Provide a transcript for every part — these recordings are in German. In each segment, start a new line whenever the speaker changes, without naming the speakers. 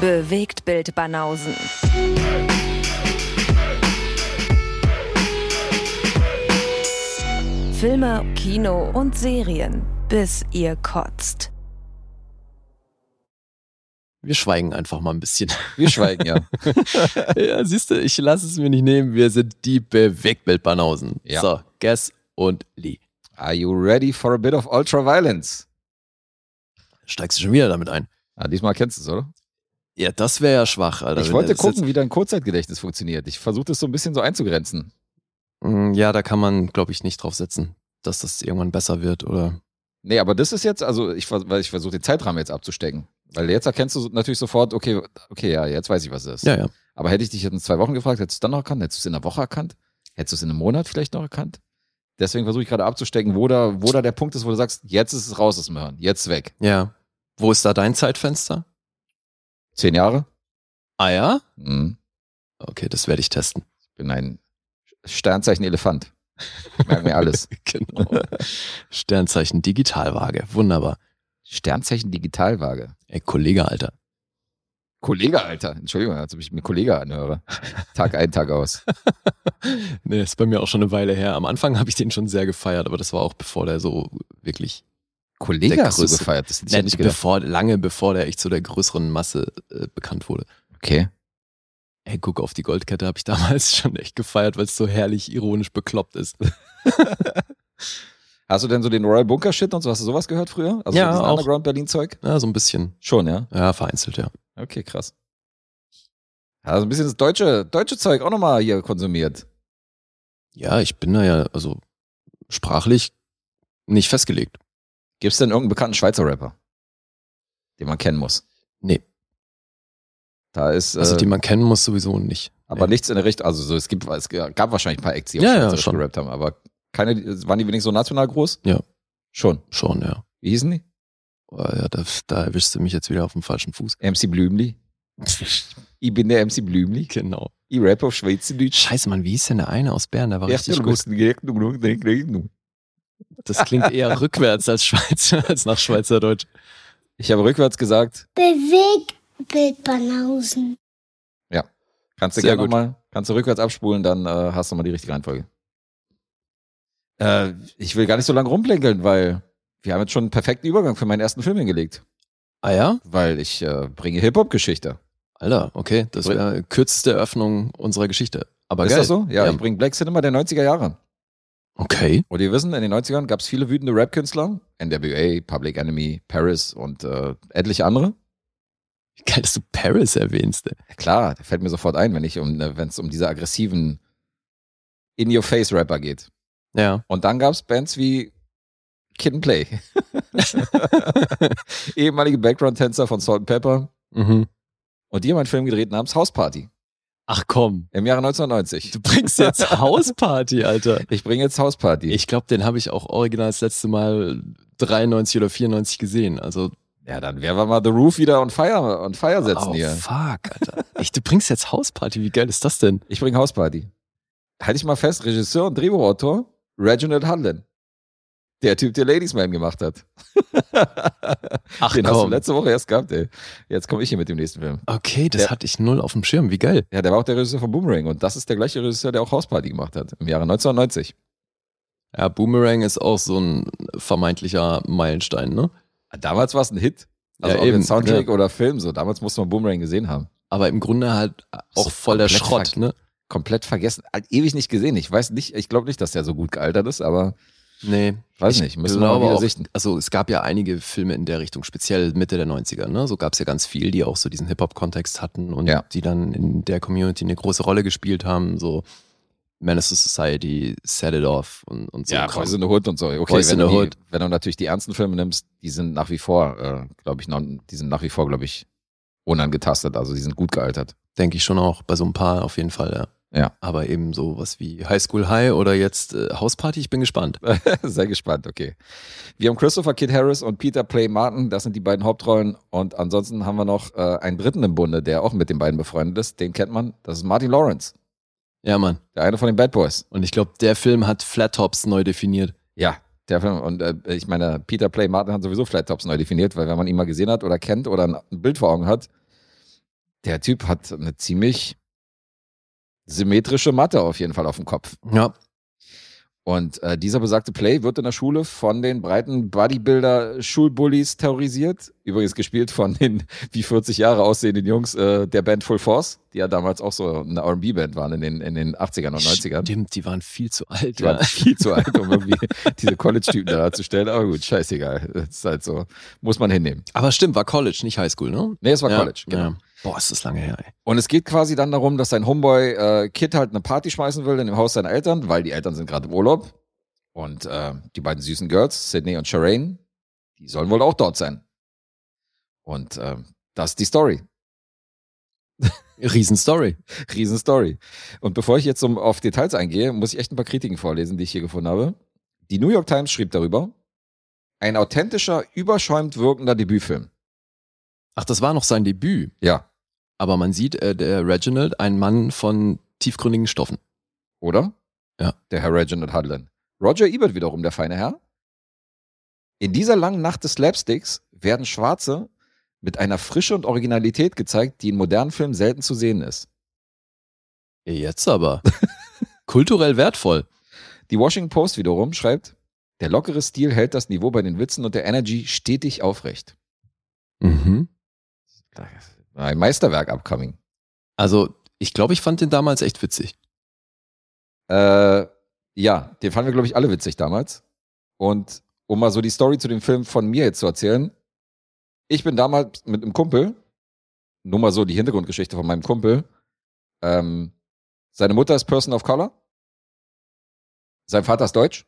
Bewegt Bild Banausen. Filme, Kino und Serien, bis ihr kotzt.
Wir schweigen einfach mal ein bisschen.
Wir schweigen, ja.
ja, siehst du, ich lasse es mir nicht nehmen. Wir sind die Bewegtbildbanausen.
Ja.
So, Guess und Lee.
Are you ready for a bit of ultraviolence?
Steigst du schon wieder damit ein?
Ah, diesmal kennst du es, oder?
Ja, das wäre ja schwach, Alter.
ich
wenn
wollte
das
gucken, wie dein Kurzzeitgedächtnis funktioniert. Ich versuche das so ein bisschen so einzugrenzen.
Jetzt, Mm, ja, da kann man, glaube ich, nicht drauf setzen, dass das irgendwann besser wird oder.
Nee, aber das ist jetzt, also ich, vers- weil ich versuche den Zeitrahmen jetzt abzustecken. Weil jetzt erkennst du so- natürlich sofort, okay, okay, ja, jetzt weiß ich, was es ist.
Ja, ja.
Aber hätte ich dich jetzt in zwei Wochen gefragt, hättest du es dann noch erkannt? Hättest du es in einer Woche erkannt? Hättest du es in einem Monat vielleicht noch erkannt? Deswegen versuche ich gerade abzustecken, wo da, wo da der Punkt ist, wo du sagst, jetzt ist es raus aus dem Hirn, jetzt weg.
Ja. Wo ist da dein Zeitfenster?
Zehn Jahre?
Ah ja?
Mhm.
Okay, das werde ich testen.
Ich bin ein Sternzeichen Elefant. Ich merke mir alles.
genau. Sternzeichen Digitalwaage. Wunderbar.
Sternzeichen Digitalwaage.
Ey, Kollege, Alter.
Kollege, Alter. Entschuldigung, als ob ich mir Kollege anhöre. Tag ein, Tag aus.
Nee, ist bei mir auch schon eine Weile her. Am Anfang habe ich den schon sehr gefeiert, aber das war auch bevor der so wirklich,
Kollege
Der
hast du
größte-
gefeiert. Das hätte ich ja
nee,
nicht gedacht.
bevor, lange bevor der echt zu der größeren Masse äh, bekannt wurde.
Okay.
Ey, guck auf die Goldkette, habe ich damals schon echt gefeiert, weil es so herrlich ironisch bekloppt ist.
Hast du denn so den Royal Bunker Shit und so? Hast du sowas gehört früher? Also
Ja,
so diesen
auch.
Underground Berlin Zeug?
Ja, so ein bisschen.
Schon, ja.
Ja, vereinzelt, ja.
Okay, krass. Also ein bisschen das deutsche, deutsche Zeug auch nochmal hier konsumiert.
Ja, ich bin da ja, also sprachlich nicht festgelegt.
Gibt es denn irgendeinen bekannten Schweizer Rapper, den man kennen muss?
Nee.
Da ist
Also,
äh,
die man kennen muss sowieso nicht.
aber
nee.
nichts in der Richtung. Also so, es, gibt, es gab wahrscheinlich ein paar Acts, die
Ja, ja,
Schweizerisch
schon.
gerappt haben, aber keine, waren die wenigstens so national groß?
Ja.
Schon.
Schon, ja.
Wie hießen die?
Oh, ja da, da erwischst du mich jetzt wieder auf dem falschen Fuß.
MC Blümli. Ich bin der MC Blümli.
genau.
Ich rappe auf Schweizerdeutsch.
Scheiße, Mann, wie hieß denn der eine aus Bern? Der war
Ja,
Oh, richtig
du
gut.
musst direkt-
Das klingt eher rückwärts als Schweizer, als nach Schweizerdeutsch.
Ich habe rückwärts gesagt,
Bewegt Bild Banausen.
kannst du
Sehr
gerne
gut.
nochmal, kannst du rückwärts abspulen, dann äh, hast du mal die richtige Reihenfolge. Äh, ich will gar nicht so lange rumblinkeln, weil wir haben jetzt schon einen perfekten Übergang für meinen ersten Film hingelegt,
Ah ja?
weil ich äh, bringe Hip-Hop-Geschichte.
Alter, okay. Das wäre kürzeste Eröffnung unserer Geschichte. Aber
Ist
geil.
das so? Ja,
Ja.
ich bringe Black Cinema der 90er Jahre.
Okay.
Und ihr wissen, in den 90ern gab es viele wütende Rap-Künstler, NWA, Public Enemy, Paris und äh, etliche andere.
Wie Geil, dass du Paris erwähnst. ey.
Klar, der fällt mir sofort ein, wenn ich um, wenn es um diese aggressiven In-Your-Face-Rapper geht.
Ja.
Und dann gab's Bands wie Kid and Play. Ehemalige Background-Tänzer von Salt and Pepper.
Mhm.
Und die haben einen Film gedreht namens House Party
Ach komm,
im Jahre 1990.
du bringst jetzt Hausparty, Alter.
Ich bringe jetzt House Party.
Ich glaube, den habe ich auch original das letzte Mal 93 oder 94 gesehen. Also,
ja, dann werden wir mal The Roof wieder on fire, on fire setzen
oh,
hier.
fuck, Alter. Echt, du bringst jetzt Hausparty, wie geil ist das denn?
Ich bringe House Party. Halte ich mal fest, Regisseur und Drehbuchautor Reginald Hudlin. Der Typ, der Ladiesman gemacht hat.
Ach
Den hast du
komm.
letzte Woche erst gehabt, ey. Jetzt komme ich hier mit dem nächsten Film.
Okay, das
Ja.
hatte ich null auf dem Schirm, wie geil.
Ja, der war auch der Regisseur von Boomerang und das ist der gleiche Regisseur, der auch House Party gemacht hat im Jahre 1990.
Ja, Boomerang ist auch so ein vermeintlicher Meilenstein, ne?
Damals war es ein Hit. Also
Ja,
ob
eben,
jetzt Soundtrack
ja.
oder Film, so damals musste man Boomerang gesehen haben.
Aber im Grunde halt auch
So
voll der
komplett
Schrott,
verk-
ne?
Komplett vergessen, Alt- ewig nicht gesehen. Ich weiß nicht, ich glaube nicht, dass der so gut gealtert ist, aber
Nee.
weiß
Ich
nicht, müssen wir mal
glaube
wieder
auch-
sichten.
Also es gab ja einige Filme in der Richtung, speziell Mitte der 90er, ne? So gab es ja ganz viel, die auch so diesen Hip-Hop-Kontext hatten und
Ja.
die dann in der Community eine große Rolle gespielt haben, so Menace to Society, Set It Off und, und so.
Ja,
Kram.
Boys in the Hood und so. Okay,
Boys in
wenn, du
the
die,
Hood.
wenn du natürlich die ernsten Filme nimmst, die sind nach wie vor, äh, glaube ich, non, die sind nach wie vor, glaube ich, unangetastet. Also die sind gut gealtert.
Denke ich schon auch, bei so ein paar auf jeden Fall, ja.
Ja.
Aber eben sowas wie High School High oder jetzt äh, Hausparty, ich bin gespannt. Äh,
Sehr gespannt, okay. Wir haben Christopher Kid Harris und Peter Play Martin, das sind die beiden Hauptrollen. Und ansonsten haben wir noch äh, einen dritten im Bunde, der auch mit den beiden befreundet ist. Den kennt man, das ist Martin Lawrence,
Ja, Mann.
der eine von den Bad Boys.
Und ich glaube, der Film hat Flat Tops neu definiert.
Ja, der Film. Und äh, ich meine, Peter Play Martin hat sowieso Flat Tops neu definiert, weil wenn man ihn mal gesehen hat oder kennt oder ein Bild vor Augen hat, der Typ hat eine ziemlich symmetrische Matte auf jeden Fall auf dem Kopf.
Ja.
Und äh, dieser besagte Play wird in der Schule von den breiten Bodybuilder-Schulbullies terrorisiert. Übrigens gespielt von den wie 40 Jahre aussehenden Jungs äh, der Band Full Force, die ja damals auch so eine RB-Band waren in den, in den 80ern und 90ern.
Stimmt, die waren viel zu alt.
Die waren
Ja.
viel zu alt, um irgendwie diese College-Typen da darzustellen. Aber gut, scheißegal. Das ist halt so. Muss man hinnehmen.
Aber stimmt, war College, nicht Highschool, ne?
Nee, es war
ja,
College, genau.
Ja. Boah, ist das lange her, ey.
Und es geht quasi dann darum, dass sein Homeboy äh, Kid halt eine Party schmeißen will in dem Haus seiner Eltern, weil die Eltern sind gerade im Urlaub. Und äh, die beiden süßen Girls, Sydney und Shireen, die sollen wohl auch dort sein. Und äh, das ist die Story.
Riesenstory.
Riesenstory. Und bevor ich jetzt um, auf Details eingehe, muss ich echt ein paar Kritiken vorlesen, die ich hier gefunden habe. Die New York Times schrieb darüber, ein authentischer, überschäumt wirkender Debütfilm.
Ach, das war noch sein Debüt.
Ja,
Aber man sieht, äh, der Reginald, ein Mann von tiefgründigen Stoffen.
oder?
Ja.
Der Herr Reginald Hudlin. Roger Ebert wiederum, der feine Herr. In dieser langen Nacht des Slapsticks werden Schwarze mit einer Frische und Originalität gezeigt, die in modernen Filmen selten zu sehen ist.
Jetzt aber. Kulturell wertvoll.
Die Washington Post wiederum schreibt, der lockere Stil hält das Niveau bei den Witzen und der Energy stetig aufrecht.
Mhm.
Ein Meisterwerk upcoming.
Also, ich glaube, ich fand den damals echt witzig.
Äh, ja, den fanden wir, glaube ich, alle witzig damals. Und um mal so die Story zu dem Film von mir jetzt zu erzählen. Ich bin damals mit einem Kumpel, nur mal so die Hintergrundgeschichte von meinem Kumpel. Ähm, seine Mutter ist Person of Color. Sein Vater ist Deutsch.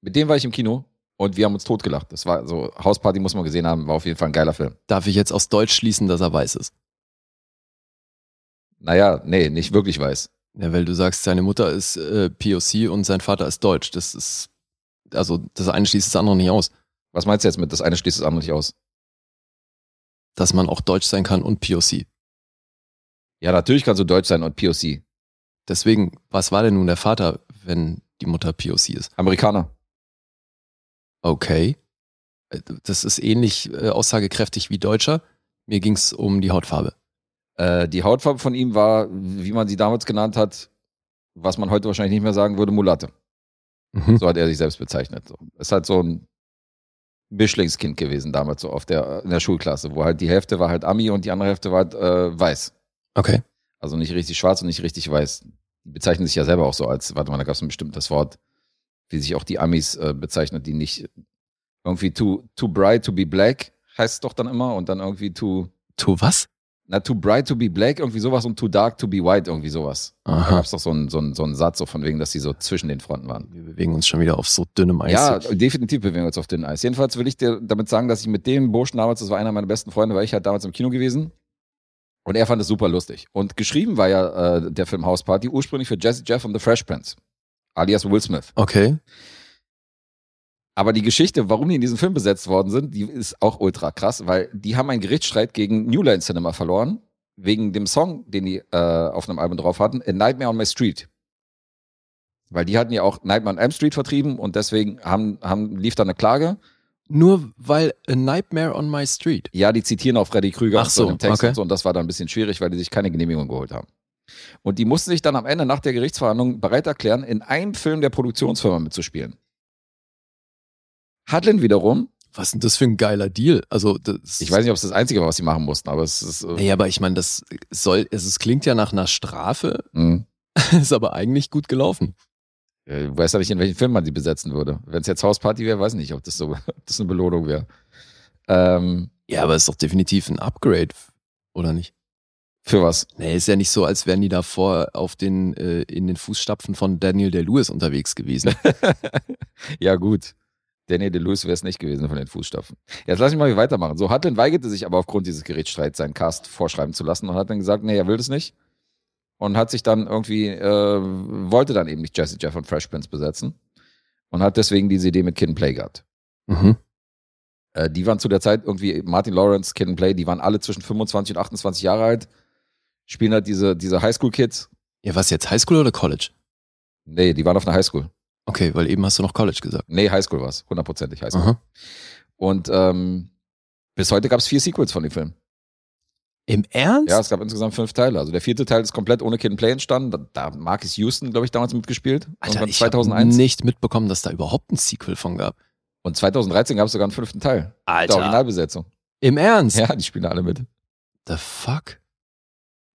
Mit dem war ich im Kino und wir haben uns totgelacht. Das war so, Hausparty muss man gesehen haben, war auf jeden Fall ein geiler Film.
Darf ich jetzt aus Deutsch schließen, dass er weiß ist?
Naja, nee, nicht wirklich weiß.
Ja, weil du sagst, seine Mutter ist äh, POC und sein Vater ist Deutsch. Das ist, also das eine schließt das andere nicht aus.
Was meinst du jetzt mit, das eine schließt das andere nicht aus?
Dass man auch Deutsch sein kann und POC.
Ja, natürlich kannst du Deutsch sein und POC.
Deswegen, was war denn nun der Vater, wenn die Mutter POC ist?
Amerikaner.
Okay. Äh, Das ist ähnlich äh, aussagekräftig wie Deutscher. Mir ging's um die Hautfarbe.
Äh, die Hautfarbe von ihm war, wie man sie damals genannt hat, was man heute wahrscheinlich nicht mehr sagen würde, Mulatte.
Mhm.
So hat er sich selbst bezeichnet. So. Ist halt so ein Mischlingskind gewesen damals, so auf der, in der Schulklasse, wo halt die Hälfte war halt Ami und die andere Hälfte war halt äh, weiß.
Okay.
Also nicht richtig schwarz und nicht richtig weiß. Die bezeichnen sich ja selber auch so als, warte mal, da gab es ein bestimmtes Wort, wie sich auch die Amis äh, bezeichnen, die nicht irgendwie too, too bright to be black heißt es doch dann immer und dann irgendwie too,
Tu was?
na, too bright to be black, irgendwie sowas und too dark to be white, irgendwie sowas. Da
Aha.
gab es doch so einen, so, einen, so einen Satz, so von wegen, dass die so zwischen den Fronten waren.
Wir bewegen uns schon wieder auf so dünnem Eis.
Ja, definitiv bewegen wir uns auf dünnem Eis. Jedenfalls will ich dir damit sagen, dass ich mit dem Burschen damals, das war einer meiner besten Freunde, war ich halt damals im Kino gewesen. Und er fand es super lustig. Und geschrieben war ja äh, der Film House Party ursprünglich für Jesse Jeff und The Fresh Prince, alias Will Smith.
Okay.
Aber die Geschichte, warum die in diesem Film besetzt worden sind, die ist auch ultra krass, weil die haben einen Gerichtsstreit gegen New Line Cinema verloren, wegen dem Song, den die äh, auf einem Album drauf hatten, A Nightmare on My Street. Weil die hatten ja auch Nightmare on Elm Street vertrieben und deswegen haben, haben, lief da eine Klage.
Nur weil A Nightmare on My Street.
Ja, die zitieren auch Freddy Krüger
Ach
und
so,
im Text
okay.
und so und das war dann ein bisschen schwierig, weil die sich keine Genehmigung geholt haben. Und die mussten sich dann am Ende nach der Gerichtsverhandlung bereit erklären, in einem Film der Produktionsfirma mitzuspielen. Hadlin wiederum,
Was ist denn das für ein geiler Deal? Also, das
ich weiß nicht, ob es das Einzige war, was sie machen mussten, aber es ist. Äh,
Ja, aber ich meine, das soll, es, es klingt ja nach einer Strafe,
mh.
ist aber eigentlich gut gelaufen.
Äh, weiß hm. ja nicht, in welchen Film man sie besetzen würde. Wenn es jetzt Hausparty wäre, weiß ich nicht, ob das so ob das eine Belohnung wäre. Ähm,
Ja, aber ist doch definitiv ein Upgrade, oder nicht?
für was?
Nee, ist ja nicht so, als wären die davor auf den, äh, in den Fußstapfen von Daniel Day-Lewis unterwegs gewesen.
ja, gut. Daniel DeLewis wäre es nicht gewesen von den Fußstapfen. Jetzt lass mich mal hier weitermachen. So, Hudlin weigerte sich aber aufgrund dieses Gerichtsstreits, seinen Cast vorschreiben zu lassen und hat dann gesagt, nee, er will das nicht. Und hat sich dann irgendwie, äh, wollte dann eben nicht Jesse Jeff und Fresh Prince besetzen. Und hat deswegen diese Idee mit Kid and Play gehabt.
Mhm.
Äh, die waren zu der Zeit irgendwie Martin Lawrence, Kid and Play, die waren alle zwischen 25 und 28 Jahre alt, spielen halt diese, diese Highschool-Kids.
Ja, was jetzt, Highschool oder College?
Nee, die waren auf einer Highschool.
Okay, weil eben hast du noch College gesagt. Mhm.
Nee, Highschool war's, hundertprozentig Highschool.
Aha.
Und ähm, bis heute gab's vier Sequels von dem Film.
Im Ernst?
Ja, es gab insgesamt fünf Teile. Also der vierte Teil ist komplett ohne Kid and Play entstanden. Da, da Marcus Houston, glaube ich, damals mitgespielt.
Alter,
Irgendwann
ich
2001.
habe nicht mitbekommen, dass da überhaupt ein Sequel von gab.
Und 2013 gab es sogar einen fünften Teil. Der
Alter,
Originalbesetzung.
im Ernst?
Ja, die spielen alle mit.
The fuck?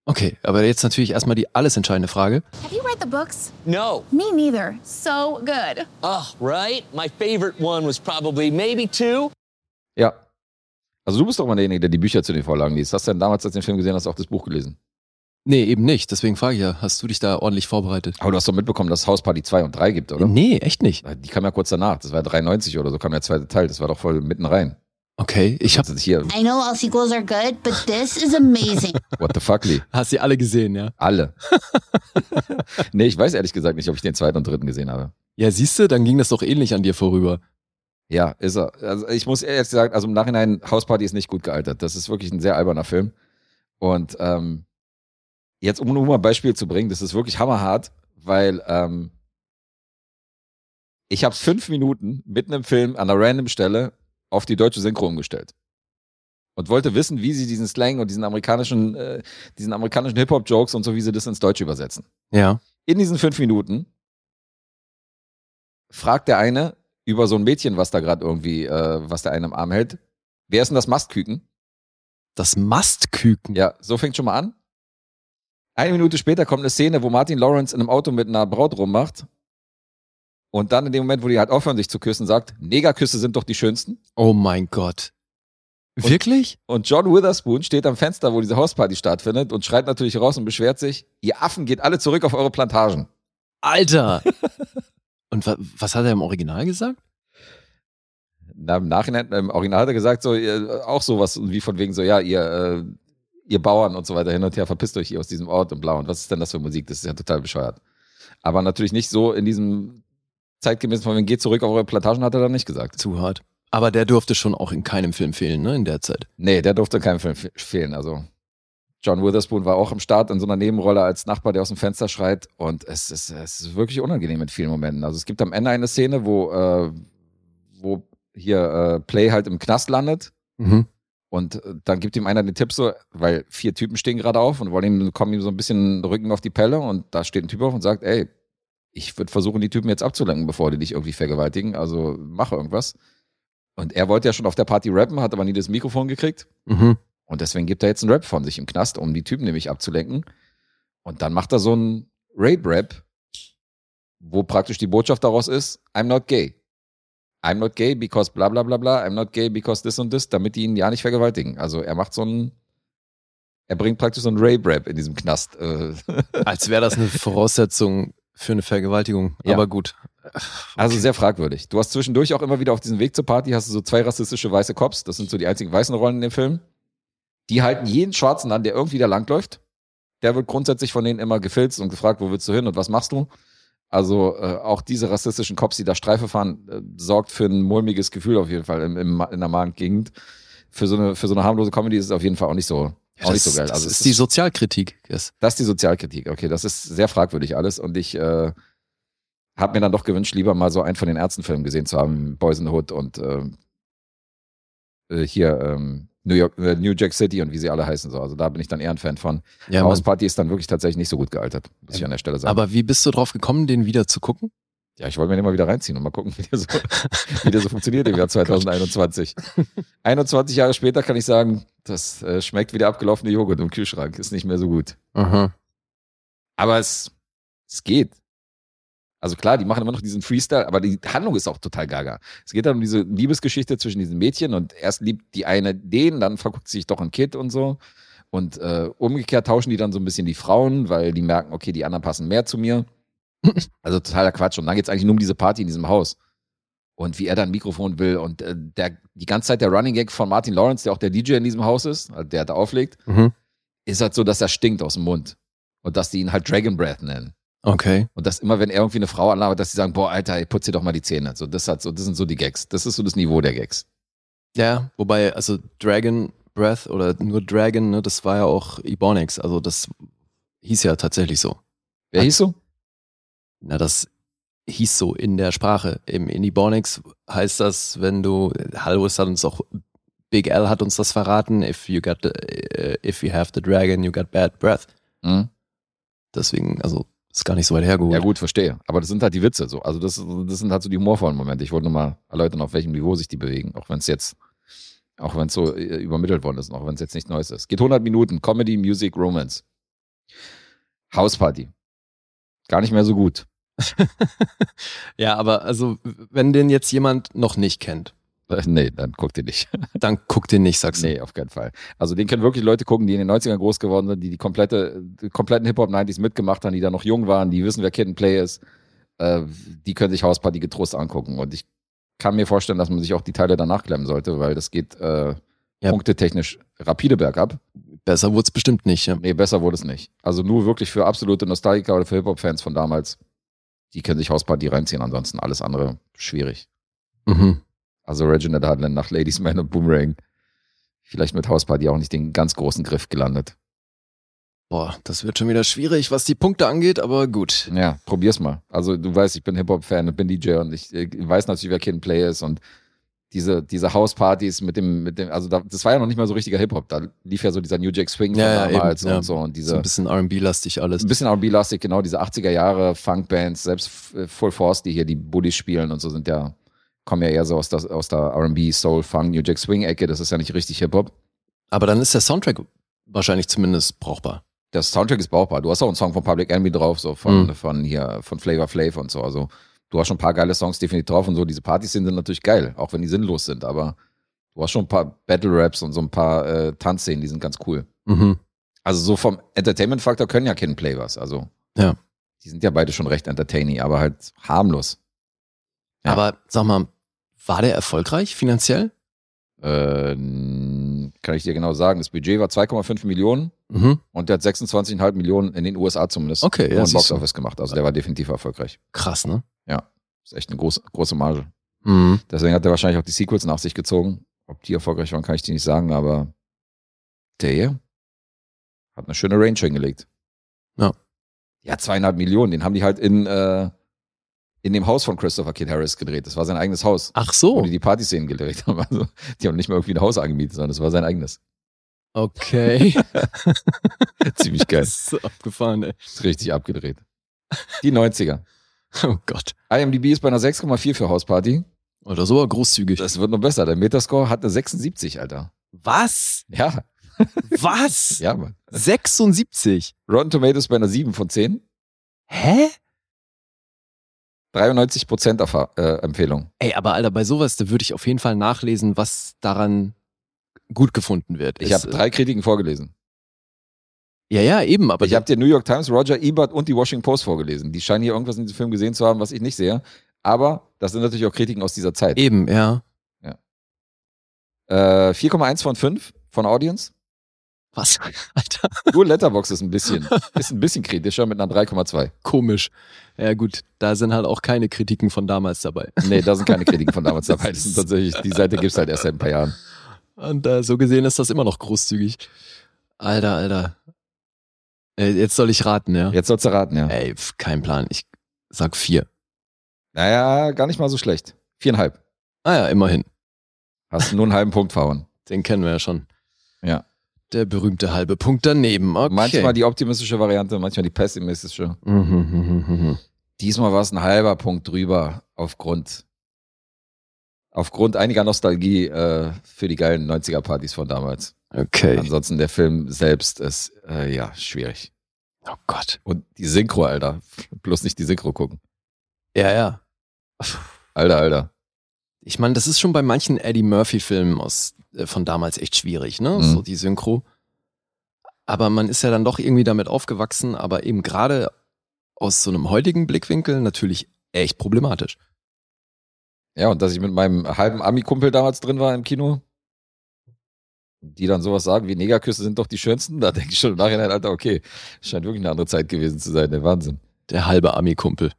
Okay, aber jetzt natürlich erstmal die alles entscheidende Frage.
Have you read the books?
No.
Me neither. So good.
Oh, right? My favorite one was probably maybe two.
Ja. Also du bist doch mal derjenige, der die Bücher zu den Vorlagen liest. Hast du denn damals, als du den Film gesehen hast, auch das Buch gelesen?
Nee, eben nicht. Deswegen frage ich ja, hast du dich da ordentlich vorbereitet?
Aber du hast doch mitbekommen, dass es Hausparty 2 und 3 gibt, oder?
Nee, echt nicht.
Die kam ja kurz danach. Das war 93 oder so, kam der zweite Teil. Das war doch voll mitten rein.
Okay, ich habe
Also hier,
I know all sequels are good, but this is amazing.
what the fuck, Lee?
hast sie alle gesehen, ja?
Alle. nee, ich weiß ehrlich gesagt nicht, ob ich den zweiten und dritten gesehen habe.
Ja, siehst du, dann ging das doch ähnlich an dir vorüber.
Ja, ist er. Also ich muss ehrlich sagen, also im Nachhinein, Hausparty ist nicht gut gealtert. Das ist wirklich ein sehr alberner Film. Und ähm, jetzt, um nur mal ein Beispiel zu bringen, das ist wirklich hammerhart, weil ähm, ich habe fünf Minuten mitten im Film an einer random Stelle auf die deutsche Synchro umgestellt. Und wollte wissen, wie sie diesen Slang und diesen amerikanischen, äh, diesen amerikanischen Hip-Hop-Jokes und so, wie sie das ins Deutsche übersetzen
Ja.
in diesen fünf Minuten fragt der eine über so ein Mädchen, was da gerade irgendwie, äh, was der eine im Arm hält, wer ist denn das Mastküken?
Das Mastküken.
Ja, so fängt schon mal an. Eine Minute später kommt eine Szene, wo Martin Lawrence in einem Auto mit einer Braut rummacht. Und dann in dem Moment, wo die halt aufhören, sich zu küssen, sagt, Negerküsse sind doch die schönsten.
Oh mein Gott.
Und-
Wirklich?
Und John Witherspoon steht am Fenster, wo diese Hausparty stattfindet und schreit natürlich raus und beschwert sich, ihr Affen geht alle zurück auf eure Plantagen.
Alter! Und wa was hat er im Original gesagt?
Na, Im Nachhinein, im Original hat er gesagt, so, ihr, auch sowas wie von wegen so, ja, ihr, äh, ihr Bauern und so weiter hin und her, verpisst euch hier aus diesem Ort und bla. Und was ist denn das für Musik? Das ist ja total bescheuert. Aber natürlich nicht so in diesem zeitgemäßen von wegen, geht zurück auf eure Plantagen, hat er dann nicht gesagt.
Zu hart. Aber der durfte schon auch in keinem Film fehlen, ne, in der Zeit.
Nee, der durfte in keinem Film fe- fehlen. Also, John Witherspoon war auch im Start in so einer Nebenrolle als Nachbar, der aus dem Fenster schreit. Und es ist, es ist wirklich unangenehm in vielen Momenten. Also, es gibt am Ende eine Szene, wo, äh, wo hier äh, Play halt im Knast landet.
Mhm.
Und äh, dann gibt ihm einer den Tipp so, weil vier Typen stehen gerade auf und wollen ihm, kommen ihm so ein bisschen Rücken auf die Pelle und da steht ein Typ auf und sagt, ey, ich würde versuchen, die Typen jetzt abzulenken, bevor die dich irgendwie vergewaltigen, also mache irgendwas. Und er wollte ja schon auf der Party rappen, hat aber nie das Mikrofon gekriegt
Mhm.
und deswegen gibt er jetzt einen Rap von sich im Knast, um die Typen nämlich abzulenken. Und dann macht er so einen Rape-Rap, wo praktisch die Botschaft daraus ist, I'm not gay. I'm not gay because bla bla bla bla, I'm not gay because this und this, damit die ihn ja nicht vergewaltigen. Also er macht so einen, er bringt praktisch so einen Rape-Rap in diesem Knast. äh,
Als wäre das eine Voraussetzung für eine Vergewaltigung.
Ja.
Aber gut.
Also sehr fragwürdig. Du hast zwischendurch auch immer wieder auf diesem Weg zur Party hast du so zwei rassistische weiße Cops, das sind so die einzigen weißen Rollen in dem Film. Die halten jeden Schwarzen an, der irgendwie da langläuft. Der wird grundsätzlich von denen immer gefilzt und gefragt, wo willst du hin und was machst du? Also äh, auch diese rassistischen Cops, die da Streife fahren, äh, sorgt für ein mulmiges Gefühl auf jeden Fall im, im, Ma- in der Magengegend. Für so, eine, für so eine harmlose Comedy ist es auf jeden Fall auch nicht so,
Ja, das,
auch nicht so geil.
das
also es
ist die Sozialkritik. Yes.
das ist die Sozialkritik. Okay, das ist sehr fragwürdig alles. Und ich äh, habe mir dann doch gewünscht, lieber mal so einen von den Ärztenfilmen gesehen zu haben, Boys in the Hood und ähm, äh, hier ähm, New York, äh, New Jack City und wie sie alle heißen so. Also da bin ich dann eher ein Fan von.
Ja, Mann.
Hausparty ist dann wirklich tatsächlich nicht so gut gealtert, muss ich an der Stelle sagen.
Aber wie bist du drauf gekommen, den wieder zu gucken?
ja, ich wollte mir den mal wieder reinziehen und mal gucken, wie der so, wie der so funktioniert
Oh
im Jahr 2021. 21 Jahre später kann ich sagen, das äh, schmeckt wie der abgelaufene Joghurt im Kühlschrank, ist nicht mehr so gut.
Aha.
Aber es, es geht. Also klar, die machen immer noch diesen Freestyle, aber die Handlung ist auch total gaga. Es geht dann um diese Liebesgeschichte zwischen diesen Mädchen und erst liebt die eine den, dann verguckt sie sich doch ein Kind und so. Und äh, umgekehrt tauschen die dann so ein bisschen die Frauen, weil die merken, okay, die anderen passen mehr zu mir. Also totaler Quatsch. Und dann geht's eigentlich nur um diese Party in diesem Haus. Und wie er da ein Mikrofon will. Und äh, der, die ganze Zeit der Running Gag von Martin Lawrence, der auch der DJ in diesem Haus ist, also der da auflegt,
Mhm.
ist halt so, dass er stinkt aus dem Mund. Und dass die ihn halt Dragon Breath nennen.
Okay.
Und dass immer, wenn er irgendwie eine Frau anlabert, dass sie sagen, boah, Alter, ey, putz dir doch mal die Zähne. So, das hat so, das sind so die Gags. Das ist so das Niveau der Gags.
Ja, wobei, also Dragon Breath oder nur Dragon, ne, das war ja auch Ebonics. Also das hieß ja tatsächlich so.
Wer hieß so?
Na, das hieß so in der Sprache. Im, in Ebonics heißt das, wenn du, Hallo, es hat uns auch Big L hat uns das verraten. If you got the, äh, if you have the dragon, you got bad breath.
Mhm.
Deswegen, also ist gar nicht so weit hergeholt.
Ja, gut, verstehe. Aber das sind halt die Witze so. Also, das, das sind halt so die humorvollen Momente. Ich wollte nur mal erläutern, auf welchem Niveau sich die bewegen, auch wenn es jetzt, auch wenn es so äh, übermittelt worden ist, und auch wenn es jetzt nichts Neues ist. Geht 100 Minuten. Comedy, Music, Romance. Hausparty. Gar nicht mehr so gut.
ja, aber also wenn den jetzt jemand noch nicht kennt,
Äh, Nee, dann guckt ihr nicht.
dann guck den nicht, sagst du.
Nee, auf keinen Fall. Also den können wirklich Leute gucken, die in den 90ern groß geworden sind, die die komplette, die kompletten Hip-Hop 90s mitgemacht haben, die da noch jung waren, die wissen, wer Kid and Play ist. Äh, die können sich Hausparty getrost angucken. Und ich kann mir vorstellen, dass man sich auch die Teile danach klemmen sollte, weil das geht äh,
Ja.
punktetechnisch rapide bergab.
Besser wurde es bestimmt nicht. Ja.
Nee, besser wurde es nicht. Also nur wirklich für absolute Nostalgiker oder für Hip-Hop-Fans von damals, die können sich Hausparty reinziehen. Ansonsten alles andere schwierig.
Mhm.
Also Reginald Hudlin nach Ladies Man und Boomerang. Vielleicht mit Hausparty auch nicht den ganz großen Griff gelandet.
Boah, das wird schon wieder schwierig, was die Punkte angeht, aber gut.
Ja, probier's mal. Also du weißt, ich bin Hip-Hop-Fan und bin DJ und ich äh, weiß natürlich, wer Kid Play ist und diese, diese Hauspartys mit dem, mit dem, also da, das war ja noch nicht mal so richtiger Hip-Hop. Da lief ja so dieser New Jack Swing von
Ja, ja,
damals
eben, ja.
und so und
So
diese
ein bisschen RB-lastig alles.
ein bisschen R&B-lastig, genau, diese 80er Jahre Funk-Bands, selbst F- äh, Full Force, die hier die Bullies spielen und so sind ja, kommen ja eher so aus, das, aus der R&B, Soul, Funk, New Jack Swing-Ecke, das ist ja nicht richtig Hip-Hop.
Aber dann ist der Soundtrack wahrscheinlich zumindest brauchbar.
der Soundtrack ist brauchbar. Du hast auch einen Song von Public Enemy drauf, so von,
Mhm.
von hier, von Flavor Flav und so. Also du hast schon ein paar geile Songs definitiv drauf und so. Diese Partys sind natürlich geil, auch wenn die sinnlos sind, aber du hast schon ein paar Battle Raps und so ein paar äh, Tanzszenen, die sind ganz cool.
Mhm.
Also so vom Entertainment-Faktor können ja Kid and Play was. Also
Ja.
die sind ja beide schon recht entertaining, aber halt harmlos. Ja.
Aber sag mal, war der erfolgreich finanziell?
Äh, kann ich dir genau sagen. Das Budget war 2,5 Millionen
Mhm.
und der hat 26,5 Millionen in den USA zumindest
Okay, ja,
nur im
siehst
Box
du.
Office gemacht. Also der war definitiv erfolgreich.
Krass, ne?
ist echt eine große, große Marge.
Mhm.
Deswegen hat er wahrscheinlich auch die Sequels nach sich gezogen. Ob die erfolgreich waren, kann ich dir nicht sagen, aber der hier hat eine schöne Range hingelegt.
Ja.
Ja, zweieinhalb Millionen. Den haben die halt in, äh, in dem Haus von Christopher Kid Harris gedreht. Das war sein eigenes Haus,
Ach
wo
so.
die die Partyszenen gedreht haben. Also, die haben nicht mal irgendwie ein Haus angemietet, sondern das war sein eigenes.
Okay.
Ziemlich geil.
das ist abgefahren, ey.
Ist richtig abgedreht. Die 90er.
Oh Gott.
IMDb ist bei einer 6,4 für Hausparty.
Oder so aber großzügig.
Das wird noch besser. Der Metascore hat eine 76, Alter.
Was?
Ja,
Was?
ja, Mann.
76.
Rotten Tomatoes bei einer 7 von 10.
Hä?
93% Erfa äh, Empfehlung.
Ey, aber Alter, bei sowas, da würde ich auf jeden Fall nachlesen, was daran gut gefunden wird.
Ich
Es-
habe drei Kritiken vorgelesen.
Ja, ja, eben, aber
Ich habe dir New York Times, Roger Ebert und die Washington Post vorgelesen. Die scheinen hier irgendwas in diesem Film gesehen zu haben, was ich nicht sehe. Aber das sind natürlich auch Kritiken aus dieser Zeit. Äh,
eben, ja.
4,1 von 5 von Audience.
Was? Alter,
Nur Letterbox ist ein bisschen, ist ein bisschen kritischer mit einer 3,2.
komisch. Ja, gut, da sind halt auch keine Kritiken von damals dabei.
Nee, da sind keine Kritiken von damals
Das
dabei. Das sind
ist-
tatsächlich, die Seite gibt's halt erst seit ein paar Jahren.
Und äh, so gesehen ist das immer noch großzügig. Alter, Alter. Äh, jetzt soll ich raten, ja?
Jetzt sollst du raten, ja.
Ey, pf, kein Plan. Ich sag vier.
Naja, gar nicht mal so schlecht. Viereinhalb.
Ah ja, immerhin.
Hast nur einen halben Punkt verhauen.
Den kennen wir ja schon.
Ja.
Der berühmte halbe Punkt daneben. Okay.
Manchmal die optimistische Variante, manchmal die pessimistische.
Mhm, mhm, mhm, mhm.
Diesmal war es ein halber Punkt drüber aufgrund, aufgrund einiger Nostalgie äh, für die geilen 90er-Partys von damals.
Okay.
Ansonsten der Film selbst ist, äh, ja, schwierig.
Oh Gott.
Und die Synchro, Alter. Bloß nicht die Synchro gucken.
Ja, ja.
Alter, Alter.
Ich meine, das ist schon bei manchen Eddie Murphy-Filmen aus äh, von damals echt schwierig, ne?
Mhm.
So die Synchro. Aber man ist ja dann doch irgendwie damit aufgewachsen, aber eben gerade aus so einem heutigen Blickwinkel natürlich echt problematisch.
Ja, und dass ich mit meinem halben Ami-Kumpel damals drin war im Kino, die dann sowas sagen wie Negerküsse sind doch die schönsten, da denke ich schon im Nachhinein, Alter, okay, scheint wirklich eine andere Zeit gewesen zu sein, der Wahnsinn.
Der halbe Ami-Kumpel.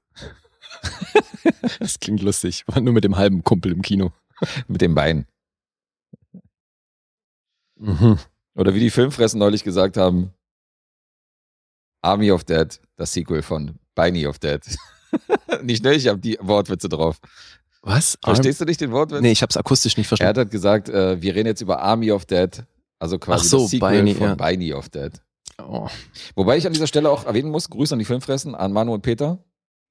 das klingt lustig. War nur mit dem halben Kumpel im Kino.
Mit dem Bein.
Mhm.
Oder wie die Filmfressen neulich gesagt haben, Army of ne? Dead, das Sequel von Beiny of Dead. Nicht schnell, ich habe die Wortwitze drauf.
Was?
Verstehst du nicht den Wortwitz?
Nee, ich hab's akustisch nicht
Er
verstanden.
hat halt gesagt, äh, wir reden jetzt über Army of Dead, also quasi
Ach so,
das Sequel
Biney,
von
ja.
Biney of Dead.
Oh.
Wobei ich an dieser Stelle auch erwähnen muss, Grüße an die Filmfressen, an Manu und Peter.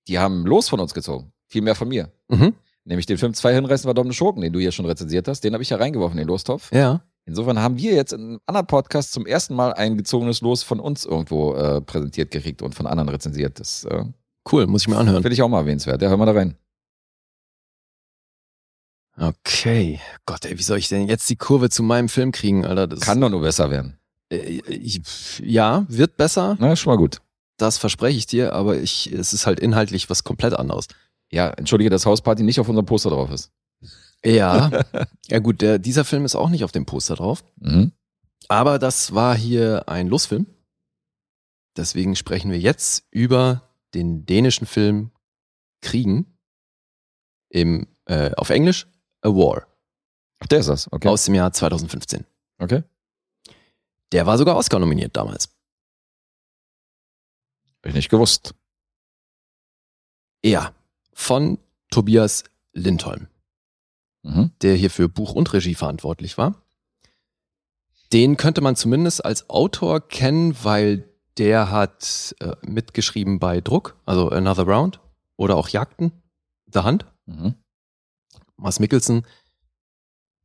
Die haben los von uns gezogen. Viel mehr von mir.
Mhm.
Nämlich den Film Zwei Hinreißen war Dom Schurken, den du hier schon rezensiert hast. Den habe ich ja reingeworfen, den Lostopf.
Ja.
Insofern haben wir jetzt in einem anderen Podcast zum ersten Mal ein gezogenes Los von uns irgendwo äh, präsentiert gekriegt und von anderen rezensiert. Das äh,
Cool, muss ich mir anhören.
finde ich auch mal erwähnenswert. Ja, hör mal da rein.
Okay. Gott, ey, wie soll ich denn jetzt die Kurve zu meinem Film kriegen, Alter? Das
Kann doch nur besser werden.
Äh, ich, ja, wird besser,
Na, ist schon mal gut.
das verspreche ich dir, aber ich, es ist halt inhaltlich was komplett anderes.
Ja, entschuldige, dass Hausparty nicht auf unserem Poster drauf ist.
Ja. ja, gut, der, dieser Film ist auch nicht auf dem Poster drauf.
Mhm.
Aber das war hier ein Losfilm. Deswegen sprechen wir jetzt über den dänischen Film Kriegen im, äh, auf Englisch A War
Ach, der ist das. Okay.
aus dem Jahr 2015.
okay.
Der war sogar Oscar nominiert damals.
Hab ich nicht gewusst.
Ja, von Tobias Lindholm,
Mhm.
der hier für Buch und Regie verantwortlich war. Den könnte man zumindest als Autor kennen, weil der hat äh, mitgeschrieben bei Druck, also Another Round oder auch Jagden, The Hand.
Mhm.
Mars Mikkelsen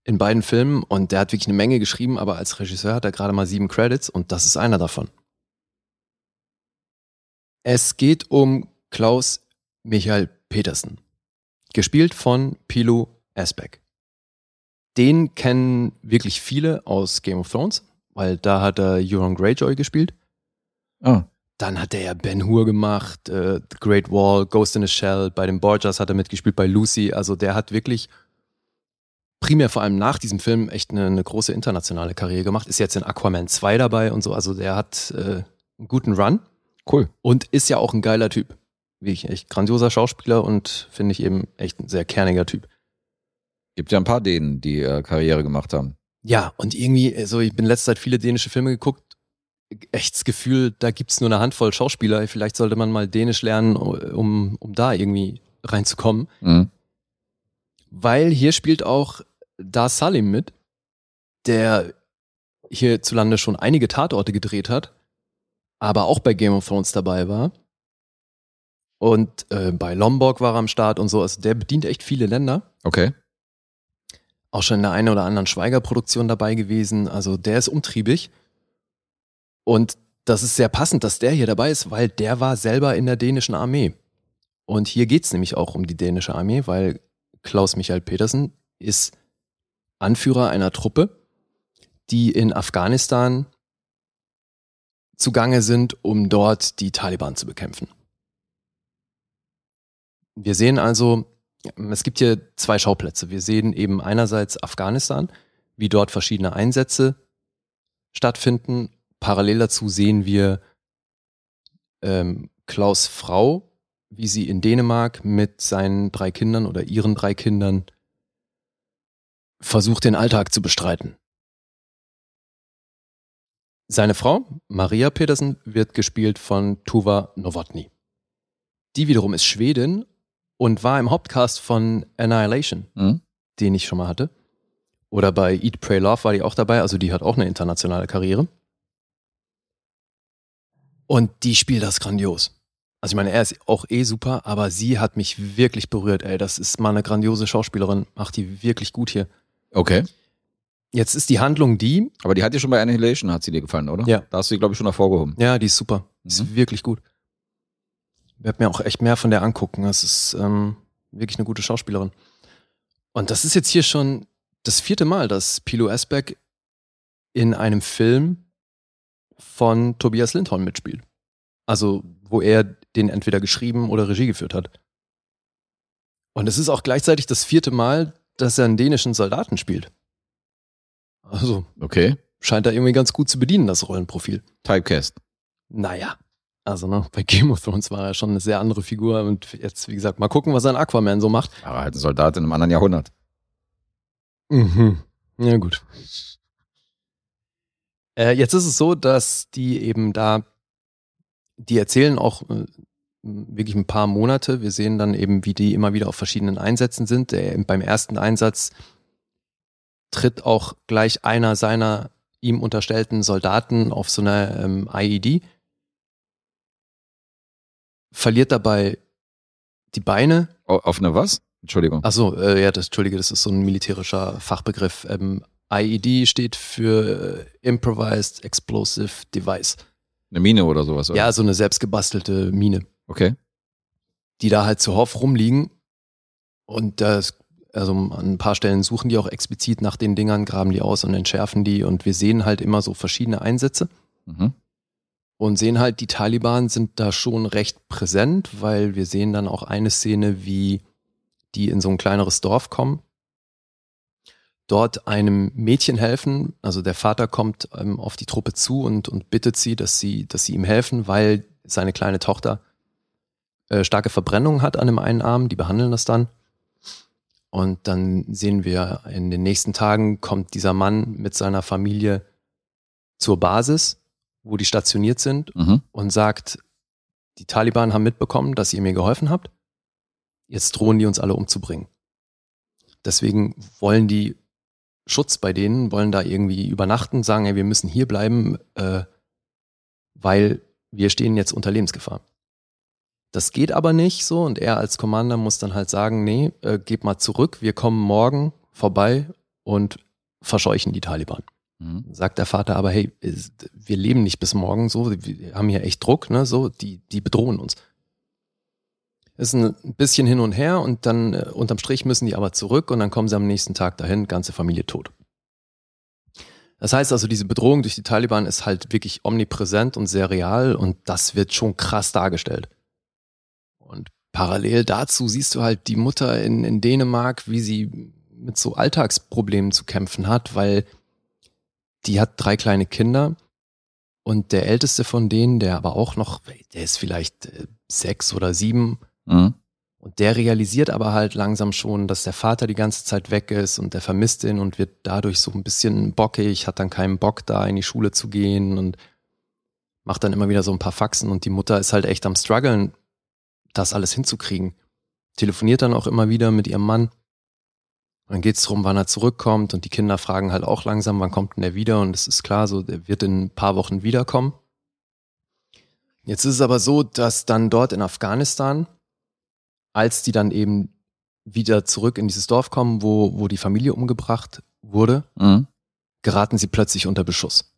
in beiden Filmen und der hat wirklich eine Menge geschrieben, aber als Regisseur hat er gerade mal sieben Credits und das ist einer davon. Es geht um Klaus Michael Petersen, gespielt von Pilo Asbeck. Den kennen wirklich viele aus Game of Thrones, weil da hat er Euron Greyjoy gespielt.
Ah,
Dann hat er ja Ben Hur gemacht, äh, The Great Wall, Ghost in a Shell, bei den Borgias hat er mitgespielt, bei Lucy. Also der hat wirklich primär vor allem nach diesem Film echt eine, eine große internationale Karriere gemacht. Ist jetzt in Aquaman 2 dabei und so. Also der hat äh, einen guten Run
cool.
und ist ja auch ein geiler Typ. Wie ich, echt grandioser Schauspieler und finde ich eben echt ein sehr kerniger Typ.
Gibt ja ein paar Dänen, die äh, Karriere gemacht haben.
Ja, und irgendwie, also ich bin letzte Zeit viele dänische Filme geguckt. Echt das Gefühl, da gibt's nur eine Handvoll Schauspieler. Vielleicht sollte man mal Dänisch lernen, um, um da irgendwie reinzukommen.
Mhm.
Weil hier spielt auch Dar Salim mit, der hierzulande schon einige Tatorte gedreht hat, aber auch bei Game of Thrones dabei war. Und äh, bei Lombok war er am Start und so. Also der bedient echt viele Länder
Okay.
auch schon in der einen oder anderen Schweigerproduktion dabei gewesen. Also der ist umtriebig. Und das ist sehr passend, dass der hier dabei ist, weil der war selber in der dänischen Armee. Und hier geht's nämlich auch um die dänische Armee, weil Klaus Michael Petersen ist Anführer einer Truppe, die in Afghanistan zugange sind, um dort die Taliban zu bekämpfen. Wir sehen also, es gibt hier zwei Schauplätze. Wir sehen eben einerseits Afghanistan, wie dort verschiedene Einsätze stattfinden. Parallel dazu sehen wir ähm, Klaus Frau, wie sie in Dänemark mit seinen drei Kindern oder ihren drei Kindern versucht, den Alltag zu bestreiten. Seine Frau, Maria Petersen, wird gespielt von Tuva Novotny. Die wiederum ist Schwedin und war im Hauptcast von Annihilation,
Mhm.
den ich schon mal hatte. Oder bei Eat, Pray, Love war die auch dabei, also die hat auch eine internationale Karriere. Und die spielt das grandios. Also ich meine, er ist auch eh super, aber sie hat mich wirklich berührt, ey. Das ist mal eine grandiose Schauspielerin, macht die wirklich gut hier.
Okay.
Jetzt ist die Handlung die,
Aber die hat dir schon bei Annihilation, hat sie dir gefallen, oder?
Ja.
Da hast du die, glaube ich, schon hervorgehoben.
ja, die ist super. Die Ist
Mhm.
wirklich gut. Ich werde mir auch echt mehr von der angucken. Das ist ähm, wirklich eine gute Schauspielerin. Und das ist jetzt hier schon das vierte Mal, dass Pilo Asbeck in einem Film von Tobias Lindholm mitspielt. Also, wo er den entweder geschrieben oder Regie geführt hat. Und es ist auch gleichzeitig das vierte Mal, dass er einen dänischen Soldaten spielt. Also,
Okay.
scheint er irgendwie ganz gut zu bedienen, das Rollenprofil.
Typecast.
Naja, also ne, bei Game of Thrones war er schon eine sehr andere Figur und jetzt, wie gesagt, mal gucken, was ein Aquaman so macht.
Aber halt ein Soldat in einem anderen Jahrhundert.
Mhm. Ja, gut. Äh, jetzt ist es so, dass die eben da, die erzählen auch äh, m, wirklich ein paar Monate. Wir sehen dann eben, wie die immer wieder auf verschiedenen Einsätzen sind. Der, beim ersten Einsatz tritt auch gleich einer seiner ihm unterstellten Soldaten auf so einer ähm, IED, verliert dabei die Beine.
Au- Auf eine was? Entschuldigung.
Ach so, äh, ja, das, entschuldige, das ist so ein militärischer Fachbegriff. Ähm, IED steht für äh, Improvised Explosive Device.
Eine Mine oder sowas, oder?
Ja, so eine selbstgebastelte Mine,
Okay.
die da halt zu Hoff rumliegen. Und das, also an ein paar Stellen suchen die auch explizit nach den Dingern, graben die aus und entschärfen die. Und wir sehen halt immer so verschiedene Einsätze
Mhm.
und sehen halt, die Taliban sind da schon recht präsent, weil wir sehen dann auch eine Szene, wie die in so ein kleineres Dorf kommen, dort einem Mädchen helfen. Also der Vater kommt ähm, auf die Truppe zu und, und bittet sie dass, sie, dass sie ihm helfen, weil seine kleine Tochter äh, starke Verbrennungen hat an dem einen Arm. Die behandeln das dann. Und dann sehen wir, in den nächsten Tagen kommt dieser Mann mit seiner Familie zur Basis, wo die stationiert sind
Mhm.
und sagt, die Taliban haben mitbekommen, dass ihr mir geholfen habt. Jetzt drohen die uns alle umzubringen. Deswegen wollen die Schutz bei denen, wollen da irgendwie übernachten, sagen, ey, wir müssen hier bleiben, äh, weil wir stehen jetzt unter Lebensgefahr. Das geht aber nicht so und er als Commander muss dann halt sagen, nee, äh, geht mal zurück, wir kommen morgen vorbei und verscheuchen die Taliban
Mhm.
sagt der Vater aber, hey, es- wir leben nicht bis morgen, so, wir haben hier echt Druck, ne, so, die, die bedrohen uns. Ist ein bisschen hin und her und dann äh, unterm Strich müssen die aber zurück und dann kommen sie am nächsten Tag dahin, ganze Familie tot. Das heißt also, diese Bedrohung durch die Taliban ist halt wirklich omnipräsent und sehr real und das wird schon krass dargestellt. Und parallel dazu siehst du halt die Mutter in, in Dänemark, wie sie mit so Alltagsproblemen zu kämpfen hat, weil die hat drei kleine Kinder und der älteste von denen, der aber auch noch, der ist vielleicht äh, sechs oder sieben
Mhm.
und der realisiert aber halt langsam schon, dass der Vater die ganze Zeit weg ist und der vermisst ihn und wird dadurch so ein bisschen bockig, hat dann keinen Bock da in die Schule zu gehen und macht dann immer wieder so ein paar Faxen und die Mutter ist halt echt am struggeln, das alles hinzukriegen. Telefoniert dann auch immer wieder mit ihrem Mann. Dann geht's drum, wann er zurückkommt und die Kinder fragen halt auch langsam, wann kommt denn der wieder und es ist klar, so der wird in ein paar Wochen wiederkommen. Jetzt ist es aber so, dass dann dort in Afghanistan als die dann eben wieder zurück in dieses Dorf kommen, wo, wo die Familie umgebracht wurde,
Mhm.
geraten sie plötzlich unter Beschuss.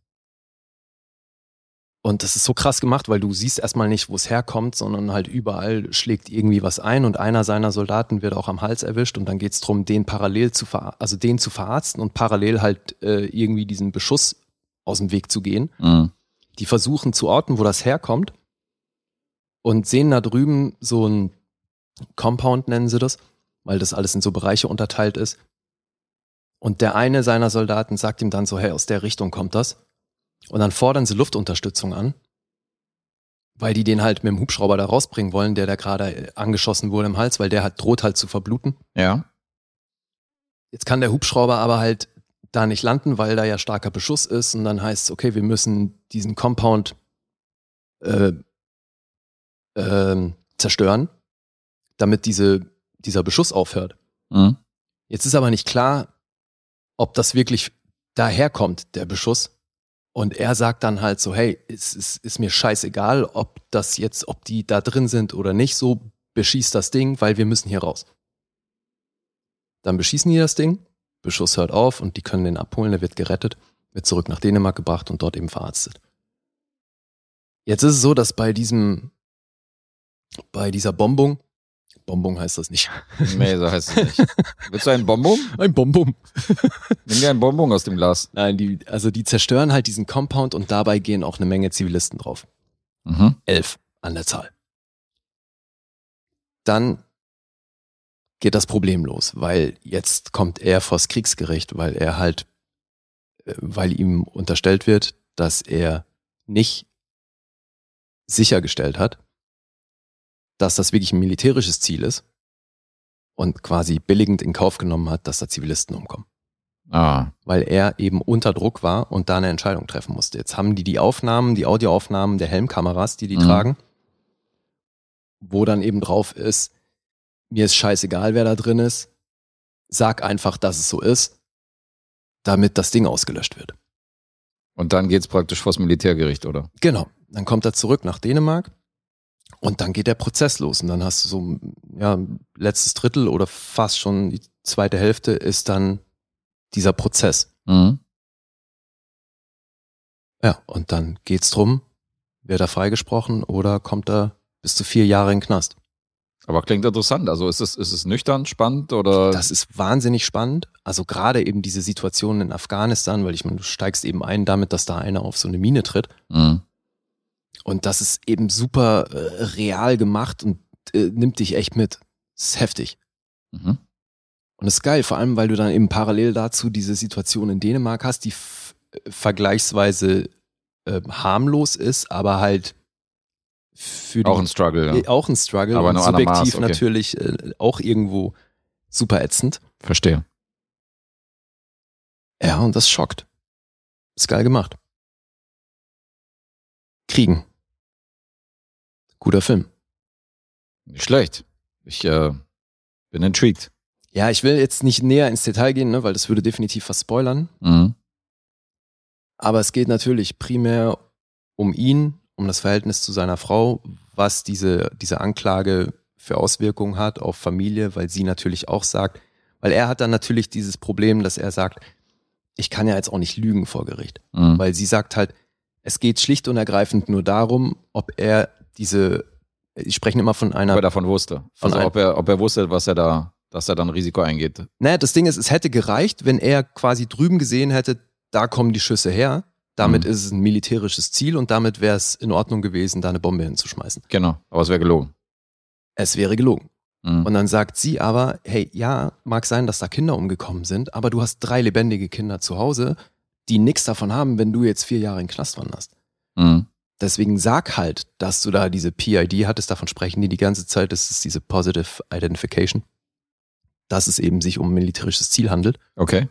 Und das ist so krass gemacht, weil du siehst erstmal nicht, wo es herkommt, sondern halt überall schlägt irgendwie was ein und einer seiner Soldaten wird auch am Hals erwischt und dann geht's drum, den parallel zu ver also den zu verarzten und parallel halt äh, irgendwie diesen Beschuss aus dem Weg zu gehen
Mhm.
die versuchen zu orten, wo das herkommt und sehen da drüben so ein Compound, nennen sie das, weil das alles in so Bereiche unterteilt ist. Und der eine seiner Soldaten sagt ihm dann so, hey, aus der Richtung kommt das. Und dann fordern sie Luftunterstützung an, weil die den halt mit dem Hubschrauber da rausbringen wollen, der da gerade äh, angeschossen wurde im Hals, weil der hat droht halt zu verbluten.
Ja.
Jetzt kann der Hubschrauber aber halt da nicht landen, weil da ja starker Beschuss ist und dann heißt es, okay, wir müssen diesen Compound äh, ähm, zerstören, damit diese, dieser Beschuss aufhört.
Mhm.
Jetzt ist aber nicht klar, ob das wirklich daherkommt, der Beschuss. Und er sagt dann halt so, hey, es ist, ist mir scheißegal, ob das jetzt, ob die da drin sind oder nicht, so beschießt das Ding, weil wir müssen hier raus. Dann beschießen die das Ding, Beschuss hört auf und die können den abholen, der wird gerettet, wird zurück nach Dänemark gebracht und dort eben verarztet. Jetzt ist es so, dass bei diesem, bei dieser Bombung, Bombung heißt das nicht,
Nee, so heißt es nicht. Willst du einen Bonbon?
ein Bombum,
Nimm dir einen Bonbon aus dem Glas.
Nein, die, also die zerstören halt diesen Compound und dabei gehen auch eine Menge Zivilisten drauf.
Mhm.
Elf an der Zahl. Dann geht das Problem los, weil jetzt kommt er vors Kriegsgericht, weil er halt, äh, weil ihm unterstellt wird, dass er nicht sichergestellt hat, dass das wirklich ein militärisches Ziel ist und quasi billigend in Kauf genommen hat, dass da Zivilisten umkommen
Ah.
weil er eben unter Druck war und da eine Entscheidung treffen musste. Jetzt haben die die Aufnahmen, die Audioaufnahmen der Helmkameras, die die
Mhm.
tragen, wo dann eben drauf ist, mir ist scheißegal, wer da drin ist, sag einfach, dass es so ist, damit das Ding ausgelöscht wird.
Und dann geht's praktisch vors Militärgericht, oder?
Genau. Dann kommt er zurück nach Dänemark und dann geht der Prozess los. Und dann hast du so, ja, letztes Drittel oder fast schon die zweite Hälfte ist dann dieser Prozess.
Mhm.
Ja, und dann geht's drum, wird er freigesprochen oder kommt er bis zu vier Jahre in den Knast.
Aber klingt interessant. Also ist es, ist es nüchtern, spannend oder?
Das ist wahnsinnig spannend. Also gerade eben diese Situation in Afghanistan, weil ich meine, du steigst eben ein damit, dass da einer auf so eine Mine tritt.
Mhm.
Und das ist eben super äh, real gemacht und äh, nimmt dich echt mit. Ist heftig.
Mhm.
Und ist geil, vor allem, weil du dann eben parallel dazu diese Situation in Dänemark hast, die f- äh, vergleichsweise äh, harmlos ist, aber halt für die
Auch ein Struggle,
äh,
ja.
auch ein Struggle
Aber
und
in einem anderen
subjektiv
Maß, okay.
natürlich äh, auch irgendwo super ätzend.
Verstehe.
Ja, und das schockt. Ist geil gemacht. Kriegen. Guter Film.
Nicht schlecht. Ich äh, bin intrigued.
Ja, ich will jetzt nicht näher ins Detail gehen, ne, weil das würde definitiv verspoilern.
Mhm.
Aber es geht natürlich primär um ihn, um das Verhältnis zu seiner Frau, was diese, diese Anklage für Auswirkungen hat auf Familie, weil sie natürlich auch sagt, weil er hat dann natürlich dieses Problem, dass er sagt, ich kann ja jetzt auch nicht lügen vor Gericht.
Mhm.
weil sie sagt halt, es geht schlicht und ergreifend nur darum, ob er diese, sie sprechen immer von
ob er
einer,
davon wusste.
Von
also
ein-
ob er, ob er wusste, was er da, dass er dann Risiko eingeht.
naja, das Ding ist, es hätte gereicht, wenn er quasi drüben gesehen hätte, da kommen die Schüsse her, damit
Mhm.
ist es ein militärisches Ziel und damit wäre es in Ordnung gewesen, da eine Bombe hinzuschmeißen.
Genau. Aber es wäre gelogen.
Es wäre gelogen.
Mhm.
Und dann sagt sie aber, hey, ja, mag sein, dass da Kinder umgekommen sind, aber du hast drei lebendige Kinder zu Hause, die nichts davon haben, wenn du jetzt vier Jahre in den Knast wanderst.
Mhm.
Deswegen sag halt, dass du da diese PID hattest, davon sprechen die die ganze Zeit, das ist diese Positive Identification, dass es eben sich um ein militärisches Ziel handelt.
Okay.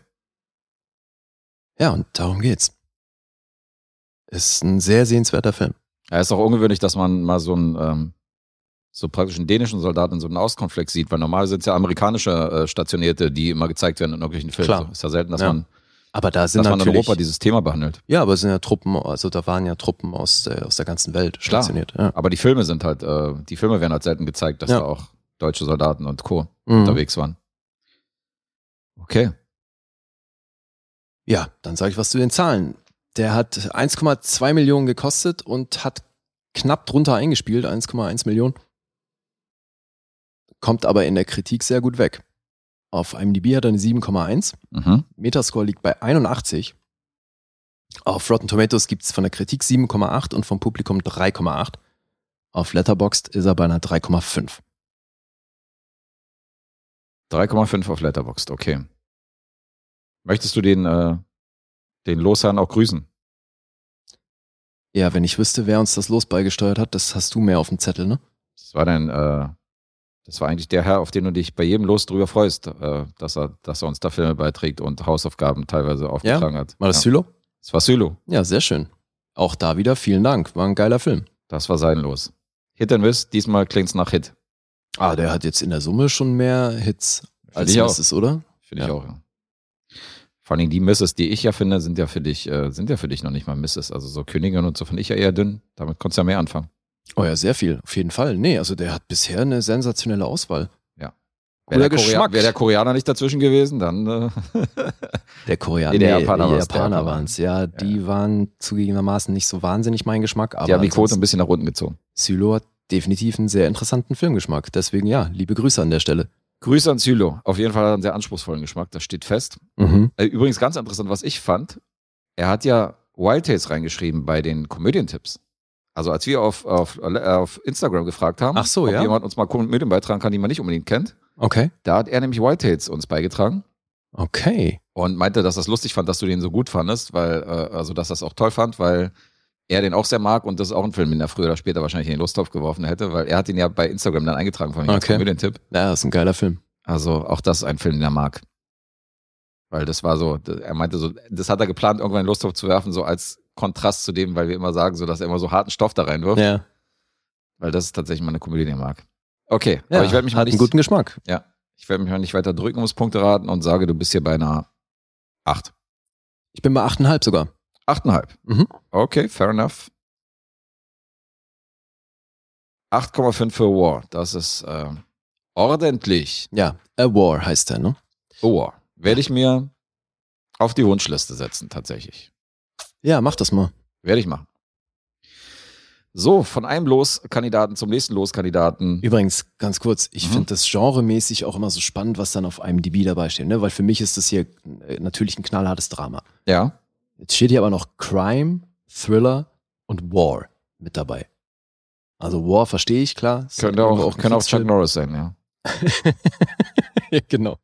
Ja, und darum geht's. Ist ein sehr sehenswerter Film.
Ja, ist auch ungewöhnlich, dass man mal so einen, ähm, so praktisch einen dänischen Soldaten in so einem Auskonflikt sieht, weil normal sind es ja amerikanische äh, Stationierte, die immer gezeigt werden in irgendwelchen Filmen.
Klar.
So, Ist ja selten, dass
Ja.
man,
Aber da sind
dass man in
natürlich,
Europa dieses Thema behandelt.
ja, aber es sind ja Truppen, also da waren ja Truppen aus der, aus der ganzen Welt
Klar.
stationiert. Ja.
Aber die Filme sind halt, äh, die Filme werden halt selten gezeigt, dass
Ja.
da auch deutsche Soldaten und Co.
Mhm.
unterwegs waren. Okay.
Ja, dann sage ich was zu den Zahlen. Der hat 1,2 Millionen gekostet und hat knapp drunter eingespielt, 1,1 Millionen. Kommt aber in der Kritik sehr gut weg. Auf IMDb hat er eine 7,1.
Mhm.
Metascore liegt bei 81. Auf Rotten Tomatoes gibt's von der Kritik 7,8 und vom Publikum 3,8. Auf Letterboxd ist er bei einer 3,5.
3,5 auf Letterboxd, okay. Möchtest du den, äh, den Losherrn auch grüßen?
Ja, wenn ich wüsste, wer uns das Los beigesteuert hat, das hast du mehr auf dem Zettel, ne?
Das war dein, äh, das war eigentlich der Herr, auf den du dich bei jedem Los drüber freust, äh, dass, er, dass er uns da Filme beiträgt und Hausaufgaben teilweise aufgetragen hat.
War das
ja.
Sylo?
Das war Sylo.
Ja, sehr schön. Auch da wieder vielen Dank. War ein geiler Film.
Das war sein Los. Hit and Miss, diesmal klingt's nach Hit.
Ah, der hat jetzt in der Summe schon mehr Hits als
ich auch.
Misses, oder?
Finde ich
Ja.
auch, ja. Vor allen Dingen die Misses, die ich ja finde, sind ja für dich, äh, sind ja für dich noch nicht mal Misses. Also so Königin und so fand ich ja eher dünn. Damit konntest du ja mehr anfangen.
Oh ja, sehr viel. Auf jeden Fall. Nee, also der hat bisher eine sensationelle Auswahl.
Ja.
Cooler
Wäre der, Korea
Geschmack.
wär der Koreaner nicht dazwischen gewesen, dann äh,
der Koreaner.
Nee, der Japaner
die
war's, der
Japaner
Japaner.
waren es. Ja, die waren zugegebenermaßen nicht so wahnsinnig mein Geschmack, aber
die haben die Quote ein
ansonsten-
bisschen nach unten gezogen.
Sylo hat definitiv einen sehr interessanten Filmgeschmack. Deswegen ja, liebe Grüße an der Stelle.
Grüße an Sylo. Auf jeden Fall hat er einen sehr anspruchsvollen Geschmack, das steht fest.
Mhm.
Äh, Übrigens ganz interessant, was ich fand, er hat ja Wild Tales reingeschrieben bei den Komödientipps. Also als wir auf, auf, äh, auf Instagram gefragt haben,
Ach so,
ob
ja.
jemand uns mal Komödien beitragen kann, die man nicht unbedingt kennt,
Okay.
da hat er nämlich Wild Tales uns beigetragen.
Okay.
und meinte, dass das lustig fand, dass du den so gut fandest, weil, äh, also dass das auch toll fand, weil er den auch sehr mag und das ist auch ein Film, den er früher oder später wahrscheinlich in den Lostopf geworfen hätte, weil er hat ihn ja bei Instagram dann eingetragen von
Okay.
okay. den Tipp.
Ja, das ist ein geiler Film.
Also auch das ist ein Film, den er mag. Weil das war so, d- er meinte so, das hat er geplant, irgendwann in den Lostopf zu werfen, so als Kontrast zu dem, weil wir immer sagen, so dass er immer so harten Stoff da reinwirft.
Ja.
Weil Weil das ist tatsächlich mal eine Komödie, die ich mag. Okay,
Ja,
aber ich werde mich, mal
hat einen
nicht-
guten Geschmack.
ich werd mich mal nicht weiter drücken ums Punkte raten und sage, du bist hier bei einer 8.
Ich bin bei 8,5 sogar.
8,5.
Mhm.
Okay, fair enough. 8,5 für War. Das ist äh, ordentlich.
Ja, A War heißt der, ne?
War. Oh, Werde ich mir auf die Wunschliste setzen, tatsächlich.
Ja, mach das mal.
Werde ich machen. So, von einem Loskandidaten zum nächsten Loskandidaten.
Übrigens, ganz kurz, ich
Mhm.
finde das genremäßig auch immer so spannend, was dann auf IMDb dabei steht, ne? Weil für mich ist das hier äh, natürlich ein knallhartes Drama.
Ja.
Jetzt steht hier aber noch Crime, Thriller und War mit dabei. Also War verstehe ich, klar. Ist
Könnte
irgendwo
auch,
ein
könnte auch Chuck
Kriegsfilm.
Norris sein, ja.
Ja, genau.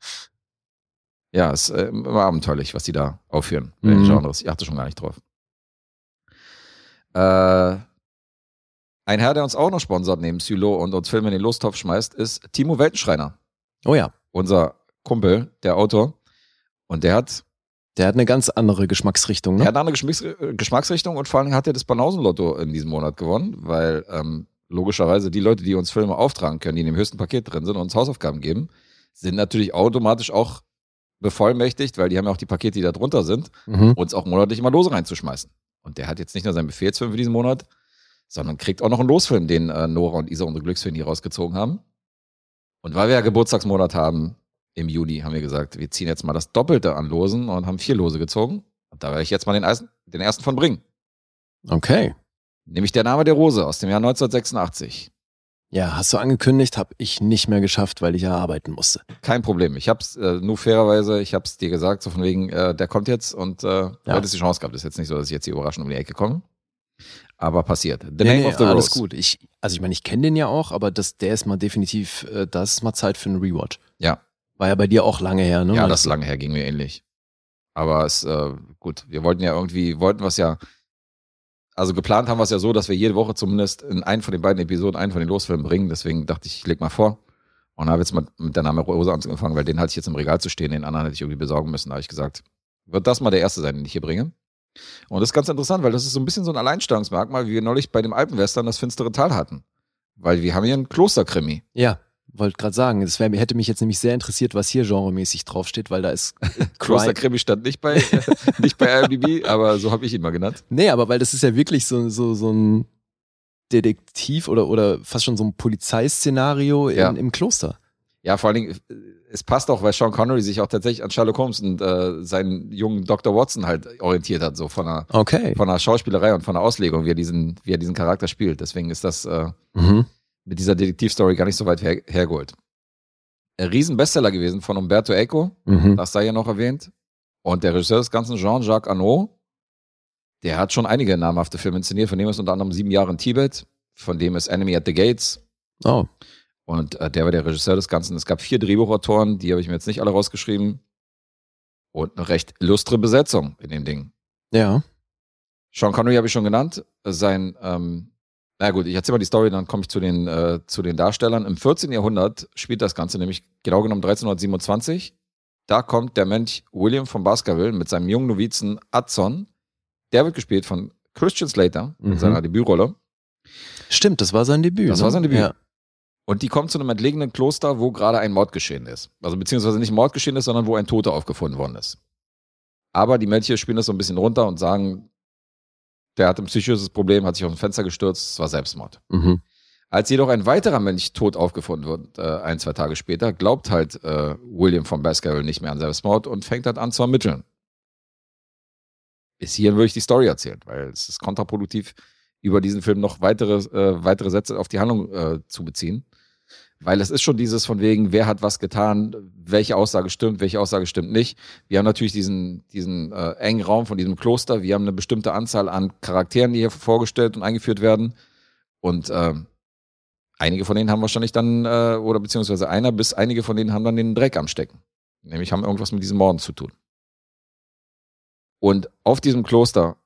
Ja, ist äh, immer abenteuerlich, was die da aufführen.
Mhm.
bei den Genres. Ich achte schon gar nicht drauf. Äh, ein Herr, der uns auch noch sponsert neben Sylo und uns Filme in den Lostopf schmeißt, ist Timo Weltenschreiner,
Oh ja,
unser Kumpel, der Autor. Und der hat,
der hat eine ganz andere Geschmacksrichtung,
der
ne?
hat eine Geschmacks äh, Geschmacksrichtung und vor allen Dingen hat er das Banausenlotto in diesem Monat gewonnen, weil ähm, logischerweise die Leute, die uns Filme auftragen können, die in dem höchsten Paket drin sind und uns Hausaufgaben geben, sind natürlich automatisch auch bevollmächtigt, weil die haben ja auch die Pakete, die da drunter sind.
Mhm.
uns auch monatlich immer Lose reinzuschmeißen. Und der hat jetzt nicht nur seinen Befehlsfilm für diesen Monat, sondern kriegt auch noch einen Losfilm, den äh, Nora und Isa, unsere Glücksfilm, hier rausgezogen haben. Und weil wir ja Geburtstagsmonat haben, im Juni haben wir gesagt, wir ziehen jetzt mal das Doppelte an Losen und haben vier Lose gezogen. Und da werde ich jetzt mal den, ersten- den ersten von bringen.
Okay.
Nämlich der Name der Rose aus dem Jahr 1986.
Ja, hast du angekündigt, habe ich nicht mehr geschafft, weil ich ja arbeiten musste.
Kein Problem. Ich hab's äh, nur fairerweise, ich hab's dir gesagt, so von wegen, äh, der kommt jetzt und äh, ja. hättest die Chance gehabt. Ist jetzt nicht so, dass ich jetzt hier überraschend um die Ecke komme. Aber passiert. The Name of the
alles
Rose.
gut. Ich, also ich meine, ich kenne den ja auch, aber das, der ist mal definitiv, äh, das ist mal Zeit für einen Rewatch.
Ja.
War ja bei dir auch lange her, ne?
Ja, das ist lange her, ging mir ähnlich. Aber es, äh, gut, wir wollten ja irgendwie, wollten was ja, also geplant haben wir es ja so, dass wir jede Woche zumindest in einen von den beiden Episoden einen von den Losfilmen bringen. Deswegen dachte ich, ich leg mal vor. Und habe jetzt mit, mit der Name Rose angefangen, weil den hatte ich jetzt im Regal zu stehen, den anderen hätte ich irgendwie besorgen müssen. Da habe ich gesagt, wird das mal der erste sein, den ich hier bringe. Und das ist ganz interessant, weil das ist so ein bisschen so ein Alleinstellungsmerkmal, wie wir neulich bei dem Alpenwestern das finstere Tal hatten. Weil wir haben hier einen Klosterkrimi.
Ja, wollte gerade sagen, das wär, hätte mich jetzt nämlich sehr interessiert, was hier genremäßig draufsteht, weil da ist
Kloster Krimi stand nicht bei, nicht bei IMDb, aber so habe ich ihn mal genannt.
Nee, aber weil das ist ja wirklich so, so, so ein Detektiv oder, oder fast schon so ein Polizeiszenario in,
Ja.
im Kloster.
Ja, vor allen Dingen, äh, es passt auch, weil Sean Connery sich auch tatsächlich an Sherlock Holmes und äh, seinen jungen Dr. Watson halt orientiert hat, so von der,
Okay.
von der Schauspielerei und von der Auslegung, wie er diesen, wie er diesen Charakter spielt. Deswegen ist das äh,
Mhm.
mit dieser Detektivstory gar nicht so weit her, hergeholt. Ein Riesenbestseller gewesen von Umberto Eco,
Mhm.
das sei ja noch erwähnt. Und der Regisseur des Ganzen, Jean-Jacques Annaud, der hat schon einige namhafte Filme inszeniert, von dem ist unter anderem Sieben Jahre in Tibet, von dem ist Enemy at the Gates,
Oh,
Und äh, der war der Regisseur des Ganzen. Es gab vier Drehbuchautoren, die habe ich mir jetzt nicht alle rausgeschrieben. Und eine recht illustre Besetzung in dem Ding.
ja.
Sean Connery habe ich schon genannt. Sein, ähm, na gut, ich erzähle mal die Story, dann komme ich zu den, äh, zu den Darstellern. Im 14. Jahrhundert spielt das Ganze nämlich genau genommen 1327. Da kommt der Mönch William von Baskerville mit seinem jungen Novizen Adson. Der wird gespielt von Christian Slater in
Mhm.
seiner Debütrolle.
Stimmt, das war sein Debüt.
Das
ne?
war sein Debüt.
Ja.
Und die kommen zu einem entlegenen Kloster, wo gerade ein Mord geschehen ist. Also beziehungsweise nicht ein Mord geschehen ist, sondern wo ein Toter aufgefunden worden ist. Aber die Mönche spielen das so ein bisschen runter und sagen, der hat ein psychisches Problem, hat sich auf ein Fenster gestürzt, es war Selbstmord.
Mhm.
Als jedoch ein weiterer Mönch tot aufgefunden wird, äh, ein, zwei Tage später, glaubt halt äh, William von Baskerville nicht mehr an Selbstmord und fängt halt an zu ermitteln. Bis hierhin würde ich die Story erzählen, weil es ist kontraproduktiv, über diesen Film noch weitere, äh, weitere Sätze auf die Handlung äh, zu beziehen. Weil es ist schon dieses von wegen, wer hat was getan, welche Aussage stimmt, welche Aussage stimmt nicht. Wir haben natürlich diesen, diesen äh, engen Raum von diesem Kloster. Wir haben eine bestimmte Anzahl an Charakteren, die hier vorgestellt und eingeführt werden. Und ähm, einige von denen haben wahrscheinlich dann, äh, oder beziehungsweise einer bis einige von denen haben dann den Dreck am Stecken. Nämlich haben irgendwas mit diesen Morden zu tun. Und auf diesem Kloster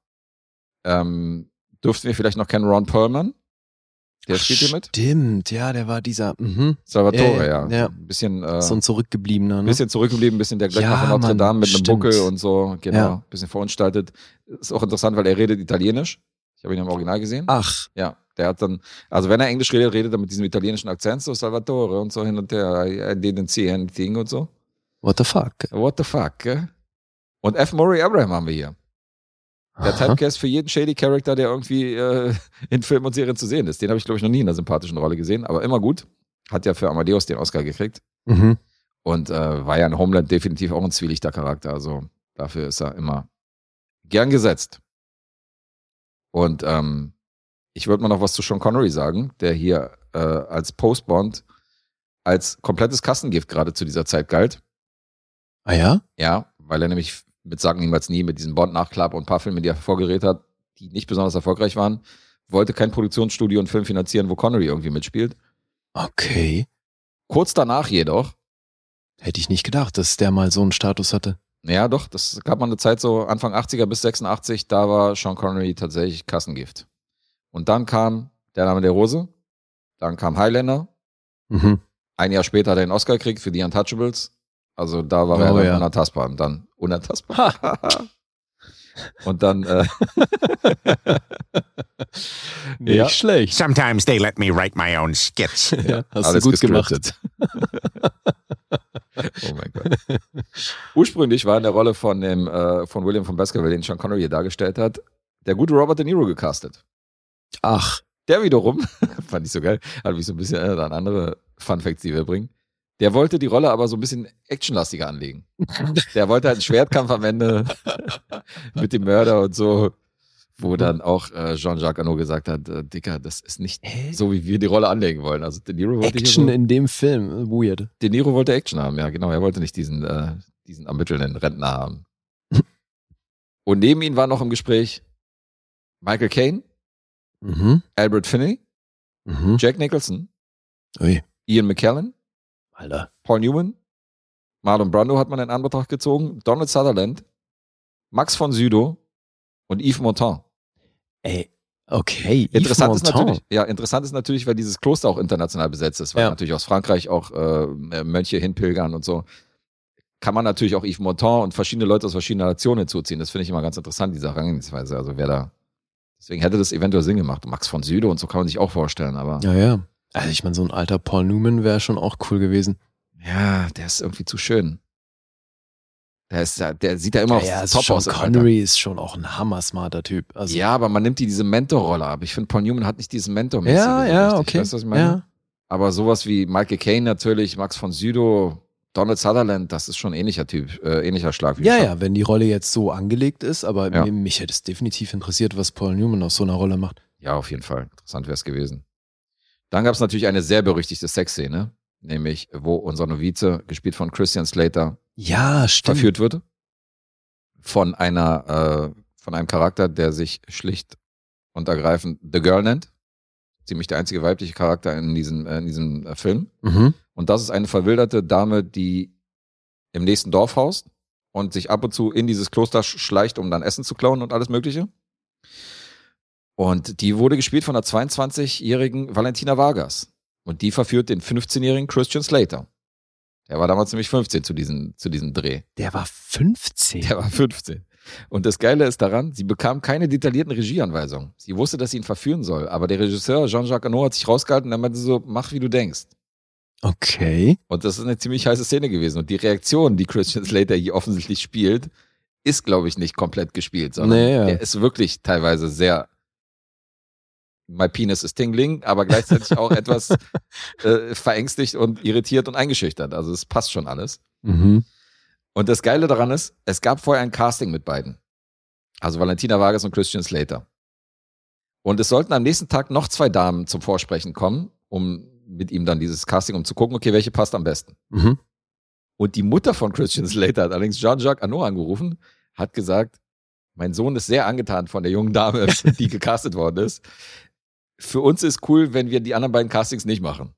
ähm, dürften wir vielleicht noch kennen Ron Perlman. Der spielt hier mit.
Stimmt, ja, der war dieser, mhm.
Salvatore,
Ja,
ja.
ja, ja.
Ein bisschen, äh,
so ein zurückgebliebener.
ein
Ne?
bisschen zurückgeblieben, ein bisschen der Glöckner
Ja,
von Notre
Mann,
Dame mit
stimmt.
einem Buckel und so. Genau,
Ja.
ein
Ah.
bisschen verunstaltet. Ist auch interessant, weil er redet Italienisch. Ich habe ihn im Original gesehen.
Ach,
Ja, Der hat dann, also wenn er Englisch redet, redet er mit diesem italienischen Akzent, so Salvatore und so hin und her. I, I didn't see anything und so.
What the fuck?
What the fuck, gell? Und F. Murray Abraham haben wir hier. Der
Aha.
Typecast für jeden shady Character, der irgendwie äh, in Filmen und Serien zu sehen ist. Den habe ich, glaube ich, noch nie in einer sympathischen Rolle gesehen, aber immer gut. Hat ja für Amadeus den Oscar gekriegt.
Mhm.
Und äh, war ja in Homeland definitiv auch ein zwielichter Charakter. Also dafür ist er immer gern gesetzt. Und ähm, ich würde mal noch was zu Sean Connery sagen, der hier äh, als Postbond als komplettes Kassengift gerade zu dieser Zeit galt.
Ah ja?
Ja, weil er nämlich mit Sagen niemals nie mit diesem Bond-Nachklapp und ein paar Filmen, die er hervorgerät hat, die nicht besonders erfolgreich waren, wollte kein Produktionsstudio und Film finanzieren, wo Connery irgendwie mitspielt.
Okay.
Kurz danach jedoch
Hätte ich nicht gedacht, dass der mal so einen Status hatte.
Ja, doch, das gab mal eine Zeit so Anfang 80er bis 86, da war Sean Connery tatsächlich Kassengift. Und dann kam der Name der Rose, dann kam Highlander,
Mhm.
ein Jahr später hat er den Oscar gekriegt für die Untouchables. Also da war er
Oh,
dann
ja.
unertastbar und dann unertastbar. und dann, äh,
Nicht
Ja.
schlecht.
Sometimes they let me write my own skits.
Ja, hast
alles
du gut gemacht.
gescriptet. oh mein Gott. Ursprünglich war in der Rolle von, dem, äh, von William von Baskerville, den Sean Connery hier dargestellt hat, der gute Robert De Niro gecastet.
Ach,
Der wiederum, fand ich so geil, hat mich so ein bisschen erinnert an andere Funfacts, die wir bringen. Der wollte die Rolle aber so ein bisschen actionlastiger anlegen. Der wollte halt einen Schwertkampf am Ende mit dem Mörder und so, wo dann auch äh, Jean-Jacques Annaud gesagt hat, äh, Dicker, das ist nicht so, wie wir die Rolle anlegen wollen. Also De Niro wollte
Action
hier so,
in dem Film. Weird.
De Niro wollte Action haben, ja genau. Er wollte nicht diesen, äh, diesen ermittelnden Rentner haben. Und neben ihm war noch im Gespräch Michael Caine,
Mhm.
Albert Finney,
Mhm.
Jack Nicholson,
Ui,
Ian McKellen,
Alter.
Paul Newman, Marlon Brando hat man in Anbetracht gezogen, Donald Sutherland, Max von Sydow und Yves Montand.
Ey. Okay. Yves
Interessant ist
Montand.
natürlich, ja, interessant ist natürlich, weil dieses Kloster auch international besetzt ist, weil
Ja.
natürlich aus Frankreich auch äh, Mönche hinpilgern und so. Kann man natürlich auch Yves Montand und verschiedene Leute aus verschiedenen Nationen hinzuziehen. Das finde ich immer ganz interessant, diese Herangehensweise. Also wer da. Deswegen hätte das eventuell Sinn gemacht. Max von Sydow und so kann man sich auch vorstellen, aber
Ja, ja. Also ich meine, so ein alter Paul Newman wäre schon auch cool gewesen.
ja, der ist irgendwie zu schön. Der, ist, ja- der sieht ja immer
ja,
auf
also
top
Sean
aus. im Alter.
Connery ist schon auch ein hammersmarter Typ. Also,
ja, aber man nimmt die diese Mentor-Rolle ab. Ich finde, Paul Newman hat nicht diesen mentor
ja, ja, okay.
Weißt du, was ich meine?
Ja.
Aber sowas wie Michael Caine natürlich, Max von Sydow, Donald Sutherland, das ist schon ein ähnlicher Typ, äh, ähnlicher Schlag. wie
ja,
ich
ja, wenn die Rolle jetzt so angelegt ist, aber
Ja.
mir- mich hätte es definitiv interessiert, was Paul Newman aus so einer Rolle macht.
Ja, auf jeden Fall. Interessant wäre es gewesen. Dann gab es natürlich eine sehr berüchtigte Sexszene, nämlich wo unser Novize, gespielt von Christian Slater,
Ja, stimmt.
verführt wird. Von einer, äh, von einem Charakter, der sich schlicht und ergreifend The Girl nennt. Ziemlich der einzige weibliche Charakter in diesem, äh, in diesem äh, Film.
Mhm.
Und das ist eine verwilderte Dame, die im nächsten Dorf haust und sich ab und zu in dieses Kloster sch- schleicht, um dann Essen zu klauen und alles Mögliche. Und die wurde gespielt von der 22-jährigen Valentina Vargas. Und die verführt den 15-jährigen Christian Slater. Der war damals nämlich 15 zu diesem, zu diesem Dreh.
Der war 15.
Der war 15. Und das Geile ist daran, sie bekam keine detaillierten Regieanweisungen. Sie wusste, dass sie ihn verführen soll, aber der Regisseur Jean-Jacques Annaud hat sich rausgehalten und er meinte so, mach wie du denkst.
okay.
Und das ist eine ziemlich heiße Szene gewesen. Und die Reaktion, die Christian Slater hier offensichtlich spielt, ist, glaube ich, nicht komplett gespielt, sondern
Nee, ja.
der ist wirklich teilweise sehr. My penis is tingling, aber gleichzeitig auch etwas äh, verängstigt und irritiert und eingeschüchtert. Also es passt schon alles.
Mhm.
Und das Geile daran ist, es gab vorher ein Casting mit beiden. Also Valentina Vargas und Christian Slater. Und es sollten am nächsten Tag noch zwei Damen zum Vorsprechen kommen, um mit ihm dann dieses Casting, um zu gucken, okay, welche passt am besten.
Mhm.
Und die Mutter von Christian Slater hat allerdings Jean-Jacques Annaud angerufen, hat gesagt, mein Sohn ist sehr angetan von der jungen Dame, die gecastet worden ist. Für uns ist cool, wenn wir die anderen beiden Castings nicht machen.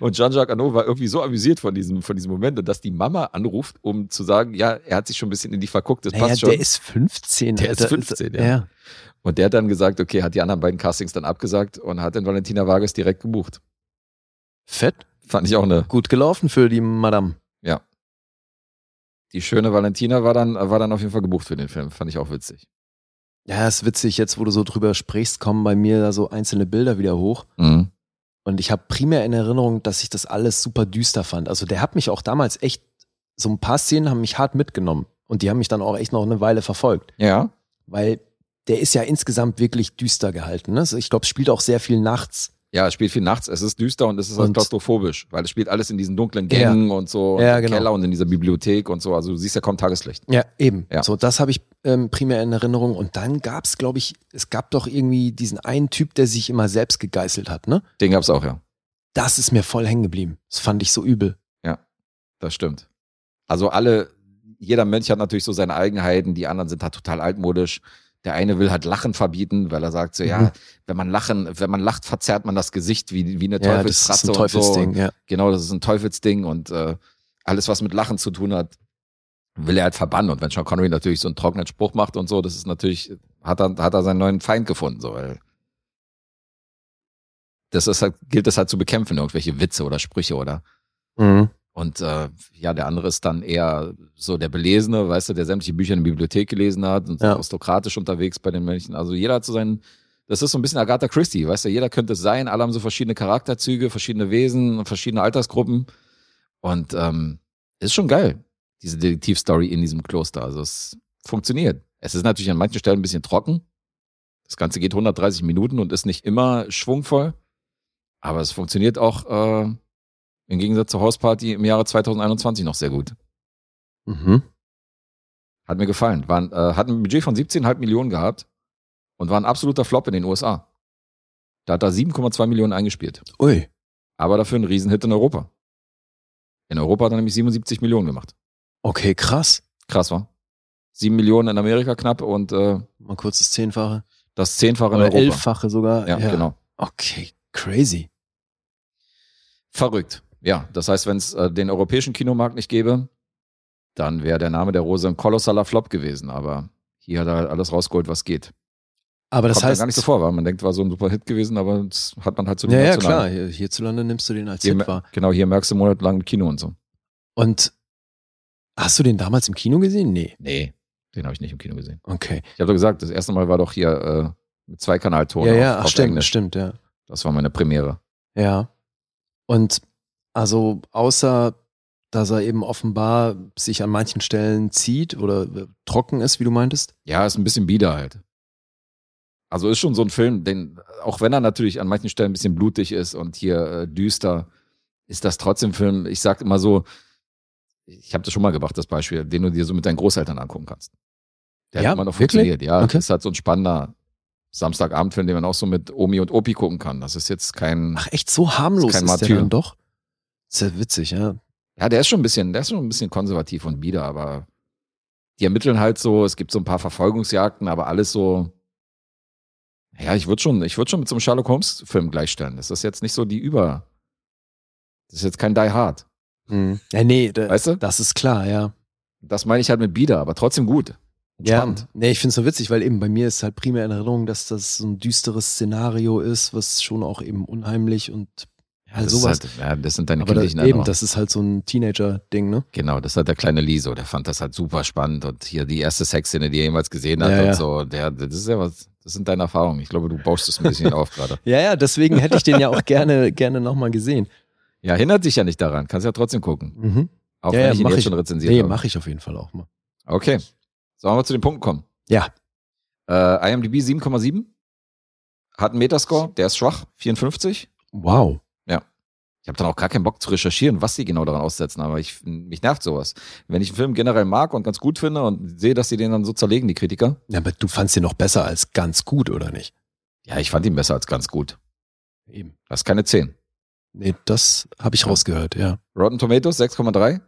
Und Jean-Jacques Annaud war irgendwie so amüsiert von diesem, von diesem Moment, und dass die Mama anruft, um zu sagen, ja, er hat sich schon ein bisschen in die verguckt, das
Naja,
passt schon.
der ist 15.
Der ist
Alter.
15, ja.
ja.
und der hat dann gesagt, okay, hat die anderen beiden Castings dann abgesagt und hat dann Valentina Vargas direkt gebucht.
Fett.
Fand ich auch eine
Gut gelaufen für die Madame.
die schöne Valentina war dann, war dann auf jeden Fall gebucht für den Film. Fand ich auch witzig.
Ja, ist witzig, jetzt wo du so drüber sprichst, kommen bei mir da so einzelne Bilder wieder hoch.
Mhm.
Und ich habe primär in Erinnerung, dass ich das alles super düster fand. Also der hat mich auch damals echt, so ein paar Szenen haben mich hart mitgenommen. Und die haben mich dann auch echt noch eine Weile verfolgt.
Ja.
Weil der ist ja insgesamt wirklich düster gehalten. Ne? Also ich glaube, es spielt auch sehr viel nachts.
Ja, es spielt viel nachts, es ist düster und es ist halt
Und-
klaustrophobisch, weil es spielt alles in diesen dunklen Gängen und so
Ja,
und im
genau.
Keller und in dieser Bibliothek und so. Also du siehst ja kaum Tageslicht.
Ja, eben.
Ja.
So, das habe ich ähm, primär in Erinnerung. Und dann gab es, glaube ich, es gab doch irgendwie diesen einen Typ, der sich immer selbst gegeißelt hat. Ne?
Den gab's auch, ja.
Das ist mir voll hängen geblieben. Das fand ich so übel.
Das stimmt. Also alle, jeder Mönch hat natürlich so seine Eigenheiten, die anderen sind halt total altmodisch. Der eine will halt Lachen verbieten, weil er sagt so, ja,
Mhm.
wenn man lachen, wenn man lacht, verzerrt man das Gesicht wie, wie eine
Ja, das ist
Teufelsfratze
ein
und so.
Teufelsding. Ja.
Genau, das ist ein Teufelsding und äh, alles, was mit Lachen zu tun hat, will er halt verbannen. Und wenn Sean Connery natürlich so einen trockenen Spruch macht und so, das ist natürlich, hat er, hat er seinen neuen Feind gefunden, so, weil das ist halt, gilt es halt zu bekämpfen, irgendwelche Witze oder Sprüche oder
Mhm.
und äh, ja, der andere ist dann eher so der Belesene, weißt du, der sämtliche Bücher in der Bibliothek gelesen hat und
Ja.
aristokratisch unterwegs bei den Mönchen. Also jeder hat so seinen, das ist so ein bisschen Agatha Christie, weißt du, jeder könnte es sein, alle haben so verschiedene Charakterzüge, verschiedene Wesen, verschiedene Altersgruppen. Und ähm, ist schon geil, diese Detektivstory in diesem Kloster. Also es funktioniert. Es ist natürlich an manchen Stellen ein bisschen trocken. Das Ganze geht 130 Minuten und ist nicht immer schwungvoll. Aber es funktioniert auch äh, im Gegensatz zur Hausparty im Jahre 2021 noch sehr gut.
Mhm.
Hat mir gefallen. War, ein, äh, hat ein Budget von 17,5 Millionen gehabt und war ein absoluter Flop in den USA. Da hat er 7,2 Millionen eingespielt.
Ui.
Aber dafür ein Riesenhit in Europa. In Europa hat er nämlich 77 Millionen gemacht.
Okay, krass.
Krass, war. 7 Millionen in Amerika knapp und äh,
Mal kurz das Zehnfache.
das Zehnfache in
Oder
Europa.
Elffache sogar.
Ja, genau.
Okay, crazy.
Verrückt. Ja, das heißt, wenn es äh, den europäischen Kinomarkt nicht gäbe, dann wäre der Name der Rose ein kolossaler Flop gewesen. Aber hier hat er halt alles rausgeholt, was geht.
Aber das
Kommt
heißt.
ja gar nicht so vor, weil man denkt, war so ein super Hit gewesen, aber das hat man halt so
ja, ja,
national.
klar. Hier- Hierzulande nimmst du den als
Hier,
Hit
mer-
wahr.
genau, hier merkst du monatelang im Kino und so.
Und hast du den damals im Kino gesehen? Nee.
Nee, den habe ich nicht im Kino gesehen.
Okay.
Ich habe doch gesagt, das erste Mal war doch hier äh, mit zwei Kanalton.
ja, ja,
auf,
ach,
auf
stimmt,
Englisch.
stimmt, ja.
Das war meine Premiere.
Ja. Und also außer dass er eben offenbar sich an manchen Stellen zieht oder äh, trocken ist, wie du meintest.
Ja, ist ein bisschen bieder halt. Also ist schon so ein Film, den, auch wenn er natürlich an manchen Stellen ein bisschen blutig ist und hier äh, düster, ist das trotzdem ein Film, ich sag immer so, ich habe das schon mal gebracht, das Beispiel, den du dir so mit deinen Großeltern angucken kannst. Der
Ja,
hat immer noch
wirklich?
funktioniert, ja.
Okay.
Das ist halt so ein spannender Samstagabendfilm, den man auch so mit Omi und Opi gucken kann. Das ist jetzt kein.
Ach echt, so harmlos
Ist
ist,
kein
der
Martyr.
dann doch. Ist ja witzig, ja.
Ja, der ist schon ein bisschen, der ist schon ein bisschen konservativ und bieder, aber die ermitteln halt so, es gibt so ein paar Verfolgungsjagden, aber alles so. Ja, ich würde schon, ich würde schon mit so einem Sherlock Holmes Film gleichstellen. Das ist jetzt nicht so die Über. Das ist jetzt kein Die Hard.
Mhm. ja nee, da,
Weißt du?
das ist klar, ja.
Das meine ich halt mit bieder, aber trotzdem gut. Und
Ja,
Spannend.
nee, ich finde es so witzig, weil eben bei mir ist halt primär in Erinnerung, dass das so ein düsteres Szenario ist, was schon auch eben unheimlich und also
Ja, das,
sowas.
ist halt, ja, das sind deine
aber da,
kindlichen
eben,
Erinnerungen.
das ist halt so ein Teenager-Ding, ne?
Genau, das hat der kleine Liso, der fand das halt super spannend und hier die erste Sexszene, die er jemals gesehen hat
Ja,
und
ja.
so, der, das ist ja was, das sind deine Erfahrungen. Ich glaube, du baust es ein bisschen auf gerade.
Ja, ja, deswegen hätte ich den ja auch gerne, gerne nochmal gesehen.
Ja, hindert dich ja nicht daran, kannst ja trotzdem gucken.
Mhm.
Auch
Ja,
wenn
ja,
ich ihn
mach
jetzt
ich.
schon rezensiert
Nee,
habe.
mache ich auf jeden Fall auch mal.
Okay. Sollen wir zu den Punkten kommen?
Ja.
Äh, IMDb 7,7 hat einen Metascore, der ist schwach, 54.
Wow.
Ich habe dann auch gar keinen Bock zu recherchieren, was sie genau daran aussetzen, aber ich, mich nervt sowas. Wenn ich einen Film generell mag und ganz gut finde und sehe, dass sie den dann so zerlegen, die Kritiker.
Ja, aber du fandst den noch besser als ganz gut, oder nicht?
Ja, ich fand ihn besser als ganz gut.
Eben.
Das ist keine 10.
Nee, das habe ich rausgehört, ja.
Rotten Tomatoes 6,3.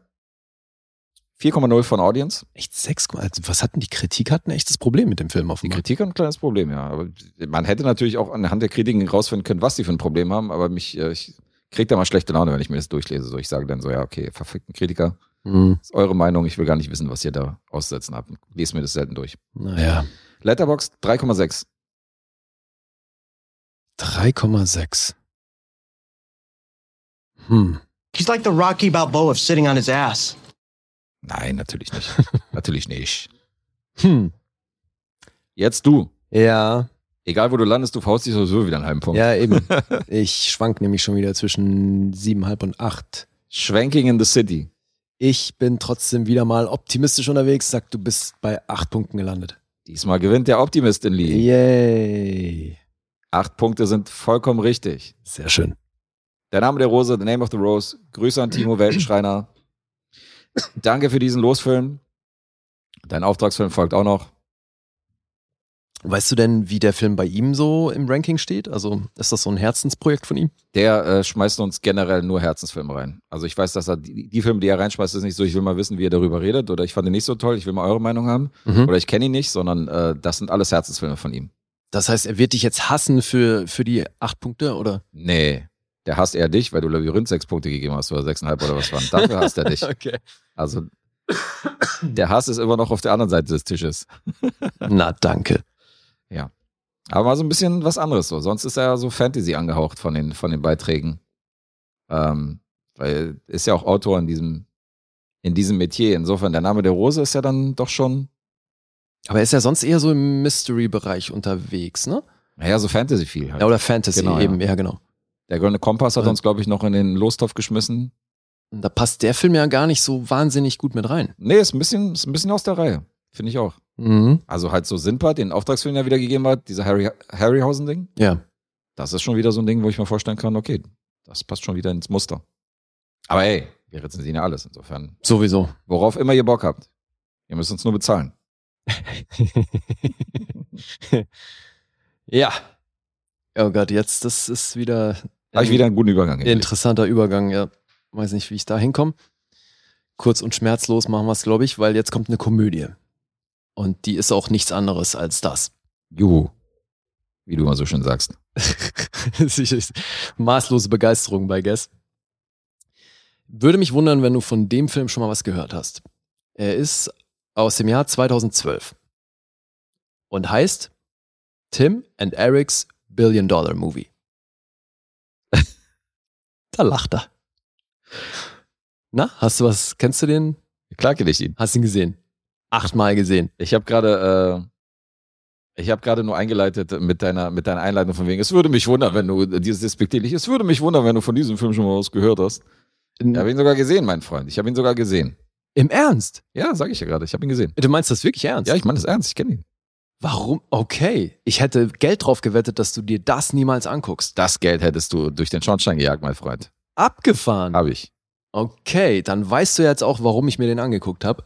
4,0 von Audience.
Echt sechs, also was hatten die Kritik? Hatten echtes Problem mit dem Film
Die
offenbar.
Kritik hat ein kleines Problem, ja. Aber man hätte natürlich auch anhand der Kritiken rausfinden können, was sie für ein Problem haben, aber mich, äh, ich krieg da mal schlechte Laune, wenn ich mir das durchlese. So, ich sage dann so, ja, okay, verfickten Kritiker,
Hm,
ist eure Meinung, ich will gar nicht wissen, was ihr da aussetzen habt. Lest mir das selten durch.
naja,
Letterboxd 3,6.
3,6. Hm.
He's like the Rocky Balboa of sitting on his ass.
Nein, natürlich nicht. natürlich nicht.
Hm.
Jetzt du.
Ja,
Egal, wo du landest, du faust dich sowieso wieder einen halben Punkt.
ja, eben. ich schwank nämlich schon wieder zwischen siebeneinhalb und acht.
Schwanking in the City.
Ich bin trotzdem wieder mal optimistisch unterwegs, sag, du bist bei acht Punkten gelandet.
Diesmal gewinnt der Optimist in Lee.
Yay.
Acht Punkte sind vollkommen richtig.
Sehr schön.
Der Name der Rose, The Name of the Rose. Grüße an Timo Weltenschreiner. Danke für diesen Losfilm. Dein Auftragsfilm folgt auch noch.
Weißt du denn, wie der Film bei ihm so im Ranking steht? Also ist das so ein Herzensprojekt von ihm?
Der äh, schmeißt uns generell nur Herzensfilme rein. Also ich weiß, dass er die, die Filme, die er reinschmeißt, ist nicht so, ich will mal wissen, wie er darüber redet oder ich fand ihn nicht so toll, ich will mal eure Meinung haben
Mhm.
oder ich kenne ihn nicht, sondern äh, das sind alles Herzensfilme von ihm.
Das heißt, er wird dich jetzt hassen für, für die acht Punkte, oder?
Nee, der hasst eher dich, weil du Labyrinth sechs Punkte gegeben hast oder sechseinhalb oder was waren. Dafür hasst er dich.
Okay.
Also der Hass ist immer noch auf der anderen Seite des Tisches.
Na, danke.
Aber mal so ein bisschen was anderes so. Sonst ist er ja so Fantasy angehaucht von den, von den Beiträgen. Ähm, weil ist ja auch Autor in diesem, in diesem Metier. Insofern, der Name der Rose ist ja dann doch schon,
Aber er ist ja sonst eher so im Mystery-Bereich unterwegs, ne?
naja, so Fantasy viel halt.
Ja, oder Fantasy
Genau, ja.
eben, ja. genau.
Der goldene Kompass hat
Ja.
uns, glaube ich, noch in den Lostopf geschmissen.
Und da passt der Film ja gar nicht so wahnsinnig gut mit rein.
Nee, ist ein bisschen, ist ein bisschen aus der Reihe. Finde ich auch.
Mhm.
Also halt so Sinbad, den Auftragsfilm der wieder gegeben hat, dieser Harry, Harryhausen-Ding.
Ja.
Das ist schon wieder so ein Ding, wo ich mir vorstellen kann, okay, das passt schon wieder ins Muster. Aber ey, wir rezensieren ja alles. Insofern
Sowieso.
Worauf immer ihr Bock habt. Ihr müsst uns nur bezahlen.
ja. Oh Gott, jetzt, das ist wieder
Habe ich wieder einen guten Übergang. hingelegt.
interessanter Übergang, ja. Weiß nicht, wie ich da hinkomme. Kurz und schmerzlos machen wir es, glaube ich, weil jetzt kommt eine Komödie. Und die ist auch nichts anderes als das.
Juhu. Wie du immer so schön sagst.
Es ist Maßlose Begeisterung bei Guess. Würde mich wundern, wenn du von dem Film schon mal was gehört hast. Er ist aus dem Jahr 2012 und heißt Tim and Eric's Billion Dollar Movie. da lacht er. Na, hast du was? Kennst du den?
Klar kenne ich ihn.
Hast ihn gesehen? Achtmal gesehen.
Ich habe gerade, äh, ich habe gerade nur eingeleitet mit deiner, mit deiner Einleitung von wegen, es würde mich wundern, wenn du, dieses despektierlich, es würde mich wundern, wenn du von diesem Film schon mal was gehört hast. Ich habe ihn sogar gesehen, mein Freund. Ich habe ihn sogar gesehen.
Im Ernst?
Ja, sage ich ja gerade. Ich habe ihn gesehen.
Du meinst das wirklich ernst?
Ja, ich meine das ernst. Ich kenne ihn.
Warum? Okay. Ich hätte Geld drauf gewettet, dass du dir das niemals anguckst.
Das Geld hättest du durch den Schornstein gejagt, mein Freund.
Abgefahren.
Habe ich.
Okay, dann weißt du jetzt auch, warum ich mir den angeguckt habe.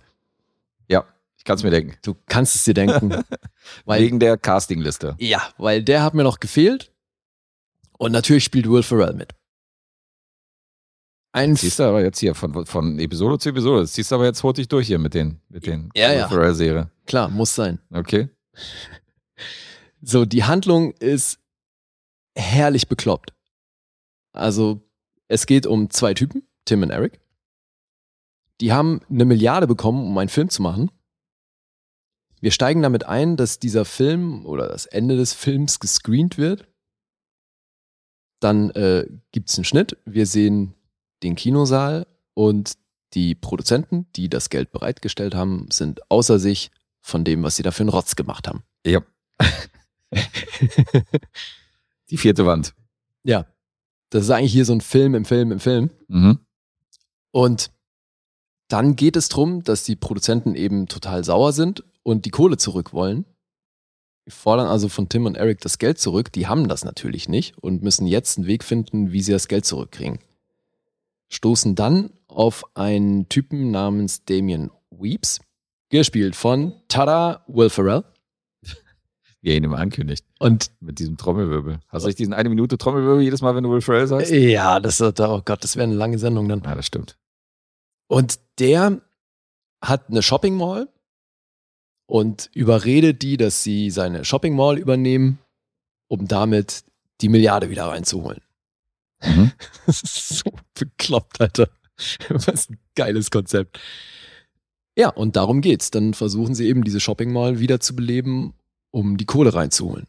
Ja, ich kann es mir denken.
Du kannst es dir denken. weil,
Wegen der Castingliste.
ja, weil der hat mir noch gefehlt. Und natürlich spielt Will Ferrell mit. Ein
Ziehst du aber jetzt hier von, von Episode zu Episode. Das ziehst du aber jetzt hurtig durch hier mit den, mit den
Ja, ja.
serie
Klar, muss sein.
Okay.
So, die Handlung ist herrlich bekloppt. Also, es geht um zwei Typen, Tim und Eric. Die haben eine Milliarde bekommen, um einen Film zu machen. Wir steigen damit ein, dass dieser Film oder das Ende des Films gescreent wird. Dann äh, gibt's einen Schnitt. Wir sehen den Kinosaal und die Produzenten, die das Geld bereitgestellt haben, sind außer sich von dem, was sie da für einen Rotz gemacht haben.
Ja. Die vierte Wand.
Ja. Das ist eigentlich hier so ein Film im Film im Film.
Mhm.
Und dann geht es drum, dass die Produzenten eben total sauer sind und die Kohle zurück wollen. Die fordern also von Tim und Eric das Geld zurück. Die haben das natürlich nicht und müssen jetzt einen Weg finden, wie sie das Geld zurückkriegen. Stoßen dann auf einen Typen namens Damien Weeps, gespielt von Tada Will Ferrell.
Wie er ihn immer ankündigt.
Und
Mit diesem Trommelwirbel. Hast du nicht diesen eine Minute Trommelwirbel jedes Mal, wenn du Will Ferrell sagst?
ja, das, oh Gott, das wäre eine lange Sendung dann.
Ja, das stimmt.
Und der hat eine Shopping Mall und überredet die, dass sie seine Shopping Mall übernehmen, um damit die Milliarde wieder reinzuholen.
Mhm.
Das ist so bekloppt, Alter. Was ein geiles Konzept. Ja, und darum geht's. Dann versuchen sie eben diese Shopping Mall wieder zu beleben, um die Kohle reinzuholen.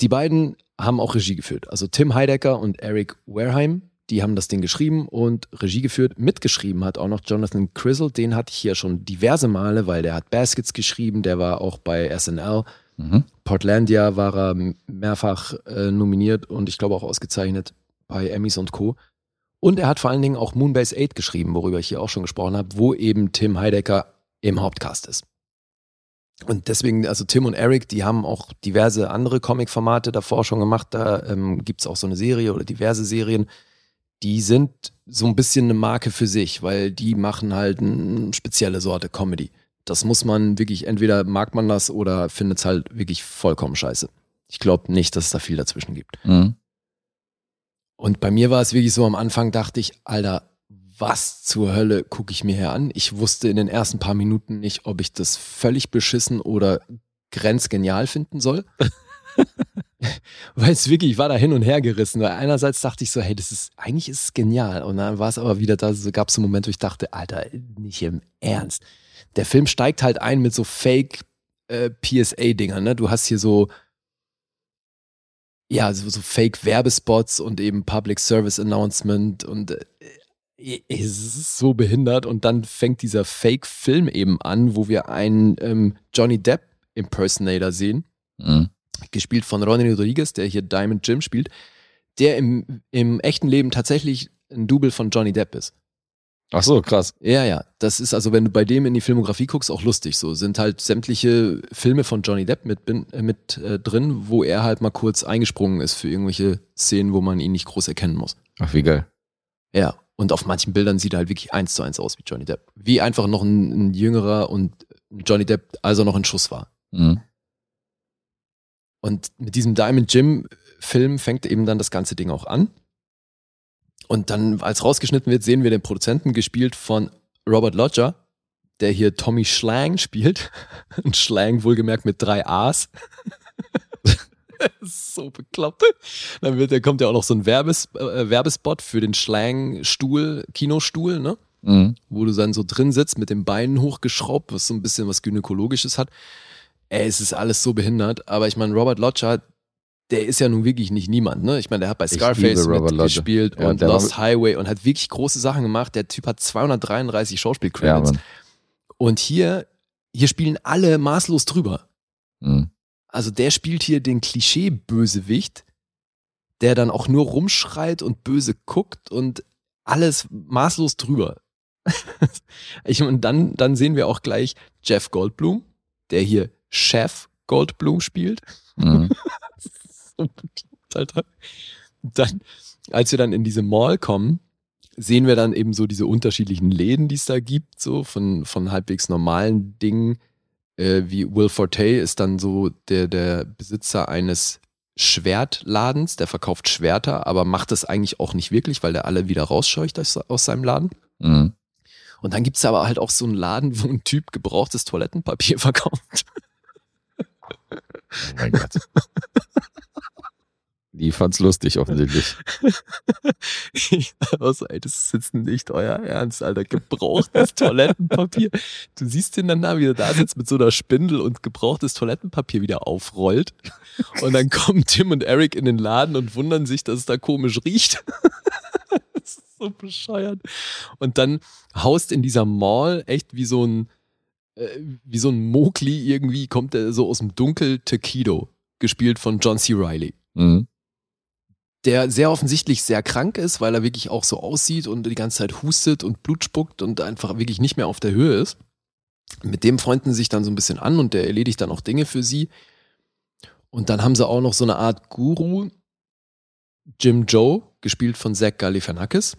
Die beiden haben auch Regie geführt. Also Tim Heidecker und Eric Wareheim, Die haben das Ding geschrieben und Regie geführt. Mitgeschrieben hat auch noch Jonathan Crizzle. Den hatte ich hier schon diverse Male, weil der hat Baskets geschrieben. Der war auch bei SNL.
Mhm.
Portlandia war er m- mehrfach äh, nominiert und ich glaube auch ausgezeichnet bei Emmys und Co. Und er hat vor allen Dingen auch Moonbase 8 geschrieben, worüber ich hier auch schon gesprochen habe, wo eben Tim Heidecker im Hauptcast ist. Und deswegen, also Tim und Eric, die haben auch diverse andere Comic-Formate davor schon gemacht. Da ähm, gibt es auch so eine Serie oder diverse Serien. Die sind so ein bisschen eine Marke für sich, weil die machen halt eine spezielle Sorte Comedy. Das muss man wirklich, entweder mag man das oder findet es halt wirklich vollkommen scheiße. Ich glaube nicht, dass es da viel dazwischen gibt.
Mhm.
Und bei mir war es wirklich so, am Anfang dachte ich, Alter, was zur Hölle gucke ich mir hier an? Ich wusste in den ersten paar Minuten nicht, ob ich das völlig beschissen oder grenzgenial finden soll. Weil es wirklich, ich war da hin und her gerissen. Weil einerseits dachte ich so, hey, das ist, eigentlich ist es genial. Und dann war es aber wieder da, so gab es so Momente, wo ich dachte, Alter, nicht im Ernst. Der Film steigt halt ein mit so Fake äh, PSA-Dingern, ne? Du hast hier so, ja, so, so Fake-Werbespots und eben Public Service Announcement und äh, es ist so behindert. Und dann fängt dieser Fake-Film eben an, wo wir einen ähm, Johnny Depp Impersonator sehen,
Mhm.
gespielt von Ronnie Rodriguez, der hier Diamond Jim spielt, der im, im echten Leben tatsächlich ein Double von Johnny Depp ist.
Ach so, krass.
Ja, ja. Das ist also, wenn du bei dem in die Filmografie guckst, auch lustig. So sind halt sämtliche Filme von Johnny Depp mit, bin, äh, mit äh, drin, wo er halt mal kurz eingesprungen ist für irgendwelche Szenen, wo man ihn nicht groß erkennen muss.
Ach, wie geil.
Ja. Und auf manchen Bildern sieht er halt wirklich eins zu eins aus wie Johnny Depp. Wie einfach noch ein, ein jüngerer und Johnny Depp, also noch ein Schuss war.
Mhm.
Und mit diesem Diamond Jim Film fängt eben dann das ganze Ding auch an. Und dann, als rausgeschnitten wird, sehen wir den Produzenten gespielt von Robert Lodger, der hier Tommy Schlang spielt. Und Schlang wohlgemerkt mit drei A's. Das ist so bekloppt. Dann wird, da kommt ja auch noch so ein Werbes, äh, Werbespot für den Schlang-Stuhl, Kinostuhl, ne?
Mhm.
wo du dann so drin sitzt, mit den Beinen hochgeschraubt, was so ein bisschen was Gynäkologisches hat. Ey, es ist alles so behindert. Aber ich meine, Robert Lodger, der ist ja nun wirklich nicht niemand, ne? Ich meine, der hat bei
Ich
Scarface
liebe Robert Lodger.
mitgespielt
Ja,
und
der war
Lost
mit-
Highway und hat wirklich große Sachen gemacht. Der Typ hat 233
Ja,
Schauspielcredits.
Mann.
und hier, hier spielen alle maßlos drüber.
Mhm.
Also der spielt hier den Klischee-Bösewicht, der dann auch nur rumschreit und böse guckt und alles maßlos drüber. ich, und dann, dann sehen wir auch gleich Jeff Goldblum, der hier Chef Goldblum spielt.
Mhm.
So bekloppt, Alter. Dann, als wir dann in diese Mall kommen, sehen wir dann eben so diese unterschiedlichen Läden, die es da gibt, so von, von halbwegs normalen Dingen. Äh, wie Will Forte ist dann so der, der Besitzer eines Schwertladens, der verkauft Schwerter, aber macht das eigentlich auch nicht wirklich, weil der alle wieder rausscheucht aus, aus seinem Laden.
Mhm.
Und dann gibt's aber halt auch so einen Laden, wo ein Typ gebrauchtes Toilettenpapier verkauft.
Oh mein Gott. Die fand's lustig, offensichtlich.
Ich dachte auch so, ey, das ist jetzt nicht euer Ernst, Alter. Gebrauchtes Toilettenpapier. Du siehst den dann da, wie er da sitzt mit so einer Spindel und gebrauchtes Toilettenpapier wieder aufrollt. Und dann kommen Tim und Eric in den Laden und wundern sich, dass es da komisch riecht. das ist so bescheuert. Und dann haust in dieser Mall echt wie so ein, äh, wie so ein Mowgli irgendwie, kommt er so aus dem Dunkel Takido, gespielt von John C. Reilly
Mhm.
der sehr offensichtlich sehr krank ist, weil er wirklich auch so aussieht und die ganze Zeit hustet und Blut spuckt und einfach wirklich nicht mehr auf der Höhe ist. Mit dem freunden sie sich dann so ein bisschen an und der erledigt dann auch Dinge für sie. Und dann haben sie auch noch so eine Art Guru, Jim Joe, gespielt von Zach Galifianakis.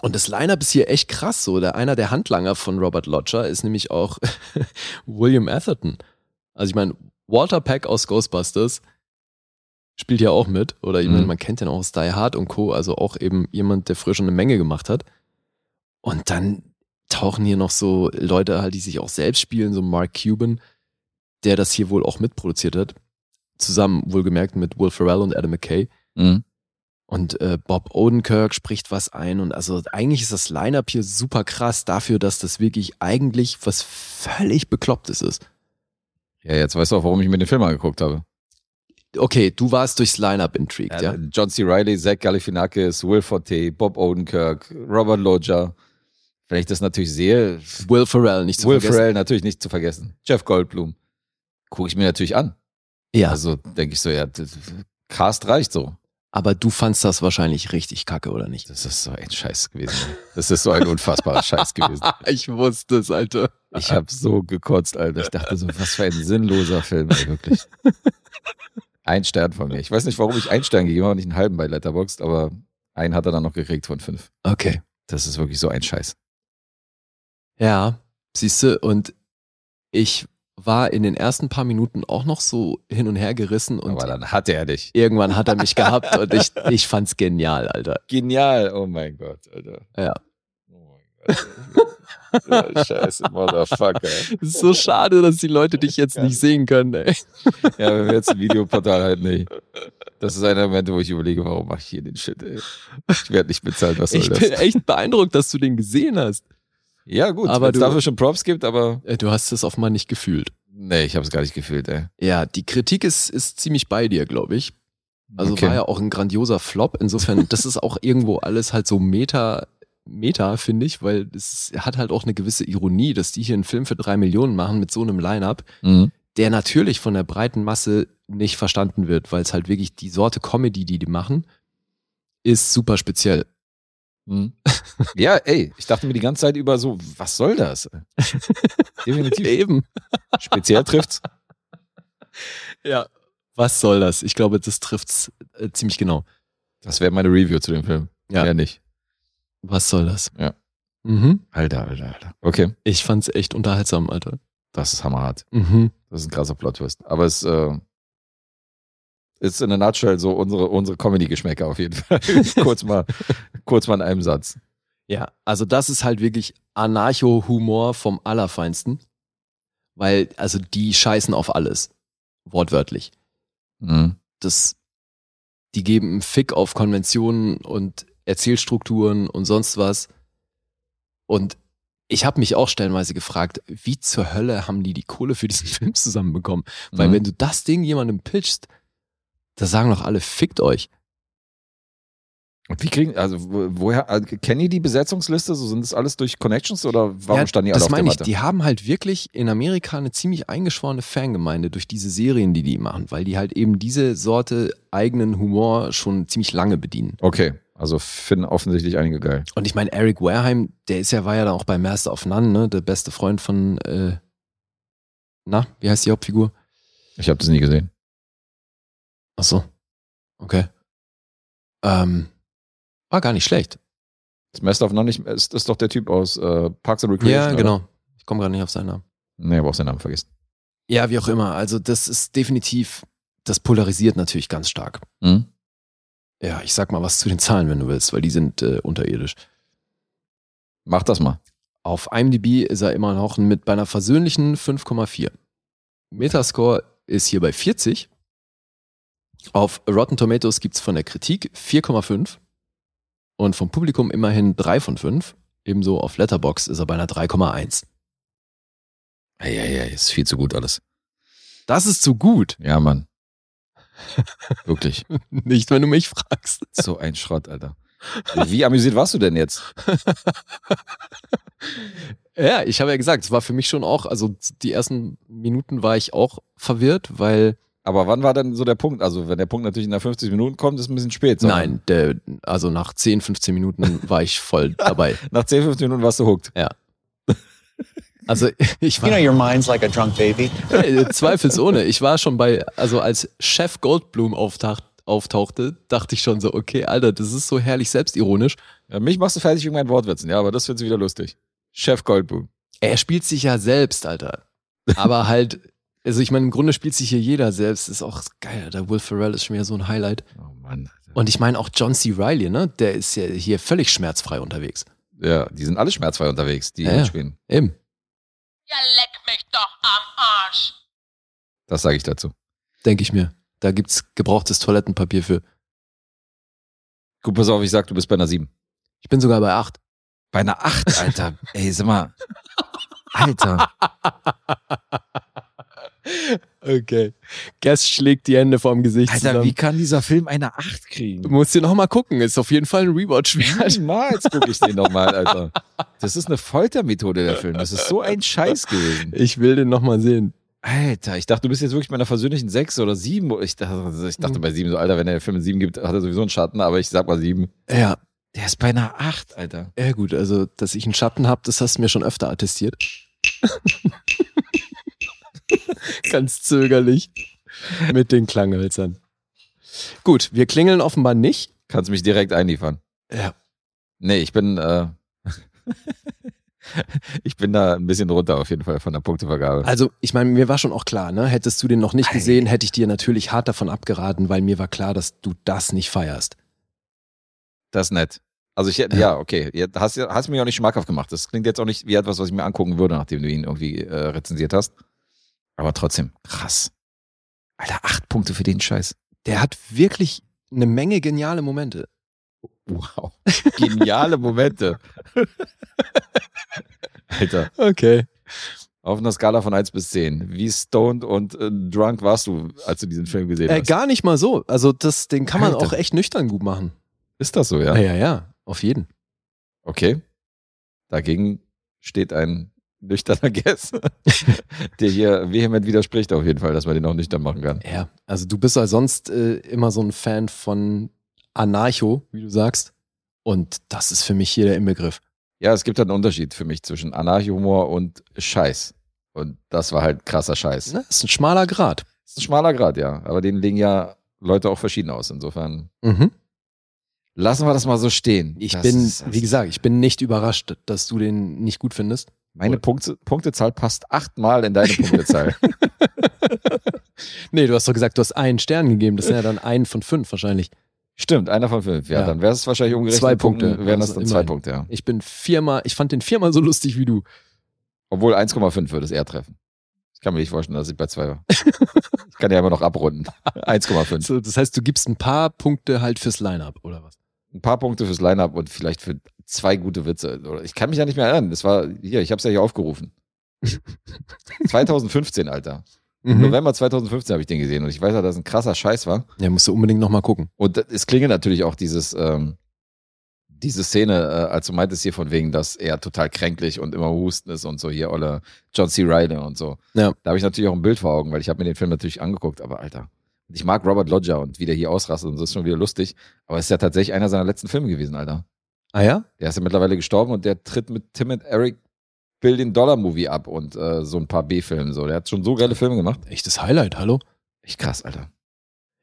Und das Line-Up ist hier echt krass so. Der, einer der Handlanger von Robert Lodger ist nämlich auch William Atherton. Also ich meine, Walter Peck aus Ghostbusters spielt ja auch mit. Oder ich meine,
Mhm.
man kennt den auch aus Die Hard und Co. Also auch eben jemand, der früher schon eine Menge gemacht hat. Und dann tauchen hier noch so Leute halt, die sich auch selbst spielen, so Mark Cuban, der das hier wohl auch mitproduziert hat. Zusammen, wohlgemerkt, mit Will Ferrell und Adam McKay.
Mhm.
Und äh, Bob Odenkirk spricht was ein und also eigentlich ist das Line-Up hier super krass dafür, dass das wirklich eigentlich was völlig Beklopptes ist.
Ja, jetzt weißt du auch, warum ich mir den Film angeguckt habe.
okay, du warst durchs Line-Up intrigued, ja?
Ja. ne? John C. Riley, Zach Galifianakis, Will Forte, Bob Odenkirk, Robert Loggia. Wenn ich das natürlich sehe,
Will Ferrell, nicht zu
Will
vergessen.
Ferrell natürlich nicht zu vergessen. Jeff Goldblum. Gucke ich mir natürlich an.
Ja,
Also denke ich so, ja, das- Cast reicht so.
aber du fandst das wahrscheinlich richtig kacke, oder nicht?
Das ist so ein Scheiß gewesen. Das ist so ein unfassbarer Scheiß gewesen.
Ich wusste es, Alter.
Ich habe so gekotzt, Alter. Ich dachte so, was für ein sinnloser Film, ey, wirklich. Ein Stern von mir. Ich weiß nicht, warum ich einen Stern gegeben habe, nicht einen halben bei Letterboxd, aber einen hat er dann noch gekriegt von fünf.
Okay.
Das ist wirklich so ein Scheiß.
Ja, siehst du, und ich war in den ersten paar Minuten auch noch so hin und her gerissen und
aber dann hatte er dich.
irgendwann hat er mich gehabt und ich, ich fand's genial, Alter.
Genial. Oh mein Gott, Alter.
Ja.
Oh mein Gott. Ja, Scheiße, Motherfucker.
Ist so schade, dass die Leute dich jetzt nicht sehen können, ey.
Ja, wenn wir jetzt ein Videoportal halt nicht. Das ist einer der Momente, wo ich überlege, warum mache ich hier den Shit, ey? Ich werde nicht bezahlt, was soll
Ich
das?
bin echt beeindruckt, dass du den gesehen hast.
Ja, gut,
Aber
wenn es
du-
dafür schon Props gibt, aber
Äh, Du hast es offenbar nicht gefühlt.
nee, ich habe es gar nicht gefühlt, ey.
Ja, die Kritik ist, ist ziemlich bei dir, glaube ich. Also
Okay.
war ja auch ein grandioser Flop. Insofern, das ist auch irgendwo alles halt so Meta, Meta, finde ich, weil es hat halt auch eine gewisse Ironie, dass die hier einen Film für drei Millionen machen mit so einem Line-Up,
Mhm.
der natürlich von der breiten Masse nicht verstanden wird, weil es halt wirklich die Sorte Comedy, die die machen, ist super speziell.
Mhm. Ja, ey, ich dachte mir die ganze Zeit über so, was soll das? ey? Definitiv.
Eben.
Speziell trifft's.
Ja. Was soll das? Ich glaube, das trifft's äh, ziemlich genau.
Das wäre meine Review zu dem Film.
Ja.
Mehr nicht.
Was soll das?
Ja.
Mhm.
Alter, Alter, Alter. Okay,
Ich fand's echt unterhaltsam, Alter.
das ist hammerhart.
Mhm.
Das ist ein krasser Plot-Twist. Aber es äh, ist in der Nutshell so unsere, unsere Comedy-Geschmäcker auf jeden Fall. kurz, mal, kurz mal in einem Satz.
Ja, also das ist halt wirklich Anarcho-Humor vom Allerfeinsten. Weil, also die scheißen auf alles. Wortwörtlich.
Mhm.
Das, die geben einen Fick auf Konventionen und Erzählstrukturen und sonst was. Und ich habe mich auch stellenweise gefragt, wie zur Hölle haben die die Kohle für diesen Film zusammenbekommen? Weil
Mhm.
wenn du das Ding jemandem pitchst, da sagen doch alle, fickt euch.
Und wie kriegen, also wo- woher, also, kennen die die Besetzungsliste? So, sind das alles durch Connections oder warum
Ja,
standen die alle
das
auf der
meine ich,
Matte?
die haben halt wirklich in Amerika eine ziemlich eingeschworene Fangemeinde durch diese Serien, die die machen, weil die halt eben diese Sorte eigenen Humor schon ziemlich lange bedienen.
okay, also finden offensichtlich einige geil.
Und ich meine, Eric Wareheim, der ist ja, war ja dann auch bei Master of None, ne? der beste Freund von, äh, na, wie heißt die Hauptfigur?
Ich habe das nie gesehen.
Ach so, okay. Ähm, war gar nicht schlecht.
Das Master of None nicht, ist, ist doch der Typ aus äh, Parks and Recreation.
ja,
oder?
genau. Ich komme gerade nicht auf seinen Namen.
Nee, aber auch seinen Namen vergessen.
Ja, wie auch immer. Also das ist definitiv, das polarisiert natürlich ganz stark.
Mhm.
Ja, ich sag mal was zu den Zahlen, wenn du willst, weil die sind äh, unterirdisch.
Mach das mal.
Auf IMDb ist er immer noch mit bei einer versöhnlichen 5,4. Metascore ist hier bei 40. Auf Rotten Tomatoes gibt's von der Kritik 4,5 und vom Publikum immerhin 3 von 5. Ebenso auf Letterbox ist er bei einer 3,1.
Ja, ja, ist viel zu gut alles.
Das ist zu gut.
Ja, Mann. Wirklich.
Nicht, wenn du mich fragst.
So ein Schrott, Alter. Wie amüsiert warst du denn jetzt?
Ja, ich habe ja gesagt, es war für mich schon auch, also die ersten Minuten war ich auch verwirrt, weil
Aber wann war denn so der Punkt? Also, wenn der Punkt natürlich nach 50 Minuten kommt, ist es ein bisschen spät. sondern
Nein, der, also nach 10, 15 Minuten war ich voll dabei.
Nach 10, 15 Minuten warst du hooked.
Also ich
You know
war
your mind's like a drunk baby.
äh, zweifelsohne, ich war schon bei, also als Chef Goldblum auftaucht, auftauchte, dachte ich schon so, okay, Alter, das ist so herrlich selbstironisch.
Ja, mich machst du fertig wegen meinen Wortwitzen, ja, aber das findest du wieder lustig. Chef Goldblum.
Er spielt sich ja selbst, Alter. Aber halt, also ich meine, im Grunde spielt sich hier jeder selbst. Ist auch geil, der Will Ferrell ist schon wieder so ein Highlight.
Oh Mann. Alter.
Und ich meine auch John C. Reilly, ne? Der ist ja hier völlig schmerzfrei unterwegs.
Ja, die sind alle schmerzfrei unterwegs, die
Ja, ja.
spielen.
Eben.
Das sage ich dazu.
denke ich mir. Da gibt's gebrauchtes Toilettenpapier für.
Gut, pass auf, ich sag, du bist bei einer 7.
Ich bin sogar bei acht.
Bei einer 8, Alter. Ey, sag mal. Alter.
Okay. Guess schlägt die Hände vorm Gesicht
Alter,
zusammen.
wie kann dieser Film eine 8 kriegen?
Musst dir nochmal gucken. Ist auf jeden Fall ein Rewatch wert.
Niemals gucke ich den nochmal, Alter. Das ist eine Foltermethode, der Film. Das ist so ein Scheiß gewesen.
Ich will den nochmal sehen.
Alter, ich dachte, du bist jetzt wirklich bei einer versöhnlichen 6 oder 7. Ich dachte, ich dachte bei 7, so, Alter, wenn der Film 7 gibt, hat er sowieso einen Schatten, aber ich sag mal 7.
Ja,
Der ist bei einer 8, Alter.
ja gut. Also, dass ich einen Schatten habe, das hast du mir schon öfter attestiert. Ganz zögerlich. Mit den Klanghölzern. Gut, wir klingeln offenbar nicht.
Kannst mich direkt einliefern.
Ja.
Nee, ich bin, äh, ich bin da ein bisschen runter auf jeden Fall von der Punktevergabe.
Also, ich meine, mir war schon auch klar, ne? Hättest du den noch nicht gesehen, hätte ich dir natürlich hart davon abgeraten, weil mir war klar, dass du das nicht feierst.
Das ist nett. Also ich hätte, ja, okay. Jetzt Hast, du- hast du mir auch nicht schmackhaft gemacht. Das klingt jetzt auch nicht wie etwas, was ich mir angucken würde, nachdem du ihn irgendwie äh, rezensiert hast. Aber trotzdem, krass. Alter, acht Punkte für den Scheiß.
Der hat wirklich eine Menge geniale Momente.
Wow. Geniale Momente. Alter,
Okay.
auf einer Skala von 1 bis 10. Wie stoned und äh, drunk warst du, als du diesen Film gesehen
Äh,
hast?
gar nicht mal so. Also, das, den kann man
Alter.
auch echt nüchtern gut machen.
Ist das so, ja?
ja, ja. Auf jeden.
Okay. Dagegen steht ein nüchterner Guess, der hier vehement widerspricht auf jeden Fall, dass man den auch nüchtern machen kann.
Ja, also du bist ja sonst äh, immer so ein Fan von Anarcho, wie du sagst. Und das ist für mich hier der Inbegriff.
Ja, es gibt halt einen Unterschied für mich zwischen Anarchihumor und Scheiß. Und das war halt krasser Scheiß.
Ne? Ist ein schmaler Grat.
Das ist ein schmaler Grad, ja. Aber den legen ja Leute auch verschieden aus. Insofern
Mhm.
lassen wir das mal so stehen.
Ich
das
bin,
ist- das-
wie gesagt, ich bin nicht überrascht, dass du den nicht gut findest.
meine Punkte, Punktezahl passt achtmal in deine Punktezahl.
Nee, du hast doch gesagt, du hast einen Stern gegeben. Das sind ja dann ein von fünf wahrscheinlich.
Stimmt, einer von fünf. Ja,
Ja.
dann wäre es wahrscheinlich umgerechnet.
Zwei
in Punkten
Punkte.
Wären das
Also
dann zwei
immerhin.
Punkte, ja.
Ich bin viermal, ich fand den viermal so lustig wie du.
Obwohl 1,5 würde es eher treffen. Ich kann mir nicht vorstellen, dass ich bei 2 war. ich kann ja immer noch abrunden. 1,5.
So, das heißt, du gibst ein paar Punkte halt fürs Line-Up, oder was?
Ein paar Punkte fürs Line-Up und vielleicht für zwei gute Witze. Oder- Ich kann mich ja nicht mehr erinnern. Das war hier, ich habe es ja hier aufgerufen. 2015, Alter.
Mhm.
Im November 2015 habe ich den gesehen und ich weiß ja, dass es ein krasser Scheiß war.
Ja, musst du unbedingt nochmal gucken.
Und das- es klingelt natürlich auch dieses, ähm, diese Szene, äh, als du meintest hier von wegen, dass er total kränklich und immer husten ist und so hier, oder John C. Reilly und so.
Ja.
Da habe ich natürlich auch ein Bild vor Augen, weil ich habe mir den Film natürlich angeguckt, aber Alter. Und Ich mag Robert Lodger und wie der hier ausrastet und so ist schon wieder lustig, aber es ist ja tatsächlich einer seiner letzten Filme gewesen, Alter.
Ah ja?
Der ist ja mittlerweile gestorben und der tritt mit Tim and Eric Billion Dollar Movie ab und äh, so ein paar B-Filmen so. Der hat schon so geile Filme gemacht.
Echtes Highlight, hallo?
Echt krass, Alter.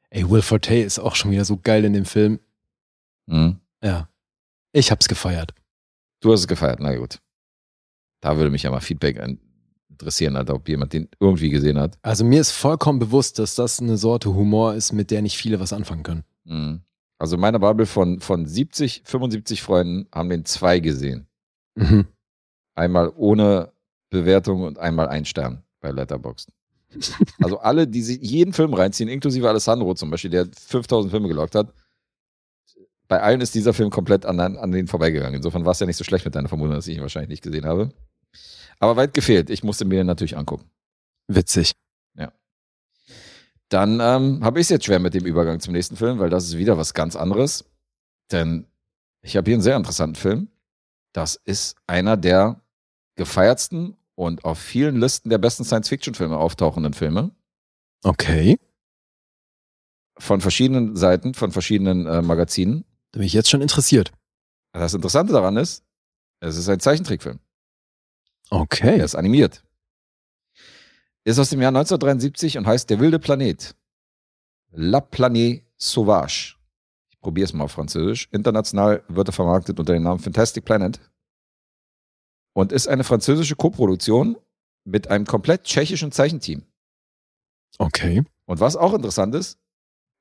Ey, Will Forte ist auch schon wieder so geil in dem Film.
Mhm.
Ja. Ich hab's gefeiert.
Du hast es gefeiert, na gut. Da würde mich ja mal Feedback an- interessieren, Alter, ob jemand den irgendwie gesehen hat.
Also mir ist vollkommen bewusst, dass das eine Sorte Humor ist, mit der nicht viele was anfangen können.
Mhm. Also in meiner Bubble von, von 70, 75 Freunden haben den zwei gesehen.
Mhm.
Einmal ohne Bewertung und einmal ein Stern bei Letterboxd. Also alle, die sich jeden Film reinziehen, inklusive Alessandro zum Beispiel, der 5000 Filme gelockt hat, bei allen ist dieser Film komplett an, an denen vorbeigegangen. Insofern war es ja nicht so schlecht mit deiner Vermutung, dass ich ihn wahrscheinlich nicht gesehen habe. Aber weit gefehlt. Ich musste mir den natürlich angucken.
Witzig.
Dann ähm, habe ich es jetzt schwer mit dem Übergang zum nächsten Film, weil das ist wieder was ganz anderes. Denn ich habe hier einen sehr interessanten Film. Das ist einer der gefeiertsten und auf vielen Listen der besten Science-Fiction-Filme auftauchenden Filme.
Okay.
Von verschiedenen Seiten, von verschiedenen äh, Magazinen.
Da bin ich jetzt schon interessiert.
Das Interessante daran ist, es ist ein Zeichentrickfilm. Er
Okay.
ist animiert. Ist aus dem Jahr 1973 und heißt Der wilde Planet. La Planète Sauvage. Ich probiere es mal auf Französisch. International wird er vermarktet unter dem Namen Fantastic Planet. Und ist eine französische Koproduktion mit einem komplett tschechischen Zeichenteam.
Okay.
Und was auch interessant ist,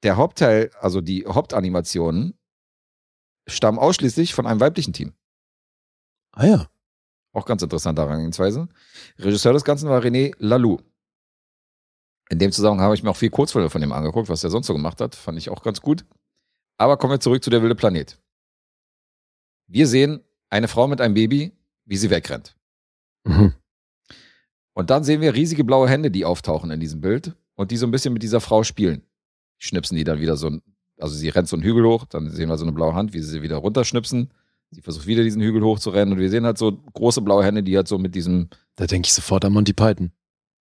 der Hauptteil, also die Hauptanimationen, stammen ausschließlich von einem weiblichen Team.
Ah ja.
Auch ganz interessante Herangehensweise. Regisseur des Ganzen war René Laloux. In dem Zusammenhang habe ich mir auch viel Kurzfilme von ihm angeguckt, was er sonst so gemacht hat. Fand ich auch ganz gut. Aber kommen wir zurück zu Der wilde Planet. Wir sehen eine Frau mit einem Baby, wie sie wegrennt.
Mhm.
Und dann sehen wir riesige blaue Hände, die auftauchen in diesem Bild und die so ein bisschen mit dieser Frau spielen. Die Schnipsen die dann wieder so ein, also sie rennt so einen Hügel hoch, dann sehen wir so eine blaue Hand, wie sie sie wieder runterschnipsen. Sie versucht wieder diesen Hügel hochzurennen und wir sehen halt so große blaue Hände, die halt so mit diesem,
Da denke ich sofort an Monty Python.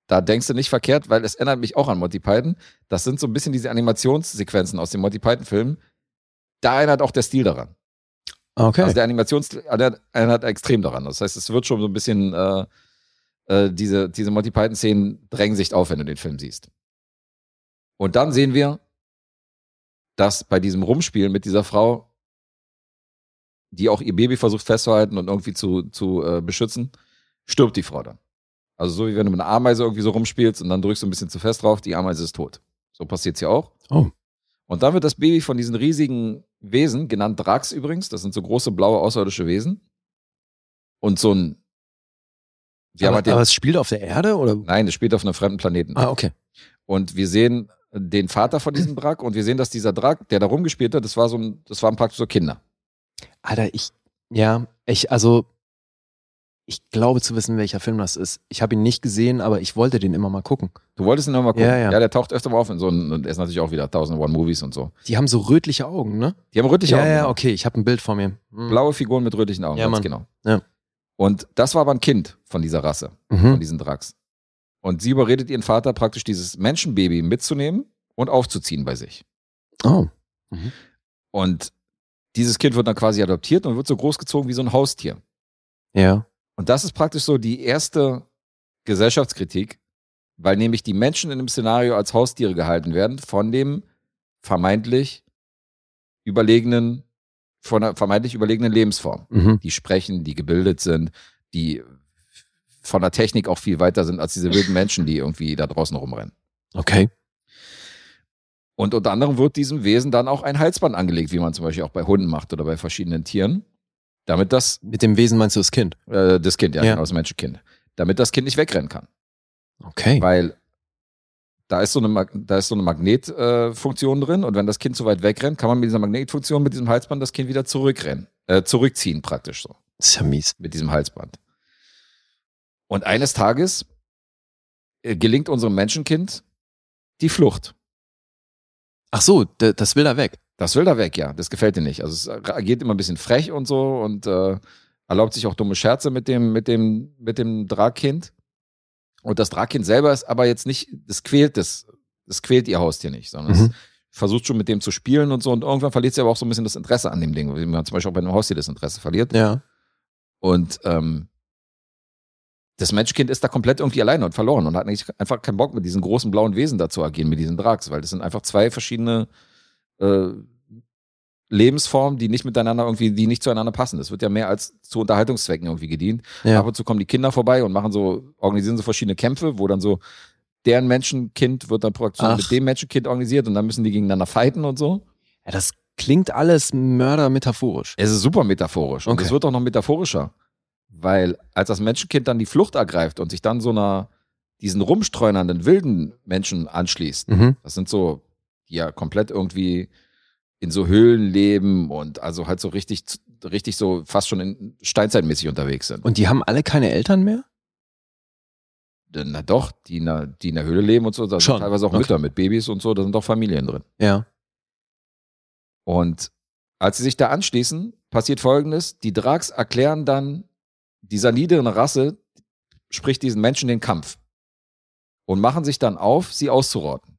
da denkst du nicht verkehrt, weil es erinnert mich auch an Monty Python. Das sind so ein bisschen diese Animationssequenzen aus den Monty Python-Filmen. Da erinnert auch der Stil daran.
Okay.
Also der Animationsstil erinnert erinnert extrem daran. Das heißt, es wird schon so ein bisschen, äh, äh, diese, diese Monty Python-Szenen drängen sich auf, wenn du den Film siehst. Und dann sehen wir, dass bei diesem Rumspielen mit dieser Frau, die auch ihr Baby versucht festzuhalten und irgendwie zu, zu äh, beschützen, stirbt die Frau dann. Also so wie wenn du mit einer Ameise irgendwie so rumspielst und dann drückst du ein bisschen zu fest drauf, die Ameise ist tot. So passiert's hier auch.
Oh.
Und dann wird das Baby von diesen riesigen Wesen, genannt Drax übrigens, das sind so große blaue außerirdische Wesen. Und so ein. Wir haben
aber,
halt den,
aber es spielt auf der Erde oder?
nein, es spielt auf einem fremden Planeten.
Ah, okay.
Und wir sehen den Vater von diesem Drak und wir sehen, dass dieser Drak, der da rumgespielt hat, das war so ein, das waren praktisch so Kinder.
Alter, ich, ja, ich, also, ich glaube zu wissen, welcher Film das ist. Ich habe ihn nicht gesehen, aber ich wollte den immer mal gucken.
Du wolltest ihn nochmal gucken.
Ja, ja.
der taucht öfter mal auf in so einen, und er ist natürlich auch wieder 1001 Movies und so.
Die haben so rötliche Augen, ne?
Die haben rötliche
ja,
Augen.
ja, okay, ich habe ein Bild vor mir. Hm.
Blaue Figuren mit rötlichen Augen,
Ja,
ganz
Mann.
genau.
Ja.
Und das war aber ein Kind von dieser Rasse. von
Mhm.
diesen Drax. Und sie überredet ihren Vater praktisch dieses Menschenbaby mitzunehmen und aufzuziehen bei sich.
Oh,
Und dieses Kind wird dann quasi adoptiert und wird so großgezogen wie so ein Haustier.
ja.
Und das ist praktisch so die erste Gesellschaftskritik, weil nämlich die Menschen in dem Szenario als Haustiere gehalten werden von dem vermeintlich überlegenen, von einer vermeintlich überlegenen Lebensform
Mhm.
die sprechen, die gebildet sind, die von der Technik auch viel weiter sind als diese wilden Menschen, die irgendwie da draußen rumrennen.
Okay.
Und unter anderem wird diesem Wesen dann auch ein Halsband angelegt, wie man zum Beispiel auch bei Hunden macht oder bei verschiedenen Tieren, damit das,
Mit dem Wesen meinst du das Kind?
äh, das Kind, ja,
Ja.
genau, das Menschenkind, damit das Kind nicht wegrennen kann.
Okay.
Weil da ist so eine, Mag- da ist so eine Magnetfunktion äh, Funktion drin und wenn das Kind zu weit wegrennt, kann man mit dieser Magnetfunktion, mit diesem Halsband das Kind wieder zurückrennen, äh, zurückziehen praktisch so.
Das ist ja mies.
mit diesem Halsband. Und eines Tages äh, gelingt unserem Menschenkind die Flucht.
Ach so, d- das will er weg.
Das will er weg, ja. Das gefällt ihm nicht. Also es agiert immer ein bisschen frech und so und äh, erlaubt sich auch dumme Scherze mit dem, mit dem, mit dem Dragkind. Und das Dragkind selber ist aber jetzt nicht, das quält das, das quält ihr Haustier nicht, sondern
Mhm.
es versucht schon mit dem zu spielen und so. Und irgendwann verliert sie aber auch so ein bisschen das Interesse an dem Ding, wie man zum Beispiel auch bei einem Haustier das Interesse verliert.
Ja.
Und ähm, das Menschenkind ist da komplett irgendwie alleine und verloren und hat eigentlich einfach keinen Bock, mit diesen großen blauen Wesen da zu agieren, mit diesen Drax, weil das sind einfach zwei verschiedene äh, Lebensformen, die nicht miteinander irgendwie, die nicht zueinander passen. Das wird ja mehr als zu Unterhaltungszwecken irgendwie gedient.
Ja.
Ab und zu kommen die Kinder vorbei und machen so, organisieren so verschiedene Kämpfe, wo dann so deren Menschenkind wird dann praktisch
Ach.
mit dem Menschenkind organisiert und dann müssen die gegeneinander fighten und so.
ja das klingt alles mördermetaphorisch.
Es ist super metaphorisch. Und
Okay.
es wird auch noch metaphorischer. Weil als das Menschenkind dann die Flucht ergreift und sich dann so einer, diesen rumstreunernden wilden Menschen anschließt,
Mhm.
das sind so, die ja komplett irgendwie in so Höhlen leben und also halt so richtig, richtig so fast schon in steinzeitmäßig unterwegs sind.
Und die haben alle keine Eltern mehr?
na doch, die in der, die in der Höhle leben und so, da
Schon.
sind teilweise auch
Okay.
Mütter mit Babys und so, da sind auch Familien drin.
Ja.
Und als sie sich da anschließen, passiert folgendes: Die Drags erklären dann dieser niederen Rasse, sprich diesen Menschen den Kampf und machen sich dann auf, sie auszurotten.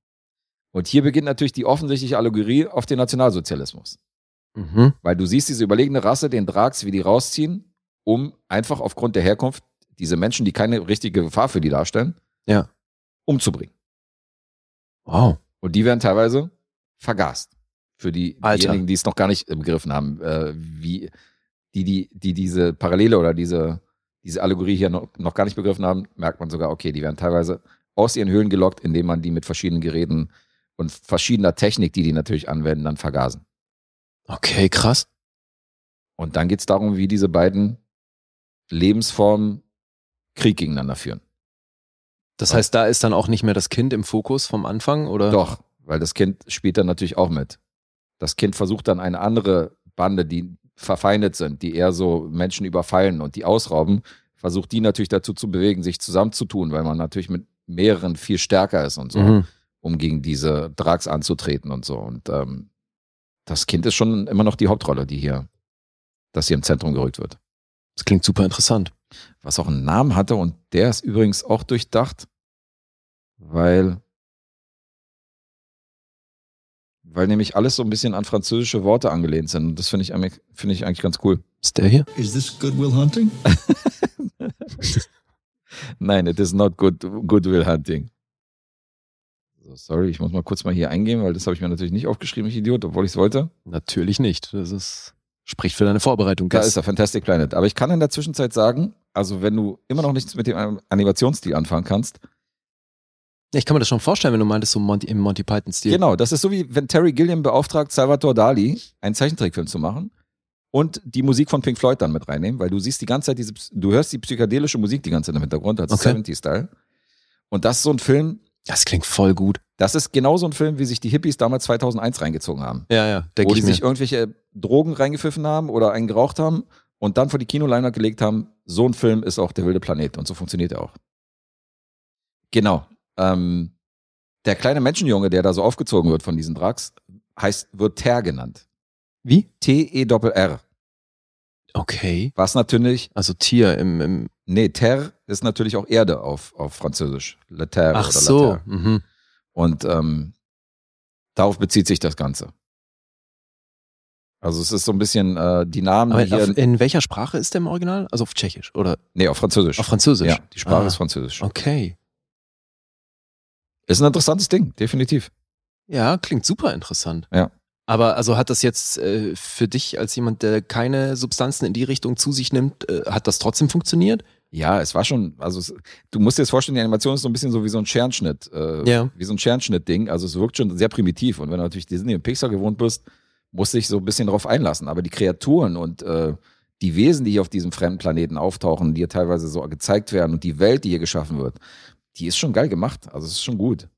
Und hier beginnt natürlich die offensichtliche Allegorie auf den Nationalsozialismus.
Mhm.
Weil du siehst diese überlegene Rasse, den Drags, wie die rausziehen, um einfach aufgrund der Herkunft diese Menschen, die keine richtige Gefahr für die darstellen,
Ja.
umzubringen.
Wow.
Und die werden teilweise vergast. Für die,
Alter.
diejenigen, die es noch gar nicht äh, begriffen haben, äh, wie die, die, die diese Parallele oder diese, diese Allegorie hier noch, noch gar nicht begriffen haben, merkt man sogar, okay, die werden teilweise aus ihren Höhlen gelockt, indem man die mit verschiedenen Geräten und verschiedener Technik, die die natürlich anwenden, dann vergasen.
Okay, krass.
Und dann geht's darum, wie diese beiden Lebensformen Krieg gegeneinander führen.
Das heißt, da ist dann auch nicht mehr das Kind im Fokus vom Anfang, oder?
Doch, weil das Kind spielt dann natürlich auch mit. Das Kind versucht dann eine andere Bande, die verfeindet sind, die eher so Menschen überfallen und die ausrauben, versucht die natürlich dazu zu bewegen, sich zusammenzutun, weil man natürlich mit mehreren viel stärker ist und so.
Mhm.
um gegen diese Drags anzutreten und so. Und ähm, das Kind ist schon immer noch die Hauptrolle, die hier, das hier im Zentrum gerückt wird.
Das klingt super interessant.
Was auch einen Namen hatte und der ist übrigens auch durchdacht, weil, weil nämlich alles so ein bisschen an französische Worte angelehnt sind. Und das finde ich, eigentlich- finde ich eigentlich ganz cool.
Ist der hier?
Is this Goodwill Hunting?
Nein, it is not good, Goodwill Hunting. So, sorry, ich muss mal kurz mal hier eingehen, weil das habe ich mir natürlich nicht aufgeschrieben, ich Idiot, obwohl ich es wollte.
Natürlich nicht. Das ist, spricht für deine Vorbereitung.
Da
Gast.
ist er, Fantastic Planet. Aber ich kann in der Zwischenzeit sagen, also wenn du immer noch nichts mit dem Animationsstil anfangen kannst,
ich kann mir das schon vorstellen, wenn du meintest, so Monty, im Monty Python-Stil.
genau, das ist so wie wenn Terry Gilliam beauftragt, Salvatore Dali einen Zeichentrickfilm zu machen und die Musik von Pink Floyd dann mit reinnehmen, weil du siehst die ganze Zeit diese, du hörst die psychedelische Musik die ganze Zeit im Hintergrund, also
Okay.
70-Style. Und das ist so ein Film,
Das klingt voll gut.
das ist genauso ein Film, wie sich die Hippies damals 2001 reingezogen haben.
Ja, ja,
wo
denke
die
ich mir.
sich irgendwelche Drogen reingepfiffen haben oder einen geraucht haben und dann vor die Kinoleinwand gelegt haben, so ein Film ist auch der wilde Planet und so funktioniert er auch. Genau. Ähm, der kleine Menschenjunge, der da so aufgezogen wird von diesen Drags, heißt, wird Ter genannt.
Wie?
T-E-R-R.
Okay.
Was natürlich,
Also Tier im, im
nee, Ter ist natürlich auch Erde auf, auf Französisch. Le Terre
Ach
oder La
so.
Terre.
Mhm.
Und ähm, darauf bezieht sich das Ganze. Also es ist so ein bisschen äh, die Namen
Aber
hier.
auf, in welcher Sprache ist der im Original? Also auf Tschechisch oder
nee, auf Französisch.
auf Französisch?
Ja, die Sprache
Ah,
ist Französisch.
Okay.
Ist ein interessantes Ding, definitiv.
Ja, klingt super interessant.
Ja.
Aber also hat das jetzt äh, für dich als jemand, der keine Substanzen in die Richtung zu sich nimmt, äh, hat das trotzdem funktioniert?
Ja, es war schon, also es, du musst dir jetzt vorstellen, die Animation ist so ein bisschen so wie so ein Scherenschnitt, äh,
Ja.
wie so ein Scherenschnitt-Ding. Also es wirkt schon sehr primitiv. Und wenn du natürlich Disney und Pixar gewohnt bist, musst du dich so ein bisschen drauf einlassen. Aber die Kreaturen und äh, die Wesen, die hier auf diesem fremden Planeten auftauchen, die hier teilweise so gezeigt werden und die Welt, die hier geschaffen wird, die ist schon geil gemacht. Also es ist schon gut.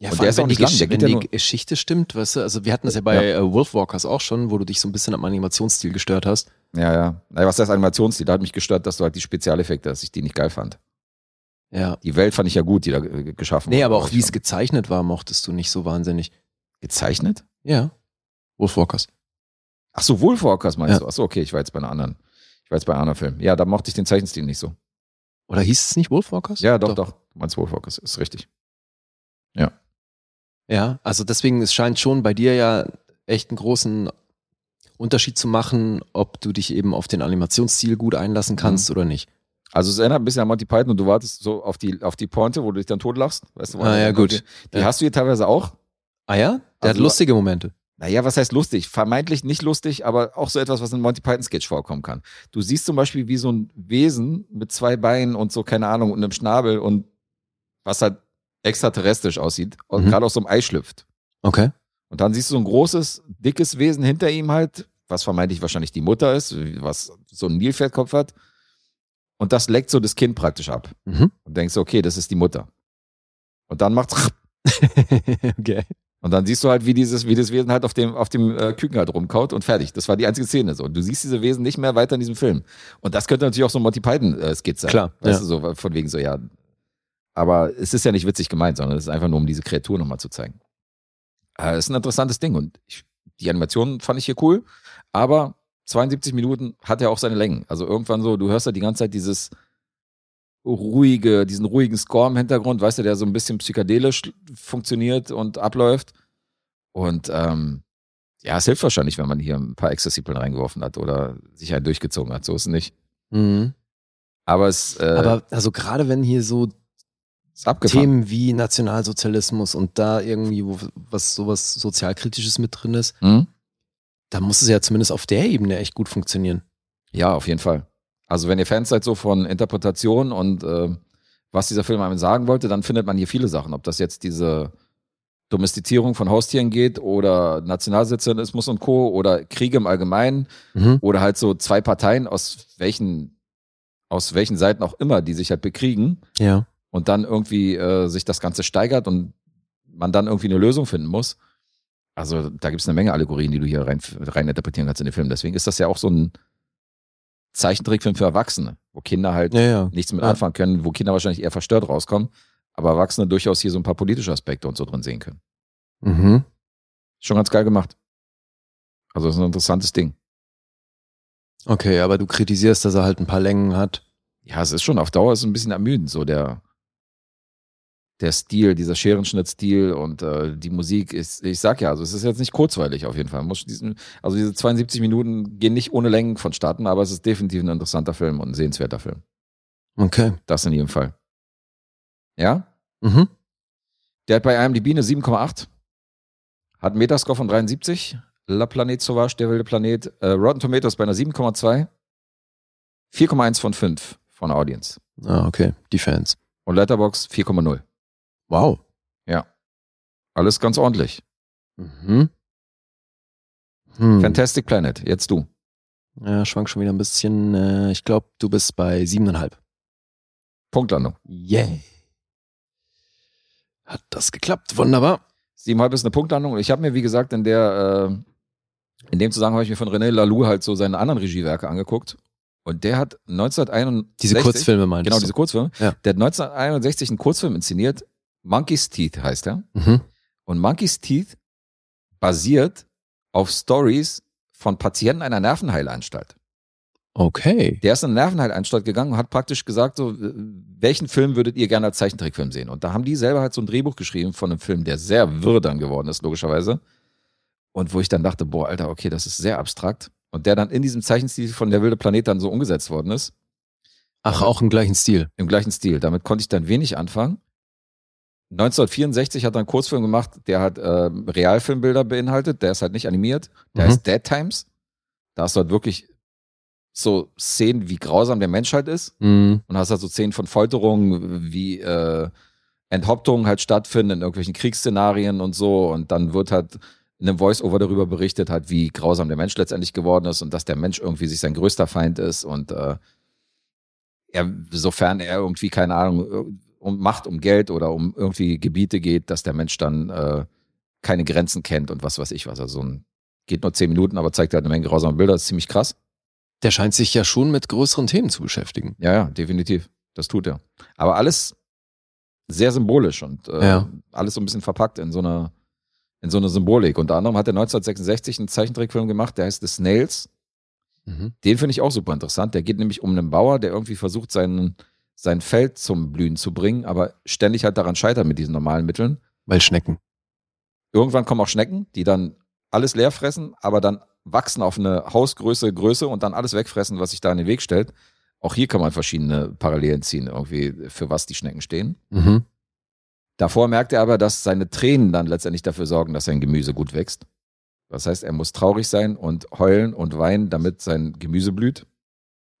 Ja,
Und
vor allem,
der ist auch
wenn
nicht
die
lang,
Gesch-
der
wenn
geht ja
die
nur-
Geschichte stimmt, weißt du, also wir hatten das ja bei äh, Wolfwalkers auch schon, wo du dich so ein bisschen am Animationsstil gestört hast.
Ja, ja. Naja, was heißt Animationsstil? Da hat mich gestört, dass du halt die Spezialeffekte, dass ich die nicht geil fand.
Ja.
Die Welt fand ich ja gut, die da äh, geschaffen
Nee,
wurde.
aber auch wie es
schon.
gezeichnet war, mochtest du nicht so wahnsinnig.
gezeichnet?
Ja. Wolfwalkers.
Ach so, Wolfwalkers meinst
Ja.
du? Ach so, okay, ich war jetzt bei einer anderen. Ich war jetzt bei einem anderen Film. Ja, da mochte ich den Zeichenstil nicht so.
Oder hieß es nicht Wolfwalkers?
Ja, doch, doch. Du meinst Wolfwalkers, ist richtig.
Ja, also deswegen, es scheint schon bei dir ja echt einen großen Unterschied zu machen, ob du dich eben auf den Animationsstil gut einlassen kannst oder nicht.
Also es erinnert ein bisschen an Monty Python und du wartest so auf die, auf die Pointe, wo du dich dann totlachst. Weißt du, wo
Ah,
du-
ja, gut.
Die
Ja.
hast du hier teilweise auch.
Ah ja? Der hat
Also-
lustige Momente.
Naja, was heißt lustig? Vermeintlich nicht lustig, aber auch so etwas, was in Monty Python Sketch vorkommen kann. Du siehst zum Beispiel, wie so ein Wesen mit zwei Beinen und so, keine Ahnung, und einem Schnabel und was halt extraterrestrisch aussieht und
Mhm.
gerade aus so einem Ei schlüpft.
Okay.
Und dann siehst du so ein großes, dickes Wesen hinter ihm halt, was vermeintlich wahrscheinlich die Mutter ist, was so einen Nilpferdkopf hat. Und das leckt so das Kind praktisch ab.
Mhm.
Und denkst, so, okay, das ist die Mutter. Und dann macht's
okay.
und dann siehst du halt, wie dieses, wie das Wesen halt auf dem, auf dem äh, Küken halt rumkaut und fertig. Das war die einzige Szene so. Und du siehst diese Wesen nicht mehr weiter in diesem Film. Und das könnte natürlich auch so ein Monty Python-Skizze sein.
Klar,
Weißt
ja.
du, so von wegen so, ja. Aber es ist ja nicht witzig gemeint, sondern es ist einfach nur, um diese Kreatur nochmal zu zeigen. Äh, ist ein interessantes Ding und ich, die Animation fand ich hier cool, aber 72 Minuten hat ja auch seine Längen. Also irgendwann so, du hörst ja die ganze Zeit dieses ruhige, diesen ruhigen Score im Hintergrund, weißt du, der so ein bisschen psychedelisch funktioniert und abläuft. Und ähm, ja, es hilft wahrscheinlich, wenn man hier ein paar Ecstasy-Pillen reingeworfen hat oder sich einen durchgezogen hat. So ist es nicht.
Mhm.
Aber es äh,
Aber also gerade wenn hier so
ist abgefahren.
Themen wie Nationalsozialismus und da irgendwie wo, was sowas sozialkritisches mit drin ist,
Hm?
da muss es ja zumindest auf der Ebene echt gut funktionieren.
Ja, auf jeden Fall. Also wenn ihr Fans seid so von Interpretation und äh, was dieser Film einem sagen wollte, dann findet man hier viele Sachen. Ob das jetzt diese Domestizierung von Haustieren geht oder Nationalsozialismus und Co. oder Kriege im Allgemeinen
Mhm.
oder halt so zwei Parteien aus welchen aus welchen Seiten auch immer, die sich halt bekriegen
Ja.
und dann irgendwie äh, sich das Ganze steigert und man dann irgendwie eine Lösung finden muss. Also da gibt es eine Menge Allegorien, die du hier rein, rein interpretieren kannst in den Film. Deswegen ist das ja auch so ein Zeichentrickfilm für Erwachsene, wo Kinder halt
Ja, ja.
nichts mit
Ja.
anfangen können, wo Kinder wahrscheinlich eher verstört rauskommen. aber Erwachsene durchaus hier so ein paar politische Aspekte und so drin sehen können.
Mhm.
Schon ganz geil gemacht. Also das ist ein interessantes Ding.
Okay, aber du kritisierst, dass er halt ein paar Längen hat.
Ja, es ist schon auf Dauer ist es ein bisschen ermüdend, so der, der Stil, dieser Scherenschnittstil und äh, die Musik ist, ich sag ja, also es ist jetzt nicht kurzweilig auf jeden Fall. Man Muss diesen, also diese 72 Minuten gehen nicht ohne Längen vonstatten, aber es ist definitiv ein interessanter Film und ein sehenswerter Film.
Okay.
Das in jedem Fall. Ja?
Mhm.
Der hat bei IMDb eine 7,8. Hat einen Metascore von 73. La Planet Sauvage, der wilde Planet. Äh, Rotten Tomatoes bei einer 7,2. 4,1 von 5 von der Audience.
Ah, okay. Die Fans.
Und Letterbox 4,0.
Wow.
Alles ganz ordentlich.
Mhm. Hm.
Fantastic Planet, jetzt du.
Ja, schwank schon wieder ein bisschen. Äh, ich glaube, du bist bei siebeneinhalb.
Punktlandung.
Yay. Hat das geklappt? Wunderbar.
7,5 ist eine Punktlandung. Ich habe mir, wie gesagt, in der, äh, in dem Zusammenhang habe ich mir von René Laloux halt so seine anderen Regiewerke angeguckt. Und der hat 1961.
Diese Kurzfilme meinst
Genau,
du?
diese Kurzfilme.
Ja.
Der hat 1961 einen Kurzfilm inszeniert. Monkey's Teeth heißt er.
Mhm.
Und Monkey's Teeth basiert auf Stories von Patienten einer Nervenheilanstalt.
Okay.
Der ist in eine Nervenheilanstalt gegangen und hat praktisch gesagt, so, w- welchen Film würdet ihr gerne als Zeichentrickfilm sehen? Und da haben die selber halt so ein Drehbuch geschrieben von einem Film, der sehr wirr dann geworden ist, logischerweise. Und wo ich dann dachte, boah, Alter, okay, das ist sehr abstrakt. Und der dann in diesem Zeichenstil von Der wilde Planet dann so umgesetzt worden ist
Ach, auch im gleichen Stil.
im gleichen Stil. Damit konnte ich dann wenig anfangen. 1964 hat er einen Kurzfilm gemacht, der hat äh, Realfilmbilder beinhaltet, der ist halt nicht animiert, der
Mhm.
heißt Dead Times. Da hast du halt wirklich so Szenen, wie grausam der Mensch halt ist
Mhm.
und hast halt so Szenen von Folterungen, wie äh, Enthauptungen halt stattfinden in irgendwelchen Kriegsszenarien und so und dann wird halt in einem Voice-Over darüber berichtet halt, wie grausam der Mensch letztendlich geworden ist und dass der Mensch irgendwie sich sein größter Feind ist und äh, er, sofern er irgendwie, keine Ahnung, um Macht, um Geld oder um irgendwie Gebiete geht, dass der Mensch dann äh, keine Grenzen kennt und was weiß ich was. Also so ein, geht nur zehn Minuten, aber zeigt halt eine Menge grausamer Bilder, das ist ziemlich krass.
Der scheint sich ja schon mit größeren Themen zu beschäftigen.
Ja, ja, definitiv. Das tut er. Aber alles sehr symbolisch und äh,
Ja.
alles so ein bisschen verpackt in so einer in so eine Symbolik. Unter anderem hat er 1966 einen Zeichentrickfilm gemacht, der heißt The Snails.
Mhm.
Den finde ich auch super interessant. Der geht nämlich um einen Bauer, der irgendwie versucht, seinen, sein Feld zum Blühen zu bringen, aber ständig halt daran scheitert mit diesen normalen Mitteln.
Weil Schnecken.
Irgendwann kommen auch Schnecken, die dann alles leer fressen, aber dann wachsen auf eine Hausgröße, Größe und dann alles wegfressen, was sich da in den Weg stellt. Auch hier kann man verschiedene Parallelen ziehen, irgendwie, für was die Schnecken stehen.
Mhm.
Davor merkt er aber, dass seine Tränen dann letztendlich dafür sorgen, dass sein Gemüse gut wächst. Das heißt, er muss traurig sein und heulen und weinen, damit sein Gemüse blüht.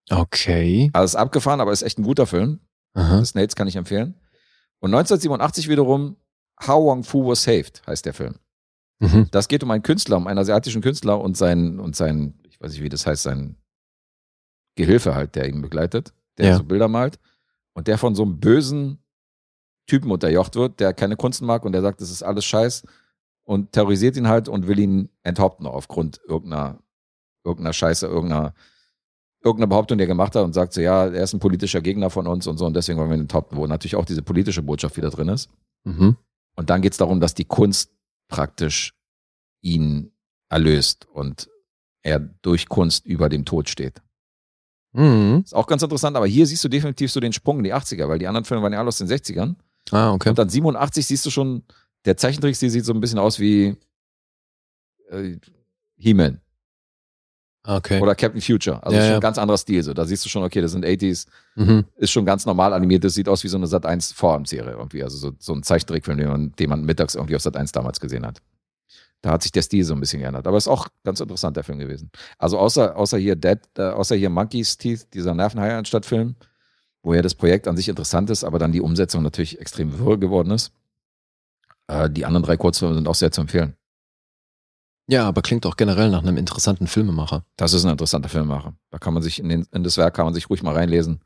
Okay.
Also ist abgefahren, aber ist echt ein guter Film.
Aha.
Das Snails kann ich empfehlen. Und 1987 wiederum, How Wong Fu Was Saved heißt der Film.
Mhm.
Das geht um einen Künstler, um einen asiatischen Künstler und seinen, und seinen, ich weiß nicht, wie das heißt, seinen Gehilfe halt, der ihn begleitet, der
Ja.
so Bilder malt und der von so einem bösen Typen unterjocht wird, der keine Kunst mag und der sagt, das ist alles Scheiß und terrorisiert ihn halt und will ihn enthaupten aufgrund irgendeiner, irgendeiner Scheiße, irgendeiner, irgendeiner Behauptung, die er gemacht hat und sagt so, ja, er ist ein politischer Gegner von uns und so und deswegen wollen wir ihn enthaupten, wo natürlich auch diese politische Botschaft wieder drin ist.
Mhm.
Und dann geht es darum, dass die Kunst praktisch ihn erlöst und er durch Kunst über dem Tod steht.
Mhm.
Ist auch ganz interessant, aber hier siehst du definitiv so den Sprung in die 80er, weil die anderen Filme waren ja alle aus den 60ern.
Ah, okay.
Und dann 87 siehst du schon, der Zeichentrickstil sieht so ein bisschen aus wie äh, He-Man
Okay.
oder Captain Future. Also
Ja,
schon
ja.
ein ganz anderer Stil. So. Da siehst du schon, okay, das sind 80s,
Mhm.
ist schon ganz normal animiert, das sieht aus wie so eine Sat 1 Vorabendserie irgendwie, also so, so ein Zeichentrickfilm, den man, den man mittags irgendwie auf Sat 1 damals gesehen hat. Da hat sich der Stil so ein bisschen geändert, aber ist auch ganz interessant der Film gewesen. Also außer außer hier Dead, äh, außer hier Monkeys Teeth, dieser Nervenheilanstalt-Film, wo ja das Projekt an sich interessant ist, aber dann die Umsetzung natürlich extrem wirr geworden ist. Äh, die anderen drei Kurzfilme sind auch sehr zu empfehlen.
Ja, aber klingt auch generell nach einem interessanten Filmemacher.
Das ist ein interessanter Filmemacher. Da kann man sich in, den, in das Werk kann man sich ruhig mal reinlesen.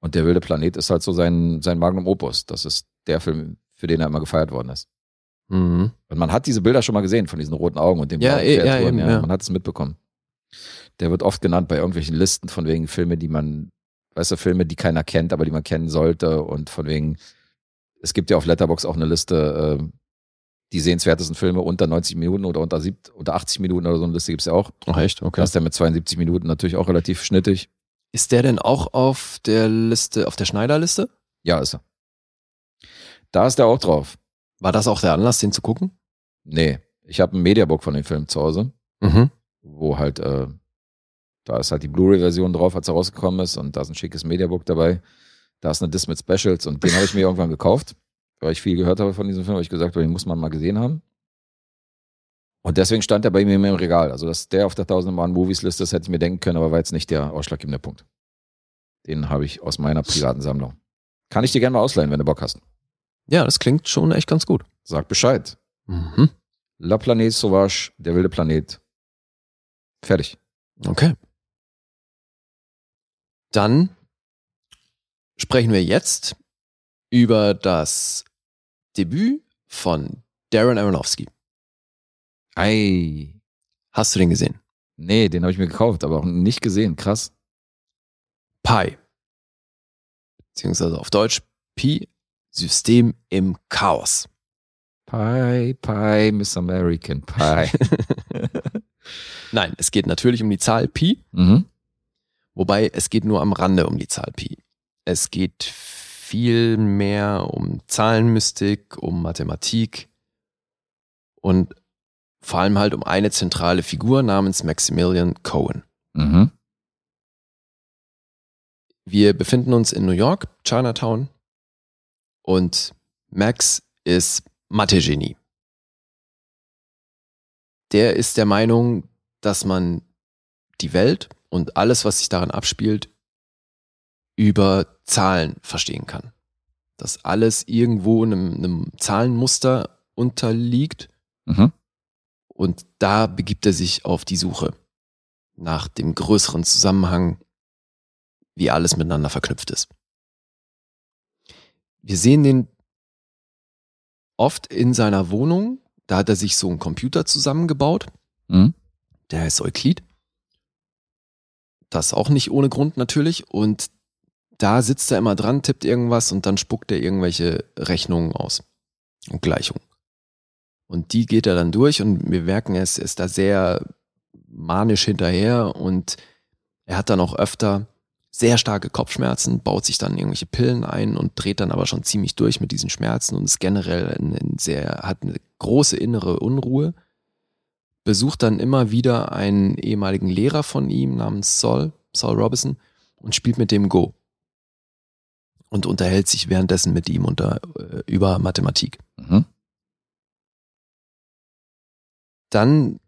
Und der wilde Planet ist halt so sein, sein Magnum Opus. Das ist der Film, für den er immer gefeiert worden ist.
Mhm.
Und man hat diese Bilder schon mal gesehen von diesen roten Augen und dem
Ja,
blauen
eh, ja,
Kreaturen.
eben, ja.
Man hat es mitbekommen. Der wird oft genannt bei irgendwelchen Listen von wegen Filme, die man, weißt du, Filme, die keiner kennt, aber die man kennen sollte und von wegen Es gibt ja auf Letterbox auch eine Liste, ähm, die sehenswertesten Filme unter 90 Minuten oder unter, sieb- unter 80 Minuten oder so eine Liste gibt's ja auch.
Ach echt?
Da
Okay.
ist der mit 72 Minuten natürlich auch relativ schnittig.
Ist der denn auch auf der Liste, auf der Schneiderliste?
Ja, ist er. Da ist er auch drauf.
War das auch der Anlass, den zu gucken?
Nee, ich habe ein Mediabook von dem Film zu Hause,
Mhm.
wo halt, äh, da ist halt die Blu-ray-Version drauf, als er rausgekommen ist und da ist ein schickes Mediabook dabei. Da ist eine Disc mit Specials und den habe ich mir irgendwann gekauft, weil ich viel gehört habe von diesem Film, weil ich gesagt habe, den muss man mal gesehen haben. Und deswegen stand er bei mir im Regal. Also, dass der auf der 1000 Mann Movies Liste ist, hätte ich mir denken können, aber war jetzt nicht der ausschlaggebende Punkt. Den habe ich aus meiner privaten Sammlung. Kann ich dir gerne mal ausleihen, wenn du Bock hast.
Ja, das klingt schon echt ganz gut.
Sag Bescheid.
Mhm.
La Planète Sauvage, der wilde Planet. Fertig.
Okay. Dann sprechen wir jetzt über das Debüt von Darren Aronofsky.
Ei.
Hast du den gesehen?
Nee, den habe ich mir gekauft, aber auch nicht gesehen. Krass.
Pi. Beziehungsweise auf Deutsch Pi, System im Chaos.
Pie, Pie, Miss American Pie.
Nein, es geht natürlich um die Zahl Pi,
mhm.
wobei es geht nur am Rande um die Zahl Pi. Es geht viel mehr um Zahlenmystik, um Mathematik und vor allem halt um eine zentrale Figur namens Maximilian Cohen.
Mhm.
Wir befinden uns in New York, Chinatown. Und Max ist Mathe-Genie. Der ist der Meinung, dass man die Welt und alles, was sich darin abspielt, über Zahlen verstehen kann. Dass alles irgendwo einem, einem Zahlenmuster unterliegt
Mhm.
und da begibt er sich auf die Suche nach dem größeren Zusammenhang, wie alles miteinander verknüpft ist. Wir sehen den oft in seiner Wohnung. Da hat er sich so einen Computer zusammengebaut.
Mhm.
Der heißt Euklid. Das auch nicht ohne Grund natürlich. Und da sitzt er immer dran, tippt irgendwas und dann spuckt er irgendwelche Rechnungen aus und Gleichungen. Und die geht er dann durch und wir merken, es ist da sehr manisch hinterher und er hat dann auch öfter sehr starke Kopfschmerzen, baut sich dann irgendwelche Pillen ein und dreht dann aber schon ziemlich durch mit diesen Schmerzen und ist generell ein, ein sehr, hat eine große innere Unruhe. Besucht dann immer wieder einen ehemaligen Lehrer von ihm namens Saul, Saul Robinson, und spielt mit dem Go. Und unterhält sich währenddessen mit ihm unter, äh, über Mathematik.
Mhm.
dann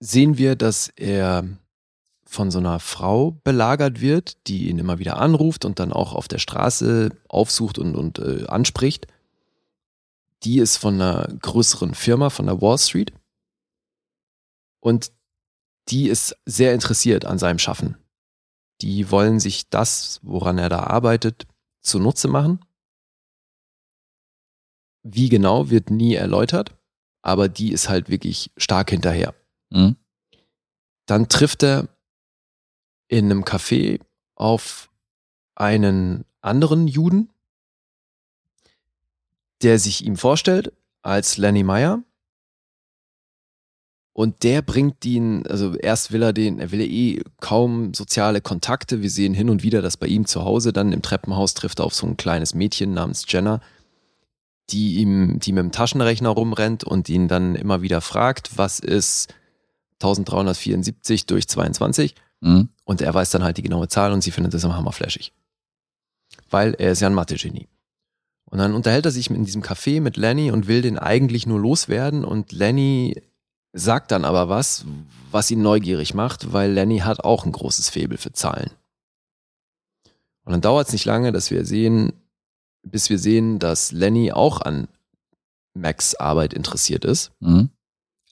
sehen wir, dass er von so einer Frau belagert wird, die ihn immer wieder anruft und dann auch auf der Straße aufsucht und, und äh, anspricht. Die ist von einer größeren Firma, von der Wall Street. Und die ist sehr interessiert an seinem Schaffen. Die wollen sich das, woran er da arbeitet, zunutze machen. Wie genau wird nie erläutert aber die ist halt wirklich stark hinterher.
Mhm.
Dann trifft er in einem Café auf einen anderen Juden, der sich ihm vorstellt als Lenny Meyer. Und der bringt ihn, also erst will er den, er will eh kaum soziale Kontakte. Wir sehen hin und wieder, dass bei ihm zu Hause dann im Treppenhaus trifft er auf so ein kleines Mädchen namens Jenna, die ihm, die mit dem Taschenrechner rumrennt und ihn dann immer wieder fragt, was ist 1374 durch 22?
Mhm.
Und er weiß dann halt die genaue Zahl und sie findet das immer hammerflashig. Weil er ist ja ein Mathe-Genie. Und dann unterhält er sich in diesem Café mit Lenny und will den eigentlich nur loswerden und Lenny sagt dann aber was, was ihn neugierig macht, weil Lenny hat auch ein großes Faible für Zahlen. Und dann dauert es nicht lange, dass wir sehen, bis wir sehen, dass Lenny auch an Max Arbeit interessiert ist.
Mhm.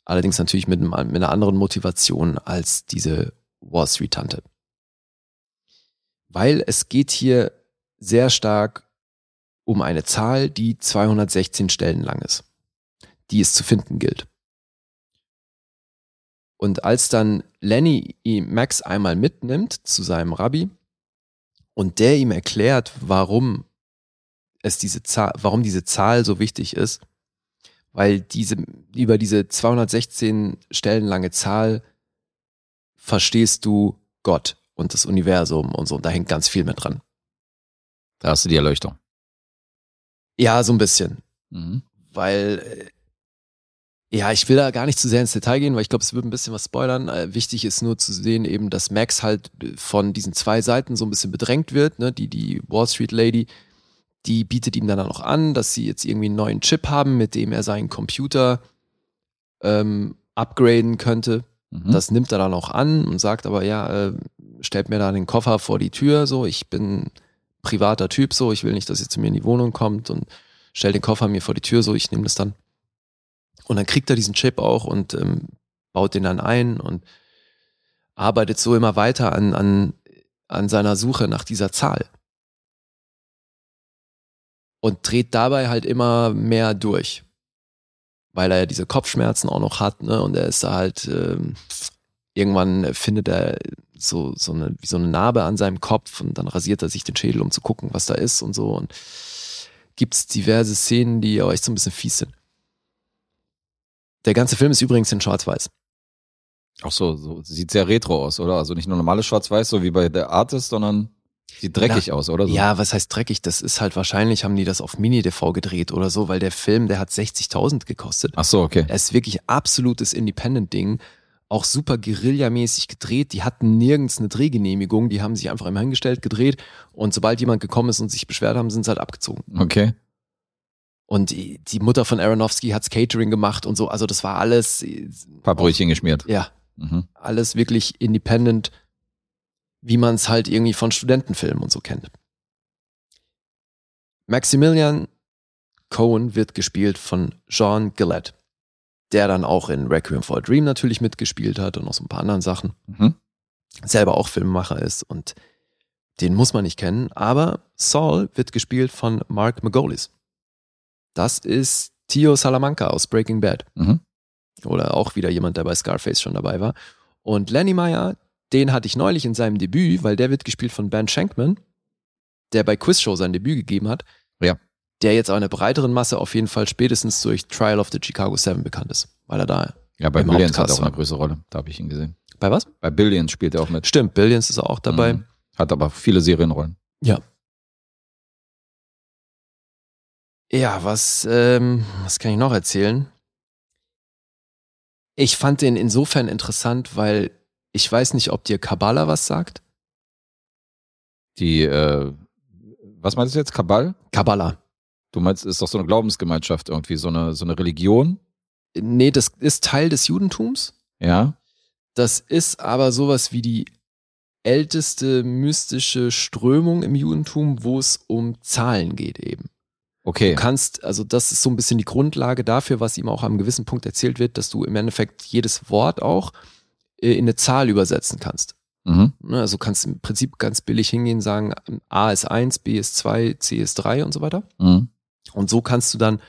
Allerdings natürlich mit, einem, mit einer anderen Motivation als diese Wall Street Tante. Weil es geht hier sehr stark um eine Zahl, die 216 Stellen lang ist, die es zu finden gilt. Und als dann Lenny ihm Max einmal mitnimmt zu seinem Rabbi und der ihm erklärt, warum es diese Zahl, warum diese Zahl so wichtig ist, weil diese, über diese 216 Stellen lange Zahl verstehst du Gott und das Universum und so. Und da hängt ganz viel mit dran.
Da hast du die Erleuchtung.
Ja, so ein bisschen.
Mhm.
weil äh, ja, ich will da gar nicht zu sehr ins Detail gehen, weil ich glaube, es wird ein bisschen was spoilern. Äh, wichtig ist nur zu sehen eben, dass Max halt äh, von diesen zwei Seiten so ein bisschen bedrängt wird, ne? die, die Wall Street Lady, die bietet ihm dann auch an, dass sie jetzt irgendwie einen neuen Chip haben, mit dem er seinen Computer ähm, upgraden könnte.
Mhm.
Das nimmt er dann auch an und sagt aber, ja, äh, stellt mir da den Koffer vor die Tür, so, ich bin privater Typ, so, ich will nicht, dass ihr zu mir in die Wohnung kommt und stellt den Koffer mir vor die Tür, so, ich nehme das dann. Und dann kriegt er diesen Chip auch und ähm, baut den dann ein und arbeitet so immer weiter an, an, an seiner Suche nach dieser Zahl. Und dreht dabei halt immer mehr durch. Weil er ja diese Kopfschmerzen auch noch hat, ne? Und er ist da halt, ähm, irgendwann findet er so, so, eine, wie so eine Narbe an seinem Kopf und dann rasiert er sich den Schädel, um zu gucken, was da ist und so. Und gibt's diverse Szenen, die auch echt so ein bisschen fies sind. Der ganze Film ist übrigens in Schwarz-Weiß.
Auch so,
So, so sieht sehr retro aus, oder? Also nicht nur normales Schwarz-Weiß, so wie bei The Artist, sondern sieht dreckig aus, oder? So.
Ja, was heißt dreckig? Das ist halt wahrscheinlich, haben die das auf Mini-DV gedreht oder so, weil der Film, der hat 60.000 gekostet.
Ach so, okay.
Er ist wirklich absolutes Independent-Ding. Auch super guerillamäßig gedreht. Die hatten nirgends eine Drehgenehmigung. Die haben sich einfach immer hingestellt, gedreht. Und sobald jemand gekommen ist und sich beschwert haben, sind sie halt abgezogen.
Okay.
Und die die Mutter von Aronofsky hat's Catering gemacht und so. Also das war alles, äh,
Ein paar Brötchen geschmiert.
ja,
Mhm.
alles wirklich independent, wie man es halt irgendwie von Studentenfilmen und so kennt. Maximilian Cohen wird gespielt von Sean Gillette, der dann auch in Requiem for a Dream natürlich mitgespielt hat und noch so ein paar anderen Sachen.
Mhm.
Selber auch Filmemacher ist und den muss man nicht kennen, aber Saul wird gespielt von Mark Magolis. Das ist Tio Salamanca aus Breaking Bad
Mhm.
oder auch wieder jemand, der bei Scarface schon dabei war. Und Lenny Meyer, den hatte ich neulich in seinem Debüt, weil der wird gespielt von Ben Shankman, der bei Quizshow sein Debüt gegeben hat.
Ja.
Der jetzt auch einer breiteren Masse auf jeden Fall spätestens durch Trial of the Chicago Seven bekannt ist, weil er da.
Ja, bei
Im
Billions hat er
Hauptcast
auch eine
war.
größere Rolle. Da habe ich ihn gesehen.
Bei was?
Bei Billions spielt er auch mit.
Stimmt, Billions ist er auch dabei.
Mhm. Hat aber viele Serienrollen.
Ja, was, ähm, was kann ich noch erzählen? Ich fand den insofern interessant, weil ich weiß nicht, ob dir Kabbalah was sagt.
Die, äh, was meinst du jetzt? Kabal?
Kabbalah.
Du meinst, ist doch so eine Glaubensgemeinschaft irgendwie, so eine, so eine Religion.
Nee, das ist Teil des Judentums.
Ja.
Das ist aber sowas wie die älteste mystische Strömung im Judentum, wo es um Zahlen geht eben.
Okay.
Du kannst, also das ist so ein bisschen die Grundlage dafür, was ihm auch am gewissen Punkt erzählt wird, dass du im Endeffekt jedes Wort auch äh, in eine Zahl übersetzen kannst.
Mhm.
Ne, Also kannst im Prinzip ganz billig hingehen, sagen, A ist 1, B ist 2, C ist 3 und so weiter.
Mhm.
Und so kannst du dann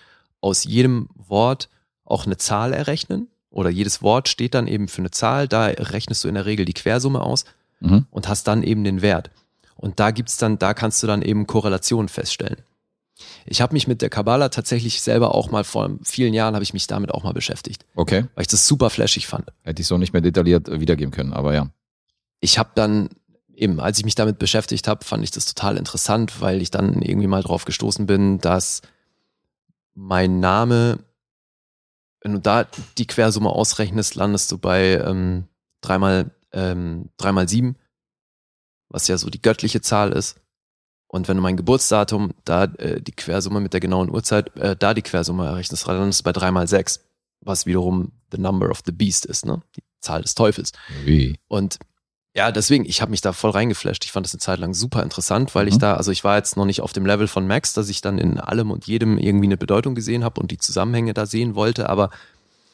aus jedem Wort auch eine Zahl errechnen. Oder jedes Wort steht dann eben für eine Zahl. Da rechnest du in der Regel die Quersumme aus
Mhm.
und hast dann eben den Wert. Und da gibt's dann, da kannst du dann eben Korrelationen feststellen. Ich habe mich mit der Kabbala tatsächlich selber auch mal vor vielen Jahren habe ich mich damit auch mal beschäftigt,
Okay.
weil ich das super flashig fand.
Hätte ich so nicht mehr detailliert äh, wiedergeben können, aber ja.
ich habe dann eben, als ich mich damit beschäftigt habe, fand ich das total interessant, weil ich dann irgendwie mal drauf gestoßen bin, dass mein Name, wenn du da die Quersumme ausrechnest, landest du bei ähm, dreimal, ähm, dreimal sieben, was ja so die göttliche Zahl ist. Und wenn du mein Geburtsdatum, da äh, die Quersumme mit der genauen Uhrzeit, äh, da die Quersumme errechnest, landest du bei dreimal sechs, was wiederum the number of the beast ist, ne? Die Zahl des Teufels.
Wie?
Und ja, deswegen, ich habe mich da voll reingeflasht. Ich fand das eine Zeit lang super interessant, weil ich
Mhm.
da, also ich war jetzt noch nicht auf dem Level von Max, dass ich dann in allem und jedem irgendwie eine Bedeutung gesehen habe und die Zusammenhänge da sehen wollte, aber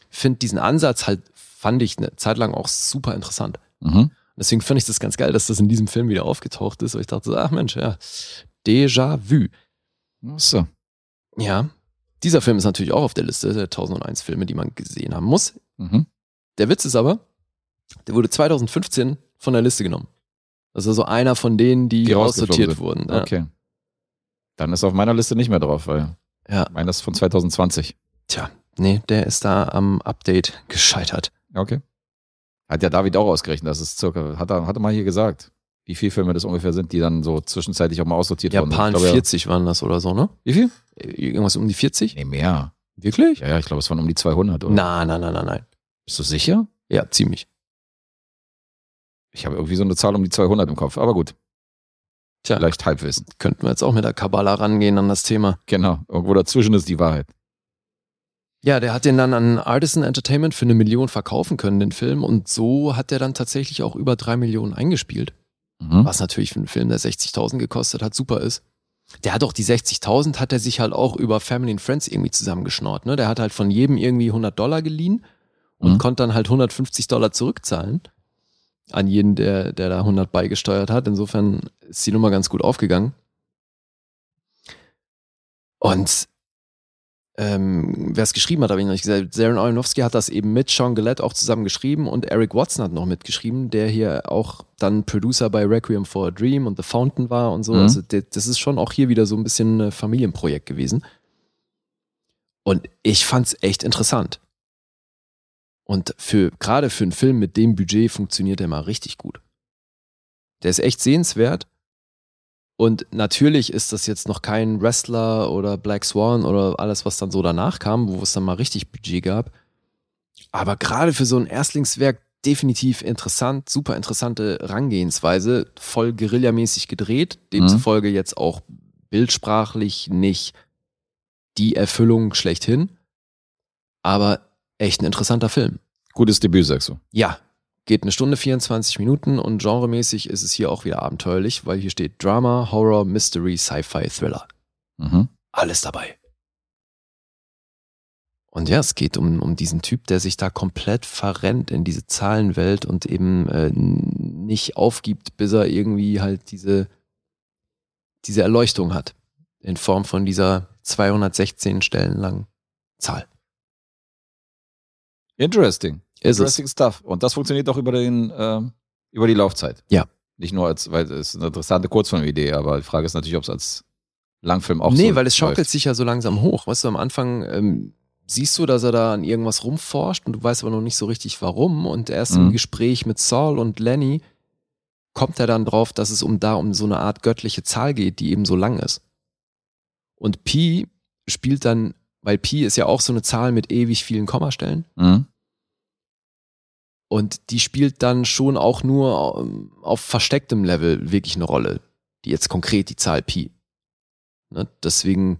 finde diesen Ansatz halt, fand ich eine Zeit lang auch super interessant.
Mhm.
Deswegen fand ich das ganz geil, dass das in diesem Film wieder aufgetaucht ist, weil ich dachte, so, ach Mensch, ja, Déjà vu.
Ach So.
Ja, dieser Film ist natürlich auch auf der Liste der 1001 Filme, die man gesehen haben muss.
Mhm.
Der Witz ist aber, der wurde 2015 von der Liste genommen. Das ist also einer von denen, die,
Die rausgeflogen
aussortiert
sind.
wurden. Ja.
Okay. Dann ist er auf meiner Liste nicht mehr drauf, weil
Ja.
meiner ist von 2020.
Tja, nee, der ist da am Update gescheitert.
Ja, Okay. Hat ja David auch ausgerechnet, das ist circa, hat er, hat er mal hier gesagt, wie viele Filme das ungefähr sind, die dann so zwischenzeitlich auch mal aussortiert wurden.
Japan
Ich glaube,
40 waren das oder so, ne?
Wie viel?
Irgendwas um die 40?
Nee, mehr.
Wirklich?
Ja, ja, ich glaube, es waren um die 200, oder?
Nein, nein, nein, nein, nein.
Bist du sicher?
Ja, ziemlich.
Ich habe irgendwie so eine Zahl um die 200 im Kopf, aber gut.
Tja.
Vielleicht Halbwissen.
Könnten wir jetzt auch mit der Kabbala rangehen an das Thema.
Genau. Irgendwo dazwischen ist die Wahrheit.
Ja, der hat den dann an Artisan Entertainment für eine Million verkaufen können, den Film. Und so hat der dann tatsächlich auch über drei Millionen eingespielt.
Mhm.
Was natürlich für einen Film, der 60.000 gekostet hat, super ist. Der hat auch die 60.000, hat er sich halt auch über Family and Friends irgendwie zusammengeschnort. Ne? Der hat halt von jedem irgendwie 100 Dollar geliehen und
Mhm.
konnte dann halt 150 Dollar zurückzahlen an jeden, der, der da 100 beigesteuert hat. Insofern ist die Nummer ganz gut aufgegangen. Und ähm, wer es geschrieben hat, habe ich noch nicht gesagt. Darren Aronofsky hat das eben mit Sean Gillette auch zusammen geschrieben und Eric Watson hat noch mitgeschrieben, der hier auch dann Producer bei Requiem for a Dream und The Fountain war und so.
Mhm.
Also de- das ist schon auch hier wieder so ein bisschen ein Familienprojekt gewesen. Und ich fand's echt interessant. Und für gerade für einen Film mit dem Budget funktioniert der mal richtig gut. Der ist echt sehenswert. Und natürlich ist das jetzt noch kein Wrestler oder Black Swan oder alles, was dann so danach kam, wo es dann mal richtig Budget gab. Aber gerade für so ein Erstlingswerk definitiv interessant, super interessante Rangehensweise, voll guerillamäßig gedreht, demzufolge jetzt auch bildsprachlich nicht die Erfüllung schlechthin, aber echt ein interessanter Film.
Gutes Debüt, sagst du.
Ja, geht eine Stunde 24 Minuten und genremäßig ist es hier auch wieder abenteuerlich, weil hier steht Drama, Horror, Mystery, Sci-Fi, Thriller.
Mhm.
Alles dabei. Und ja, es geht um, um diesen Typ, der sich da komplett verrennt in diese Zahlenwelt und eben äh, n- nicht aufgibt, bis er irgendwie halt diese, diese Erleuchtung hat. In Form von dieser 216 Stellen langen Zahl.
Interesting.
Ist es.
Interesting stuff. Und das funktioniert auch über den, ähm, über die Laufzeit.
Ja.
Nicht nur als, weil es ist eine interessante Kurzfilmidee, aber die Frage ist natürlich, ob es als Langfilm auch
nee,
so
weil es schaukelt
läuft.
sich ja so langsam hoch. Weißt du, am Anfang ähm, siehst du, dass er da an irgendwas rumforscht und du weißt aber noch nicht so richtig warum. Und erst im
Mhm.
Gespräch mit Saul und Lenny kommt er dann drauf, dass es um da um so eine Art göttliche Zahl geht, die eben so lang ist. Und Pi spielt dann, weil Pi ist ja auch so eine Zahl mit ewig vielen Kommastellen.
Mhm.
Und die spielt dann schon auch nur ähm, auf verstecktem Level wirklich eine Rolle. Die jetzt konkret die Zahl Pi. Ne? Deswegen,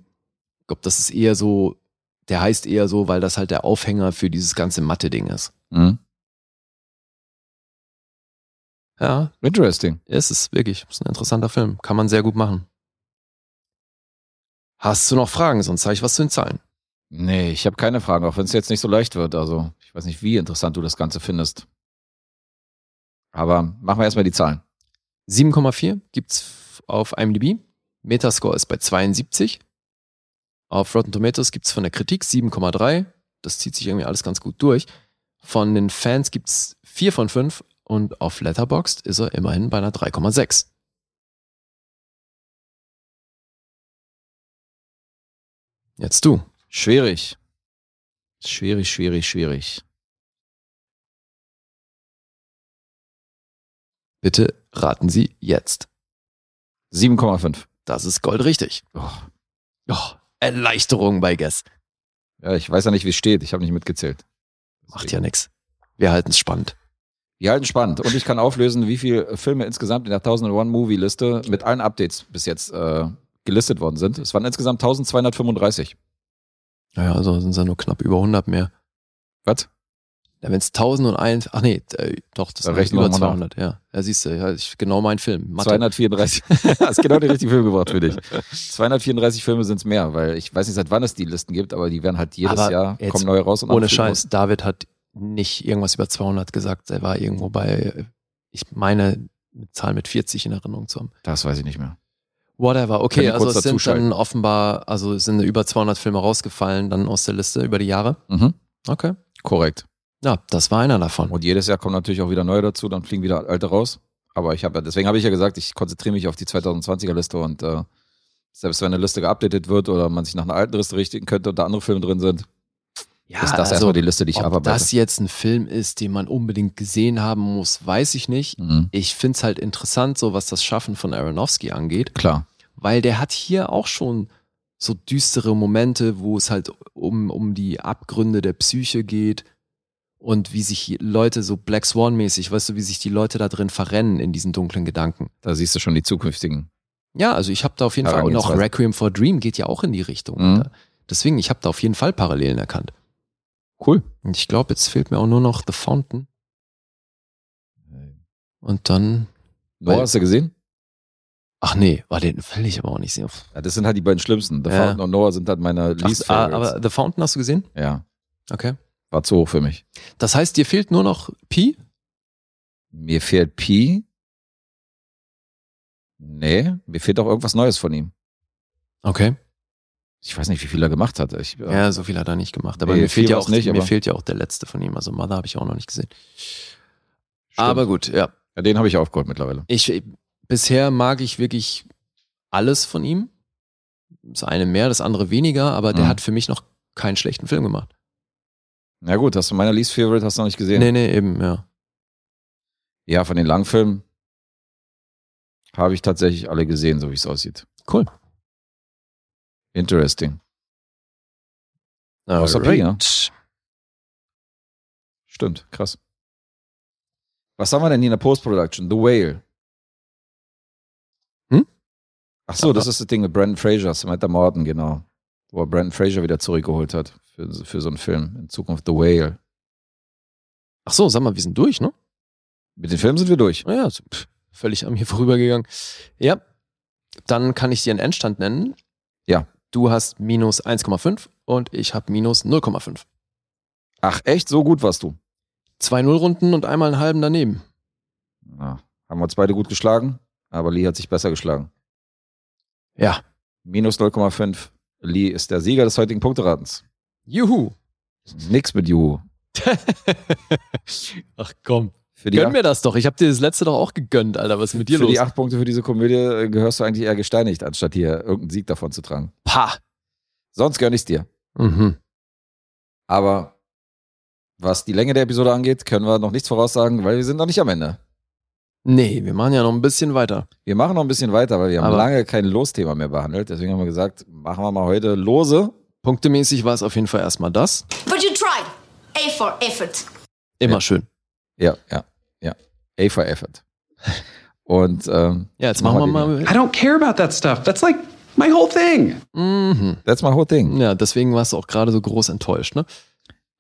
ich glaube, das ist eher so, der heißt eher so, weil das halt der Aufhänger für dieses ganze Mathe-Ding ist.
Mhm.
Ja,
Interesting.
ist es wirklich. Ist ein interessanter Film. Kann man sehr gut machen. Hast du noch Fragen? Sonst zeige ich was zu den Zahlen.
Nee, ich habe keine Fragen, auch wenn es jetzt nicht so leicht wird. Also, ich weiß nicht, wie interessant du das Ganze findest. Aber machen wir erstmal die Zahlen.
7,4 gibt's auf IMDb. Metascore ist bei 72. Auf Rotten Tomatoes gibt's von der Kritik 7,3. Das zieht sich irgendwie alles ganz gut durch. Von den Fans gibt's 4 von 5 und auf Letterboxd ist er immerhin bei einer 3,6. Jetzt du.
Schwierig. Schwierig, schwierig, schwierig.
Bitte raten Sie jetzt.
7,5.
Das ist goldrichtig.
Oh.
Oh, Erleichterung bei Guess.
Ja, ich weiß ja nicht, wie es steht. Ich habe nicht mitgezählt.
Macht ja nichts. Wir halten es spannend.
Wir halten spannend. Und ich kann auflösen, wie viele Filme insgesamt in der 1001 Movie-Liste mit allen Updates bis jetzt äh, gelistet worden sind. Es waren insgesamt 1235.
Naja, also sind es ja nur knapp über 100 mehr.
Was?
Ja, wenn es 1001, ach nee, äh, doch, das
Da
sind
rechnen
über
wir mal nach.
200, ja. Ja, siehst du, ja, ich, genau mein Film. Mathe.
234. Hast genau den richtigen Film gebracht für dich. 234 Filme sind es mehr, weil ich weiß nicht, seit wann es die Listen gibt, aber die werden halt jedes
Aber
Jahr
jetzt
kommen neue raus. Und
Ohne
anfügen
Scheiß, David hat nicht irgendwas über 200 gesagt, er war irgendwo bei, äh, ich meine, eine Zahl mit 40 in Erinnerung zu haben.
muss. Das weiß ich nicht mehr.
Whatever,
Kann
okay,
ich
also
kurz
es sind
dazuschalten.
dann offenbar, also es sind über 200 Filme rausgefallen dann aus der Liste über die Jahre.
Mhm.
Okay.
Korrekt.
Ja, das war einer davon.
Und jedes Jahr kommen natürlich auch wieder neue dazu, dann fliegen wieder alte raus. Aber ich habe, deswegen habe ich ja gesagt, ich konzentriere mich auf die 2020er-Liste und äh, Selbst wenn eine Liste geupdatet wird oder man sich nach einer alten Liste richten könnte und da andere Filme drin sind,
Ja, also
ist das erstmal die Liste, die ich
ob
abarbeite.
das jetzt ein Film ist, den man unbedingt gesehen haben muss, weiß ich nicht.
Mhm.
Ich finde es halt interessant, so was das Schaffen von Aronofsky angeht,
Klar.
weil der hat hier auch schon so düstere Momente, wo es halt um, um die Abgründe der Psyche geht und wie sich Leute so Black Swan-mäßig, weißt du, wie sich die Leute da drin verrennen in diesen dunklen Gedanken.
Da siehst du schon die zukünftigen.
Ja, also ich habe da auf jeden Fall und auch
Herangehensweise.
Requiem for a Dream geht ja auch in die Richtung.
Mhm.
Alter. Deswegen, ich habe da auf jeden Fall Parallelen erkannt.
Cool.
Und ich glaube, jetzt fehlt mir auch nur noch The Fountain. Und dann,
Noah hast du gesehen?
ach nee, war den will ich aber auch nicht sehen. Ach,
Ja, das sind halt die beiden schlimmsten. The
Ja.
Fountain und Noah sind halt meine least
ah,
favorites.
aber The Fountain hast du gesehen?
ja,
Okay.
war zu hoch für mich.
Das heißt, dir fehlt nur noch Pi?
Mir fehlt Pi. Nee, mir fehlt auch irgendwas Neues von ihm.
Okay.
Ich weiß nicht, wie viel er gemacht hat. Ich, äh,
Ja, so viel hat er nicht gemacht. Aber
Nee,
mir, fehlt
viel
ja
war's
auch,
nicht,
mir
aber-
fehlt ja auch der letzte von ihm. Also Mother habe ich auch noch nicht gesehen.
Stimmt.
Aber gut, ja.
ja, den habe ich aufgeholt mittlerweile.
Ich, bisher mag ich wirklich alles von ihm. Das eine mehr, das andere weniger, aber der
Mhm.
hat für mich noch keinen schlechten Film gemacht.
Na gut, hast du meine Least Favorite hast du noch nicht gesehen?
Nee, nee, eben, ja.
Ja, von den Langfilmen habe ich tatsächlich alle gesehen, so wie es aussieht.
Cool.
Interesting.
Ah,
Außer Pi, ja. Stimmt, krass. Was haben wir denn hier in der Post-Production? The Whale.
Hm?
Ach so, das ist das Ding mit Brandon Fraser, Samantha Morton, genau. Wo er Brandon Fraser wieder zurückgeholt hat für, für so einen Film. In Zukunft The Whale.
Ach so, sag mal, wir sind durch, ne?
Mit dem Film sind wir durch.
Naja, so, pff, völlig an mir vorübergegangen. Ja, dann kann ich dir einen Endstand nennen.
Ja.
Du hast minus 1,5 und ich habe minus 0,5.
Ach echt, so gut warst du.
Zwei Nullrunden und einmal einen halben daneben.
Ja. Haben wir uns beide gut geschlagen, aber Lee hat sich besser geschlagen.
Ja.
Minus 0,5. Lee ist der Sieger des heutigen Punkteratens.
Juhu.
Nix mit Juhu.
Ach komm.
Für die,
Gönn
acht,
mir das doch. Ich habe dir das letzte doch auch gegönnt, Alter. Was ist mit dir
für
los?
die acht Punkte für diese Komödie äh, gehörst du eigentlich eher gesteinigt, anstatt hier irgendeinen Sieg davon zu tragen.
Pa.
Sonst gönn ich's dir.
Mhm.
Aber was die Länge der Episode angeht, können wir noch nichts voraussagen, weil wir sind noch nicht am Ende.
Nee, wir machen ja noch ein bisschen weiter.
Wir machen noch ein bisschen weiter, weil wir haben
Aber-
lange kein Losthema mehr behandelt. Deswegen haben wir gesagt, machen wir mal heute Lose.
Punktemäßig war es auf jeden Fall erstmal das.
But you tried. A for effort.
Immer
Ja.
schön.
Ja, ja, ja. A for effort. Und ähm,
Ja, jetzt machen wir
die-
mal.
I don't care about that stuff. That's like my whole thing.
Mhm.
That's my whole thing.
Ja, deswegen warst du auch gerade so groß enttäuscht, ne?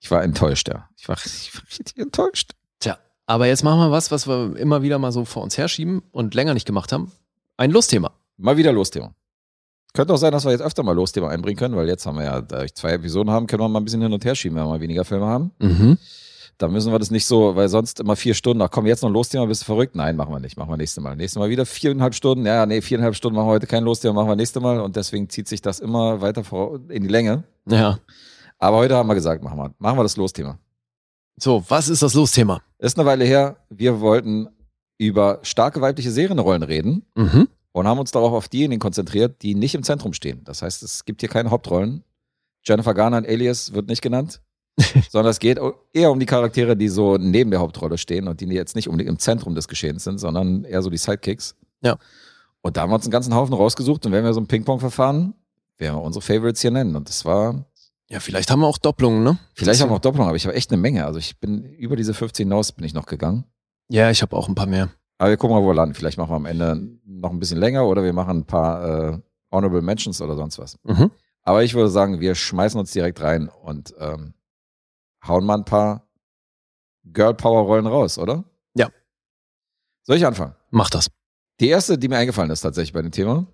Ich war enttäuscht, ja. Ich war, ich war richtig enttäuscht.
Tja, aber jetzt machen wir was, was wir immer wieder mal so vor uns herschieben und länger nicht gemacht haben. Ein Lustthema.
Mal wieder Losthema. Könnte auch sein, dass wir jetzt öfter mal Losthema einbringen können, weil jetzt haben wir ja, da ich zwei Episoden haben, können wir mal ein bisschen hin und her schieben, wenn wir mal weniger Filme haben.
Mhm.
Da müssen wir das nicht so, weil sonst immer vier Stunden, ach komm, jetzt noch ein Losthema, bist du verrückt? Nein, machen wir nicht, machen wir nächstes Mal. Nächstes Mal wieder viereinhalb Stunden, ja, nee, viereinhalb Stunden machen wir heute kein Losthema, machen wir nächstes Mal und deswegen zieht sich das immer weiter vor- in die Länge.
Ja.
Aber heute haben wir gesagt, machen wir, machen wir das Losthema.
So, was ist das Lustthema?
Ist eine Weile her, wir wollten über starke weibliche Serienrollen reden
Mhm.
und haben uns darauf auf diejenigen konzentriert, die nicht im Zentrum stehen. Das heißt, es gibt hier keine Hauptrollen. Jennifer Garner in Alias wird nicht genannt, sondern es geht eher um die Charaktere, die so neben der Hauptrolle stehen und die jetzt nicht unbedingt im Zentrum des Geschehens sind, sondern eher so die Sidekicks.
Ja.
Und da haben wir uns einen ganzen Haufen rausgesucht und wenn wir so ein Ping-Pong-Verfahren, werden wir unsere Favorites hier nennen. Und das war,
Ja, vielleicht haben wir auch Doppelungen, ne?
vielleicht haben wir auch Doppelung, aber ich habe echt eine Menge. Also ich bin über diese 15 hinaus bin ich noch gegangen.
Ja, ich habe auch ein paar mehr.
Aber wir gucken mal, wo wir landen. Vielleicht machen wir am Ende noch ein bisschen länger oder wir machen ein paar äh, Honorable Mentions oder sonst was.
Mhm.
Aber ich würde sagen, wir schmeißen uns direkt rein und ähm, hauen mal ein paar Girl Power Rollen raus, oder?
Ja.
Soll ich anfangen?
Mach das.
Die erste, die mir eingefallen ist tatsächlich bei dem Thema,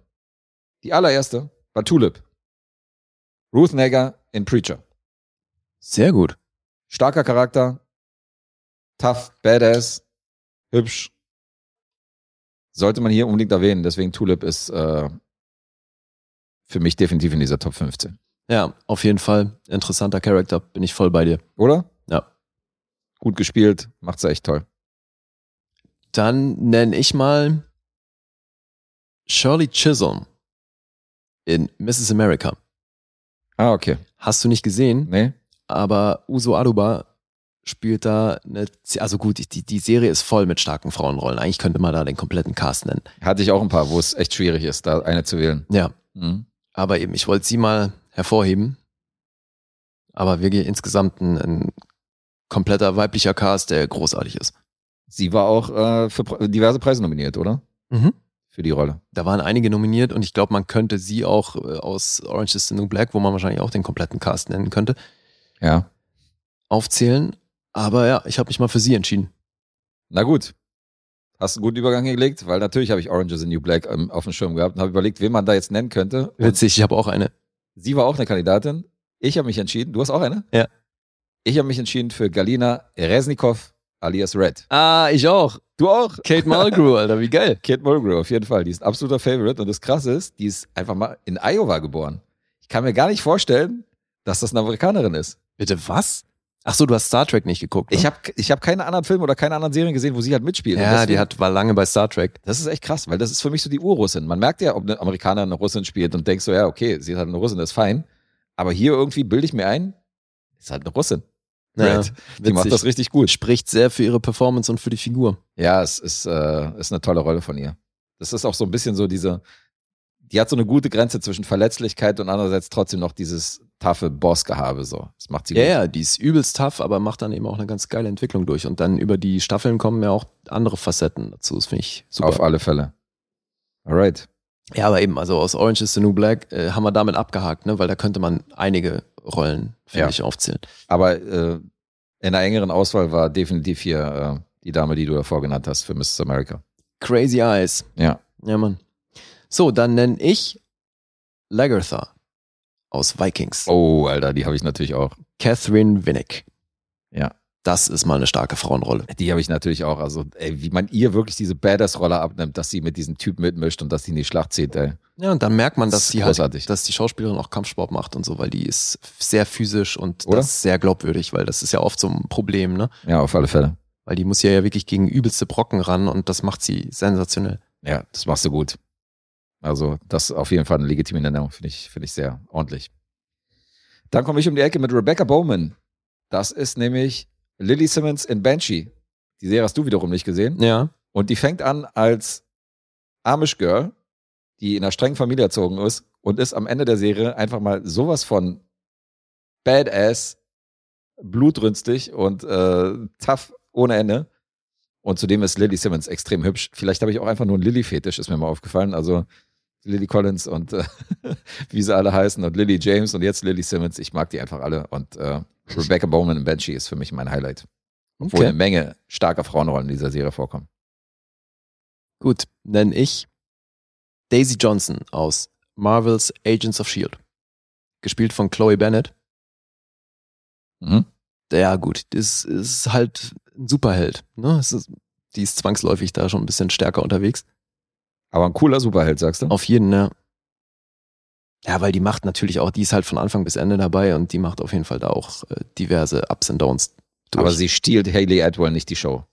die allererste war Tulip. Ruth Negger in Preacher.
Sehr gut.
Starker Charakter, tough, badass, hübsch. Sollte man hier unbedingt erwähnen, deswegen Tulip ist äh, für mich definitiv in dieser Top 15.
Ja, auf jeden Fall. Interessanter Charakter. Bin ich voll bei dir.
Oder?
Ja.
Gut gespielt, macht's echt toll.
Dann nenne ich mal Shirley Chisholm in Mrs. America.
Ah, okay.
Hast du nicht gesehen,
Nee.
aber Uso Aduba spielt da eine, Z- also gut, die, die Serie ist voll mit starken Frauenrollen. Eigentlich könnte man da den kompletten Cast nennen.
Hatte ich auch ein paar, wo es echt schwierig ist, da eine zu wählen.
Ja,
Mhm.
aber eben, ich wollte sie mal hervorheben. Aber wirklich insgesamt ein, ein kompletter weiblicher Cast, der großartig ist.
Sie war auch äh, für Pre- diverse Preise nominiert, oder?
Mhm.
Für die Rolle.
Da waren einige nominiert und ich glaube, man könnte sie auch äh, aus Orange is the New Black, wo man wahrscheinlich auch den kompletten Cast nennen könnte,
Ja.
aufzählen. Aber ja, ich habe mich mal für sie entschieden.
Na gut. Hast einen guten Übergang hingelegt, weil natürlich habe ich Orange is the New Black ähm, auf dem Schirm gehabt und habe überlegt, wen man da jetzt nennen könnte. Und
Witzig, ich habe auch eine.
Sie war auch eine Kandidatin. Ich habe mich entschieden. Du hast auch eine?
Ja.
Ich habe mich entschieden für Galina Reznikov alias Red.
Ah, ich auch.
Du auch?
Kate Mulgrew, Alter, wie geil.
Kate Mulgrew, auf jeden Fall. Die ist ein absoluter Favorite. Und das Krasse ist, die ist einfach mal in Iowa geboren. Ich kann mir gar nicht vorstellen, dass das eine Amerikanerin ist.
Bitte was? Ach so, du hast Star Trek nicht geguckt. ne?
Ich habe ich hab keinen anderen Film oder keine anderen Serien gesehen, wo sie halt mitspielt. Und
ja,
deswegen-
die hat, war lange bei Star Trek.
Das ist echt krass, weil das ist für mich so die Urrussin. Man merkt ja, ob eine Amerikanerin eine Russin spielt und denkst so, ja, okay, sie ist halt eine Russin, das ist fein. Aber hier irgendwie bilde ich mir ein, ist halt eine Russin.
Ja,
Red. Die macht
witzig.
das richtig gut.
Spricht sehr für ihre Performance und für die Figur.
Ja, es ist, äh, ist eine tolle Rolle von ihr. Das ist auch so ein bisschen so diese, die hat so eine gute Grenze zwischen Verletzlichkeit und andererseits trotzdem noch dieses taffe Bossgehabe so. Das macht sie
Ja,
gut.
ja, die ist übelst tough, aber macht dann eben auch eine ganz geile Entwicklung durch. Und dann über die Staffeln kommen ja auch andere Facetten dazu. Das finde ich super.
Auf alle Fälle. Alright.
Ja, aber eben, also aus Orange is the New Black äh, haben wir damit abgehakt, ne? weil da könnte man einige Rollen, finde
Ja.
ich, aufzählen.
Aber äh, in einer engeren Auswahl war definitiv hier äh, die Dame, die du davor genannt hast für Mrs. America.
Crazy Eyes.
Ja.
Ja, Mann. So, dann nenne ich Lagertha aus Vikings.
Oh, Alter, die habe ich natürlich auch.
Catherine Winnick.
Ja.
Das ist mal eine starke Frauenrolle.
Die habe ich natürlich auch. Also, ey, wie man ihr wirklich diese Badass-Rolle abnimmt, dass sie mit diesem Typ mitmischt und dass sie in die Schlacht zieht, ey.
Ja, und dann merkt man, dass
Das ist
sie halt,
großartig.
dass die Schauspielerin auch Kampfsport macht und so, weil die ist sehr physisch und
Oder?
das sehr glaubwürdig, weil das ist ja oft so ein Problem, ne?
Ja, auf alle Fälle.
Weil die muss ja ja wirklich gegen übelste Brocken ran und das macht sie sensationell.
Ja, das machst du gut. Also, das ist auf jeden Fall eine legitime Nennung, finde ich, finde ich sehr ordentlich. Dann komme ich um die Ecke mit Rebecca Bowman. Das ist nämlich Lily Simmons in Banshee. Die Serie hast du wiederum nicht gesehen.
Ja.
Und die fängt an als Amish Girl, die in einer strengen Familie erzogen ist und ist am Ende der Serie einfach mal sowas von badass, blutrünstig und äh, tough ohne Ende. Und zudem ist Lily Simmons extrem hübsch. Vielleicht habe ich auch einfach nur einen Lily-Fetisch, ist mir mal aufgefallen. Also Lily Collins und äh, wie sie alle heißen und Lily James und jetzt Lily Simmons. Ich mag die einfach alle. Und äh, Rebecca Bowman in Banshee ist für mich mein Highlight. Obwohl eine
Okay.
Menge starker Frauenrollen in dieser Serie vorkommen.
Gut, nenne ich Daisy Johnson aus Marvel's Agents of Shield. E Gespielt von Chloe Bennett.
Mhm.
Ja, gut, das ist halt ein Superheld. Ne? Es ist, die ist zwangsläufig da schon ein bisschen stärker unterwegs.
Aber ein cooler Superheld, sagst du?
Auf jeden, ja. Ja, weil die macht natürlich auch, die ist halt von Anfang bis Ende dabei und die macht auf jeden Fall da auch äh, diverse Ups and Downs durch.
Aber sie stiehlt Hayley Atwell nicht die Show.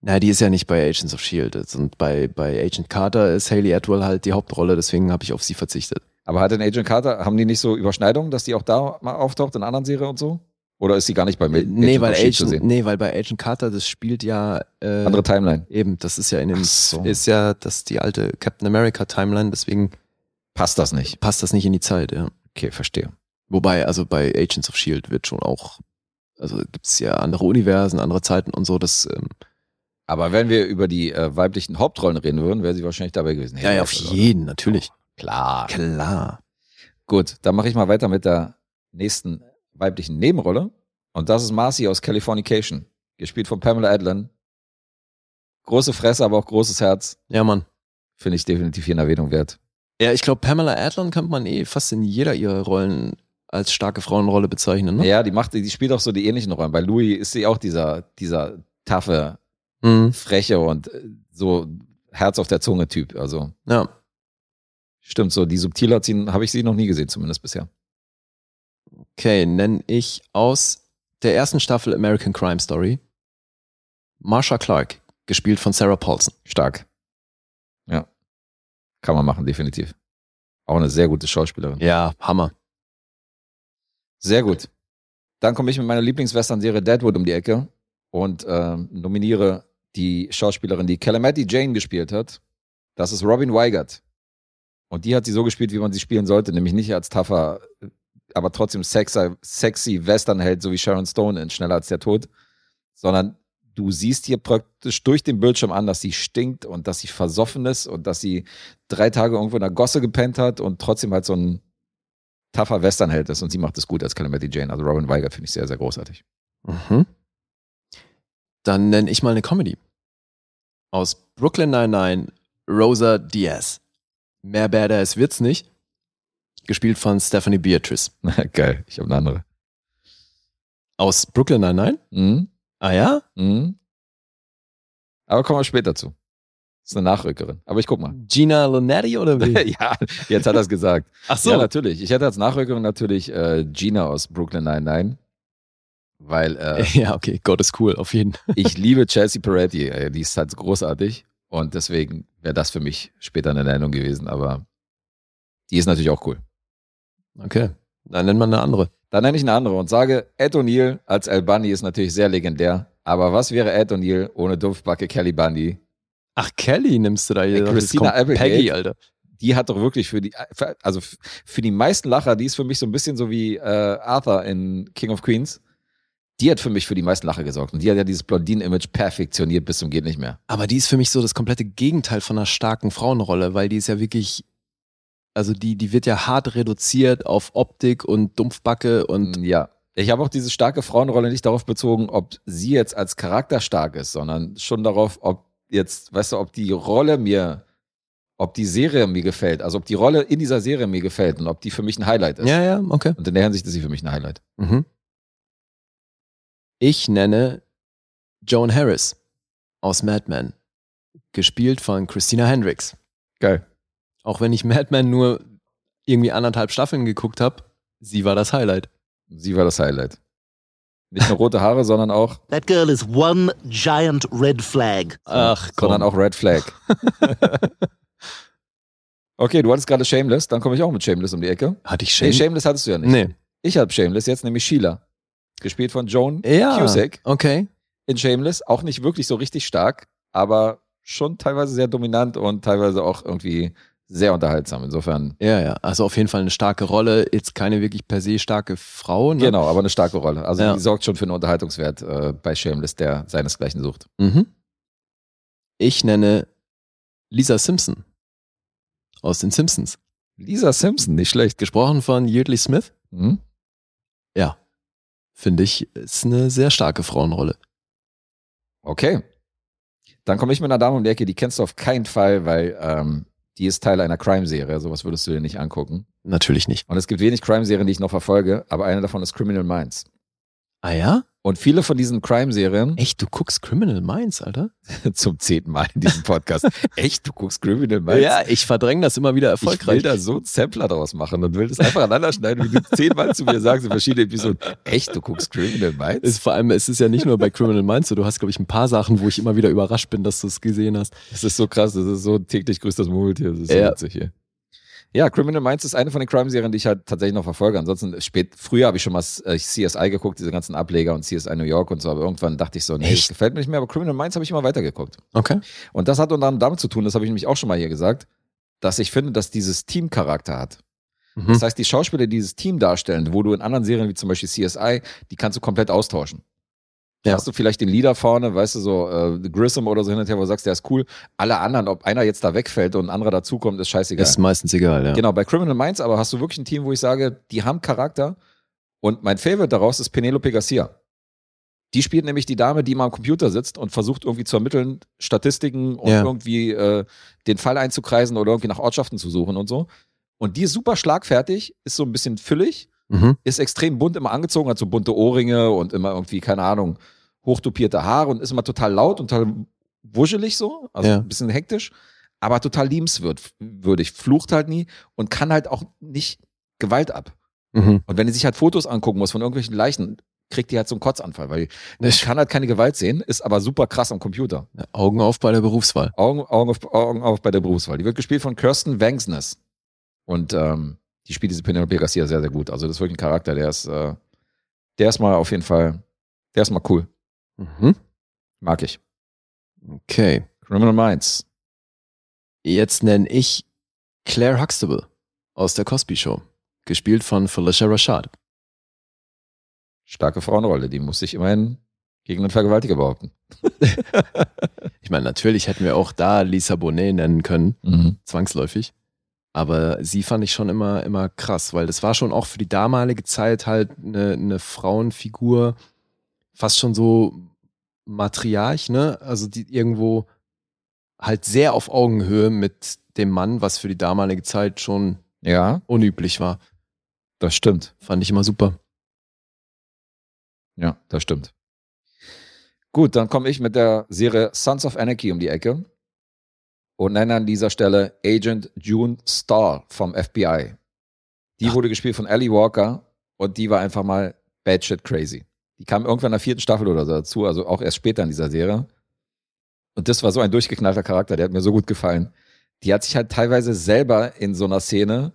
Na, die ist ja nicht bei Agents of Shield. E Und bei, bei Agent Carter ist Haley Atwell halt die Hauptrolle, deswegen habe ich auf sie verzichtet.
Aber hat denn Agent Carter, haben die nicht so Überschneidungen, dass die auch da mal auftaucht in anderen Serien und so? Oder ist sie gar nicht bei Agent
Äh, nee, weil
of Shield E zu
Agent,
sehen?
nee, weil bei Agent Carter, das spielt ja äh,
Andere Timeline.
eben, das ist ja in dem
Ach so.
ist ja das die alte Captain America Timeline, deswegen
Passt das nicht?
passt das nicht in die Zeit, ja.
Okay, verstehe.
Wobei, also bei Agents of Shield wird schon auch, also gibt's ja andere Universen, andere Zeiten und so, das ähm,
Aber wenn wir über die äh, weiblichen Hauptrollen reden würden, wäre sie wahrscheinlich dabei gewesen.
ja, also ja, auf jeden, natürlich.
Klar.
Klar.
Gut, dann mache ich mal weiter mit der nächsten weiblichen Nebenrolle. Und das ist Marcy aus Californication, gespielt von Pamela Adlon. Große Fresse, aber auch großes Herz.
Ja, Mann.
Finde ich definitiv hier in Erwähnung wert.
Ja, ich glaube, Pamela Adlon kann man eh fast in jeder ihrer Rollen als starke Frauenrolle bezeichnen, ne?
Ja, die macht, die spielt auch so die ähnlichen Rollen. Bei Louis ist sie auch dieser, dieser taffe,
Mhm.
freche und äh, so Herz auf der Zunge Typ. Also
Ja.
stimmt so, die subtiler ziehen habe ich sie noch nie gesehen, zumindest bisher.
Okay, nenne ich aus der ersten Staffel American Crime Story Marsha Clark, gespielt von Sarah Paulson.
Stark. Ja, kann man machen, definitiv. Auch eine sehr gute Schauspielerin.
Ja, Hammer.
Sehr gut. Dann komme ich mit meiner Lieblingswestern-Serie Deadwood um die Ecke und ähm, nominiere die Schauspielerin, die Calamity Jane gespielt hat. Das ist Robin Weigert. Und die hat sie so gespielt, wie man sie spielen sollte, nämlich nicht als taffer, aber trotzdem sexy, sexy Westernheld, so wie Sharon Stone in Schneller als der Tod, sondern du siehst hier praktisch durch den Bildschirm an, dass sie stinkt und dass sie versoffen ist und dass sie drei Tage irgendwo in der Gosse gepennt hat und trotzdem halt so ein taffer Westernheld ist und sie macht es gut als Calamity Jane. Also Robin Weigert finde ich sehr, sehr großartig.
Mhm. Dann nenne ich mal eine Comedy. Aus Brooklyn 99, Rosa Diaz. Mehr Badass wird's nicht. Gespielt von Stephanie Beatrice.
Geil, ich habe eine andere.
Aus Brooklyn 99?
Mhm.
Ah ja?
Mhm. Aber kommen wir später zu. Ist eine Nachrückerin. Aber ich guck
Mhm.
mal.
Gina Lonetti oder wie?
ja, jetzt hat er es gesagt.
Ach
Ja, natürlich. Ich hätte als Nachrückerin natürlich äh, Gina aus Brooklyn 99. Weil äh,
Ja, okay. Gott ist cool, auf jeden Fall.
ich liebe Chelsea Peretti. Äh, Die ist halt großartig. Und deswegen wäre das für mich später eine Nennung gewesen. Aber die ist natürlich auch cool.
Okay. Dann nennt man eine andere.
Dann nenne ich eine andere und sage, Ed O'Neill als Al Bundy ist natürlich sehr legendär. Aber was wäre Ed O'Neill ohne Dumpfbacke Kelly Bundy?
Ach, Kelly nimmst du da hier.
Ey,
Das
Christina
kommt
Applegate.
Peggy, Alter.
Die hat doch wirklich für die, für, also f- für die meisten Lacher, die ist für mich so ein bisschen so wie äh, Arthur in King of Queens. Die hat für mich für die meisten Lacher gesorgt. Und die hat ja dieses Blondinen-Image perfektioniert bis zum geht nicht mehr.
Aber die ist für mich so das komplette Gegenteil von einer starken Frauenrolle, weil die ist ja wirklich, also die, die wird ja hart reduziert auf Optik und Dumpfbacke und
Mm, ja. Ich habe auch diese starke Frauenrolle nicht darauf bezogen, ob sie jetzt als Charakter stark ist, sondern schon darauf, ob jetzt, weißt du, ob die Rolle mir, ob die Serie mir gefällt, also ob die Rolle in dieser Serie mir gefällt und ob die für mich ein Highlight ist.
ja, ja, okay.
Und in der Hinsicht ist sie für mich ein Highlight.
Mhm. Ich nenne Joan Harris aus Mad Men, gespielt von Christina Hendricks.
Geil.
Auch wenn ich Mad Men nur irgendwie anderthalb Staffeln geguckt habe, sie war das Highlight.
Sie war das Highlight. Nicht nur rote Haare, sondern auch,
That girl is one giant red flag.
Ach, komm.
sondern auch Red Flag. okay, du hattest gerade Shameless, dann komme ich auch mit Shameless um die Ecke.
Hatte ich
Nee,
Shame?
Shameless hattest du ja nicht.
Nee.
Ich habe Shameless jetzt, nämlich Sheila. Gespielt von Joan
Ja.
Cusack.
Okay.
in Shameless auch nicht wirklich so richtig stark, aber schon teilweise sehr dominant und teilweise auch irgendwie sehr unterhaltsam. Insofern,
Ja, ja. Also auf jeden Fall eine starke Rolle. Jetzt keine wirklich per se starke Frau. Ne?
genau, aber eine starke Rolle. Also
Ja.
die sorgt schon für einen Unterhaltungswert äh, bei Shameless, der seinesgleichen sucht.
Mhm. Ich nenne Lisa Simpson aus den Simpsons.
Lisa Simpson, nicht schlecht.
Gesprochen von Yeardley Smith.
Hm?
Finde ich, ist eine sehr starke Frauenrolle.
Okay. Dann komme ich mit einer Dame um die Ecke, die kennst du auf keinen Fall, weil ähm, die ist Teil einer Crime-Serie. Sowas würdest du dir nicht angucken.
Natürlich nicht.
Und es gibt wenig Crime-Serien, die ich noch verfolge, aber eine davon ist Criminal Minds.
Ah ja?
Und viele von diesen Crime-Serien
Echt, du guckst Criminal Minds, Alter?
zum zehnten Mal in diesem Podcast. Echt, du guckst Criminal Minds?
Ja, ich verdränge das immer wieder
Ich will
erfolgreich.
da so einen Sampler draus machen und will das einfach aneinander schneiden, wie du zehnmal zu mir sagst in verschiedenen Episoden. Echt, du guckst Criminal
Ist,
Minds?
vor allem, es ist ja nicht nur bei Criminal Minds so. Du hast, glaube ich, ein paar Sachen, wo ich immer wieder überrascht bin, dass du es gesehen hast.
Das ist so krass, das ist so täglich grüßt das Murmeltier, das ist so
Ja.
witzig hier. Ja, Criminal Minds ist eine von den Crime-Serien, die ich halt tatsächlich noch verfolge. Ansonsten, spät, früher habe ich schon mal äh, CSI geguckt, diese ganzen Ableger und CSI New York und so, aber irgendwann dachte ich so, nee, das
Echt?
gefällt mir nicht mehr, aber Criminal Minds habe ich immer weitergeguckt.
Okay.
Und das hat unter anderem damit zu tun, das habe ich nämlich auch schon mal hier gesagt, dass ich finde, dass dieses Teamcharakter hat.
Mhm.
Das heißt, die Schauspieler, die dieses Team darstellen, wo du in anderen Serien wie zum Beispiel CSI, die kannst du komplett austauschen. Da
Ja.
Hast du vielleicht den Leader vorne, weißt du, so äh, Grissom oder so hin und her, wo du sagst, der ist cool. Alle anderen, ob einer jetzt da wegfällt und ein anderer dazukommt, ist scheißegal.
Ist meistens egal, ja.
Genau, bei Criminal Minds aber hast du wirklich ein Team, wo ich sage, die haben Charakter. Und mein Favorite daraus ist Penelope Garcia. Die spielt nämlich die Dame, die immer am Computer sitzt und versucht irgendwie zu ermitteln, Statistiken und
Ja.
irgendwie äh, den Fall einzukreisen oder irgendwie nach Ortschaften zu suchen und so. Und die ist super schlagfertig, ist so ein bisschen füllig,
Mhm.
ist extrem bunt immer angezogen, hat so bunte Ohrringe und immer irgendwie, keine Ahnung, hochtopierte Haare und ist immer total laut und total wuschelig so, also
Ja.
ein bisschen hektisch, aber total liebenswürdig, flucht halt nie und kann halt auch nicht Gewalt ab.
Mhm.
Und wenn die sich halt Fotos angucken muss von irgendwelchen Leichen, kriegt die halt so einen Kotzanfall, weil ich kann halt keine Gewalt sehen, ist aber super krass am Computer.
Augen auf bei der Berufswahl.
Augen, Augen, auf, Augen auf bei der Berufswahl. Die wird gespielt von Kirsten Wangsness. Und ähm, die spielt diese Penelope Garcia sehr, sehr gut. Also das ist wirklich ein Charakter, der ist, äh, der ist mal auf jeden Fall, der ist mal cool.
Mhm.
Mag ich.
Okay.
Criminal Minds.
Jetzt nenne ich Claire Huxtable aus der Cosby Show, gespielt von Felicia Rashad.
Starke Frauenrolle, die muss sich immerhin gegen einen Vergewaltiger behaupten.
Ich meine, natürlich hätten wir auch da Lisa Bonet nennen können,
Mhm.
zwangsläufig. Aber sie fand ich schon immer, immer krass, weil das war schon auch für die damalige Zeit halt eine, eine Frauenfigur, fast schon so Matriarch, ne? Also die irgendwo halt sehr auf Augenhöhe mit dem Mann, was für die damalige Zeit schon
Ja,
unüblich war.
das stimmt.
Fand ich immer super.
Ja, das stimmt. Gut, dann komme ich mit der Serie Sons of Anarchy um die Ecke und nenne an dieser Stelle Agent June Starr vom FBI. Die wurde gespielt von Ellie Walker und die war einfach mal bad shit crazy. Die kam irgendwann in der vierten Staffel oder so dazu, also auch erst später in dieser Serie. Und das war so ein durchgeknallter Charakter, der hat mir so gut gefallen. Die hat sich halt teilweise selber in so einer Szene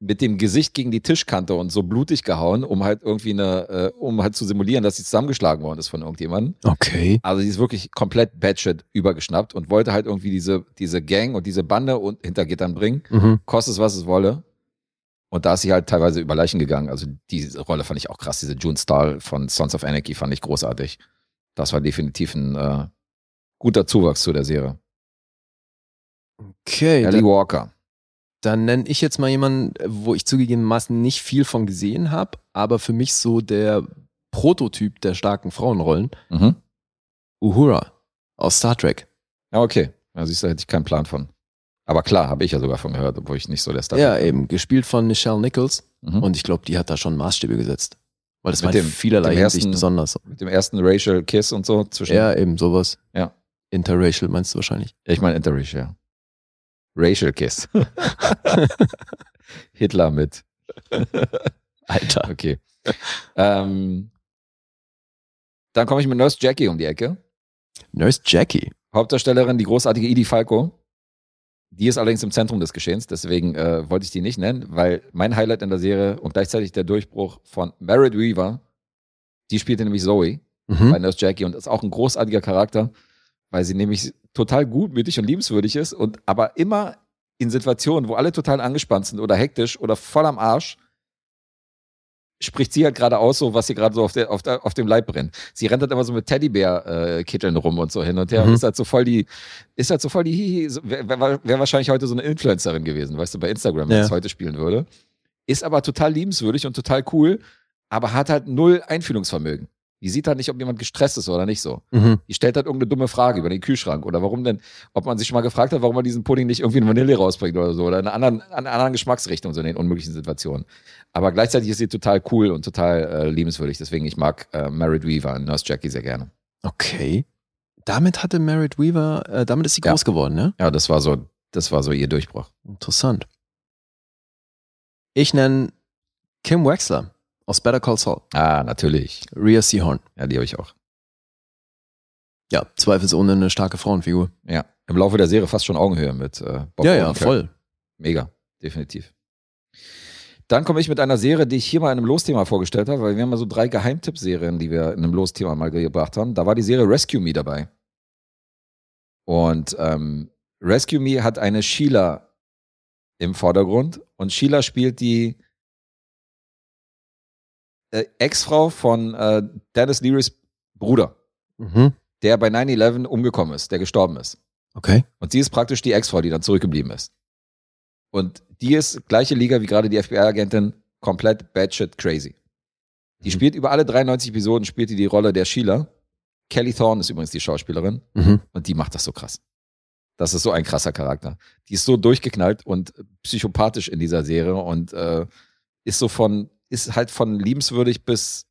mit dem Gesicht gegen die Tischkante und so blutig gehauen, um halt irgendwie eine, äh, um halt zu simulieren, dass sie zusammengeschlagen worden ist von irgendjemandem.
Okay.
Also die ist wirklich komplett batshit übergeschnappt und wollte halt irgendwie diese, diese Gang und diese Bande und hinter Gittern bringen,
Mhm.
kostet es, was es wolle. Und da ist sie halt teilweise über Leichen gegangen. Also diese Rolle fand ich auch krass. Diese June Stahl von Sons of Anarchy fand ich großartig. Das war definitiv ein äh, guter Zuwachs zu der Serie.
Okay.
Ellie Walker.
Dann nenne ich jetzt mal jemanden, wo ich zugegebenermaßen nicht viel von gesehen habe, aber für mich so der Prototyp der starken Frauenrollen.
Mhm.
Uhura aus Star Trek.
Ja, okay. Ja, siehst du, hätte ich keinen Plan von. Aber klar, habe ich ja sogar von gehört, obwohl ich nicht so der Star
ja, eben. Gespielt von Michelle Nichols.
Mhm.
Und ich glaube, die hat da schon Maßstäbe gesetzt. Weil das
Mit
war in
dem-
vielerlei
dem ersten-
Hinsicht besonders.
mit dem ersten Racial Kiss und so zwischen.
Ja, eben sowas.
Ja.
Interracial meinst du wahrscheinlich.
Ich meine Interracial. Racial Kiss. Hitler mit.
Alter.
Okay. ähm, dann komme ich mit Nurse Jackie um die Ecke.
Nurse Jackie.
Hauptdarstellerin, die großartige Edie Falco. Die ist allerdings im Zentrum des Geschehens, deswegen äh, wollte ich die nicht nennen, weil mein Highlight in der Serie und gleichzeitig der Durchbruch von Merritt Weaver, die spielte nämlich Zoe bei
Mhm.
Nurse Jackie und ist auch ein großartiger Charakter, weil sie nämlich total gutmütig und liebenswürdig ist und aber immer in Situationen, wo alle total angespannt sind oder hektisch oder voll am Arsch, spricht sie halt gerade aus, so was sie gerade so auf, der, auf, der, auf dem Leib brennt. Sie rennt halt immer so mit Teddybär-Kitteln rum und so hin und her
Mhm.
und ist halt so voll die, ist halt so voll die, Hihi- so- wär- wär wär wahrscheinlich heute so eine Influencerin gewesen, weißt du, bei Instagram, wenn
Ja.
es heute spielen würde. Ist aber total liebenswürdig und total cool, aber hat halt null Einfühlungsvermögen. Die sieht halt nicht, ob jemand gestresst ist oder nicht so.
Mhm.
Die stellt halt irgendeine dumme Frage über den Kühlschrank oder warum denn, ob man sich schon mal gefragt hat, warum man diesen Pudding nicht irgendwie in Vanille rausbringt oder so oder in einer anderen, in einer anderen Geschmacksrichtung, so in den unmöglichen Situationen. Aber gleichzeitig ist sie total cool und total äh, liebenswürdig. Deswegen, ich mag äh, Merritt Weaver in Nurse Jackie sehr gerne.
Okay. Damit hatte Merritt Weaver, äh, damit ist sie
Ja.
groß geworden, ne?
Ja, das war so, das war so ihr Durchbruch.
Interessant. Ich nenne Kim Wexler aus Better Call Saul,
Ah, natürlich.
Rhea Seahorn.
Ja, die habe ich auch.
Ja, zweifelsohne eine starke Frauenfigur.
Ja. Im Laufe der Serie fast schon Augenhöhe mit äh, Bob
ja, ja,
Odenkirk.
voll.
Mega, definitiv. Dann komme ich mit einer Serie, die ich hier mal in einem Losthema vorgestellt habe, weil wir haben mal so drei Geheimtippserien, die wir in einem Losthema mal gebracht haben. Da war die Serie Rescue Me dabei. Und ähm, Rescue Me hat eine Sheila im Vordergrund und Sheila spielt die äh, Ex-Frau von äh, Dennis Learys Bruder,
Mhm.
der bei 9-11 umgekommen ist, der gestorben ist.
Okay.
Und sie ist praktisch die Ex-Frau, die dann zurückgeblieben ist. Und die ist gleiche Liga wie gerade die FBI-Agentin, komplett batshit crazy. Die spielt über alle 93 Episoden spielt die die Rolle der Sheila. Kelly Thorne ist übrigens die Schauspielerin
Mhm.
und die macht das so krass. Das ist so ein krasser Charakter. Die ist so durchgeknallt und psychopathisch in dieser Serie und äh, ist so von, ist halt von liebenswürdig bis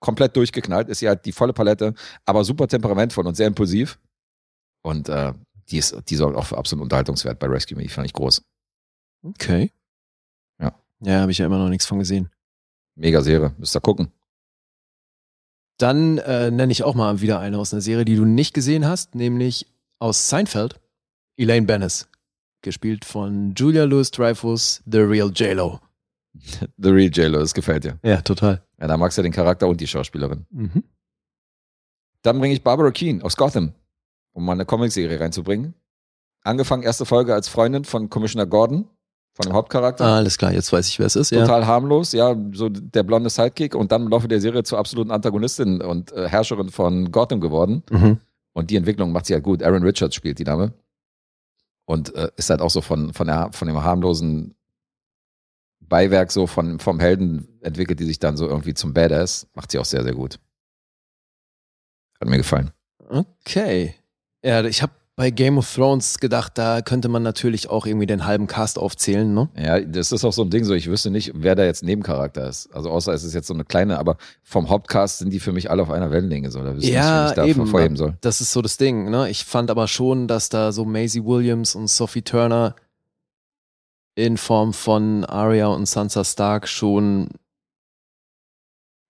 komplett durchgeknallt, ist sie halt die volle Palette, aber super temperamentvoll und sehr impulsiv. Und äh, die, ist, die sorgt auch für absoluten Unterhaltungswert bei Rescue Me, fand ich groß.
Okay.
Ja.
Ja, habe ich ja immer noch nichts von gesehen.
Mega Serie, müsst ihr gucken.
Dann äh, nenne ich auch mal wieder eine aus einer Serie, die du nicht gesehen hast, nämlich aus Seinfeld, Elaine Bennis. gespielt von Julia Louis Dreyfus, The Real J-Lo.
The Real J-Lo, das gefällt dir.
Ja, total.
Ja, da magst du den Charakter und die Schauspielerin.
Mhm.
Dann bringe ich Barbara Keane aus Gotham, um mal eine Comicserie reinzubringen. Angefangen erste Folge als Freundin von Commissioner Gordon, von dem Hauptcharakter.
Ah, Alles klar, jetzt weiß ich, wer es ist. Ja.
Total harmlos, ja, so der blonde Sidekick und dann im Laufe der Serie zur absoluten Antagonistin und äh, Herrscherin von Gotham geworden.
Mhm.
Und die Entwicklung macht sie halt gut. Aaron Richards spielt die Dame. Und äh, ist halt auch so von, von, der, von dem harmlosen Beiwerk so von, vom Helden entwickelt die sich dann so irgendwie zum Badass. Macht sie auch sehr, sehr gut. Hat mir gefallen.
Okay. Ja, ich habe bei Game of Thrones gedacht, da könnte man natürlich auch irgendwie den halben Cast aufzählen, ne?
Ja, das ist auch so ein Ding so. Ich wüsste nicht, wer da jetzt Nebencharakter ist. Also außer es ist jetzt so eine kleine, aber vom Hauptcast sind die für mich alle auf einer Wellenlänge so. Da wüsste ich nicht, wen ich da vorheben soll.
Das ist so das Ding, ne? Ich fand aber schon, dass da so Maisie Williams und Sophie Turner in Form von Arya und Sansa Stark schon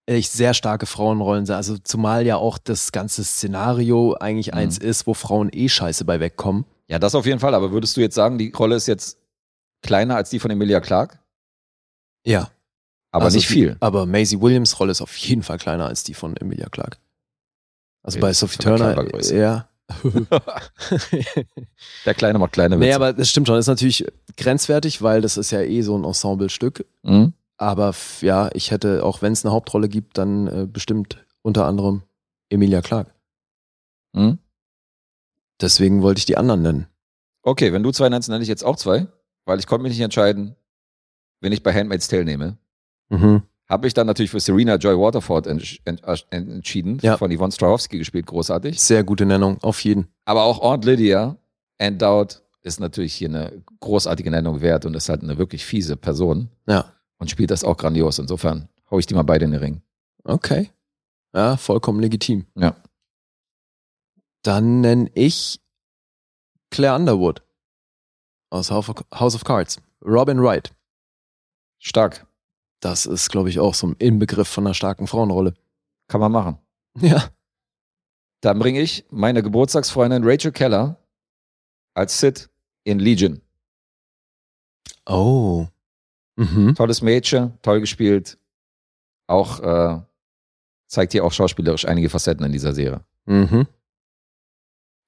echt sehr starke Frauenrollen sind. Also zumal ja auch das ganze Szenario eigentlich eins
Mhm.
ist, wo Frauen eh scheiße bei wegkommen.
Ja, das auf jeden Fall. Aber würdest du jetzt sagen, die Rolle ist jetzt kleiner als die von Emilia Clarke?
Ja.
Aber
also
nicht
die-
viel.
Aber Maisie Williams Rolle ist auf jeden Fall kleiner als die von Emilia Clarke. Also
Okay,
bei Sophie
von der
Turner,
Körpergröße.
ja.
Der Kleine macht kleine Witze.
nee, aber das stimmt schon. Das ist natürlich grenzwertig, weil das ist ja eh so ein Ensemblestück.
Mhm.
Aber f- ja, ich hätte, auch wenn es eine Hauptrolle gibt, dann äh, bestimmt unter anderem Emilia Clarke.
Mhm.
Deswegen wollte ich die anderen nennen.
Okay, wenn du zwei nennst, nenne ich jetzt auch zwei, weil ich konnte mich nicht entscheiden, wenn ich bei Handmaid's Tale nehme.
Mhm.
Habe ich dann natürlich für Serena Joy Waterford entsch ent ent entschieden,
Ja.
von Yvonne Strahovski gespielt, großartig.
Sehr gute Nennung, auf jeden.
Aber auch Aunt Lydia Endowed ist natürlich hier eine großartige Nennung wert und ist halt eine wirklich fiese Person
Ja,
und spielt das auch grandios. Insofern hau ich die mal beide in den Ring.
okay. Ja, vollkommen legitim.
Ja.
Dann nenne ich Claire Underwood aus House of- House of Cards. Robin Wright.
Stark.
Das ist, glaube ich, auch so ein Inbegriff von einer starken Frauenrolle.
Kann man machen.
Ja.
Dann bringe ich meine Geburtstagsfreundin Rachel Keller als Sid in Legion.
Oh. Mhm.
Tolles Mädchen, toll gespielt. Auch äh, zeigt hier auch schauspielerisch einige Facetten in dieser Serie.
Mhm.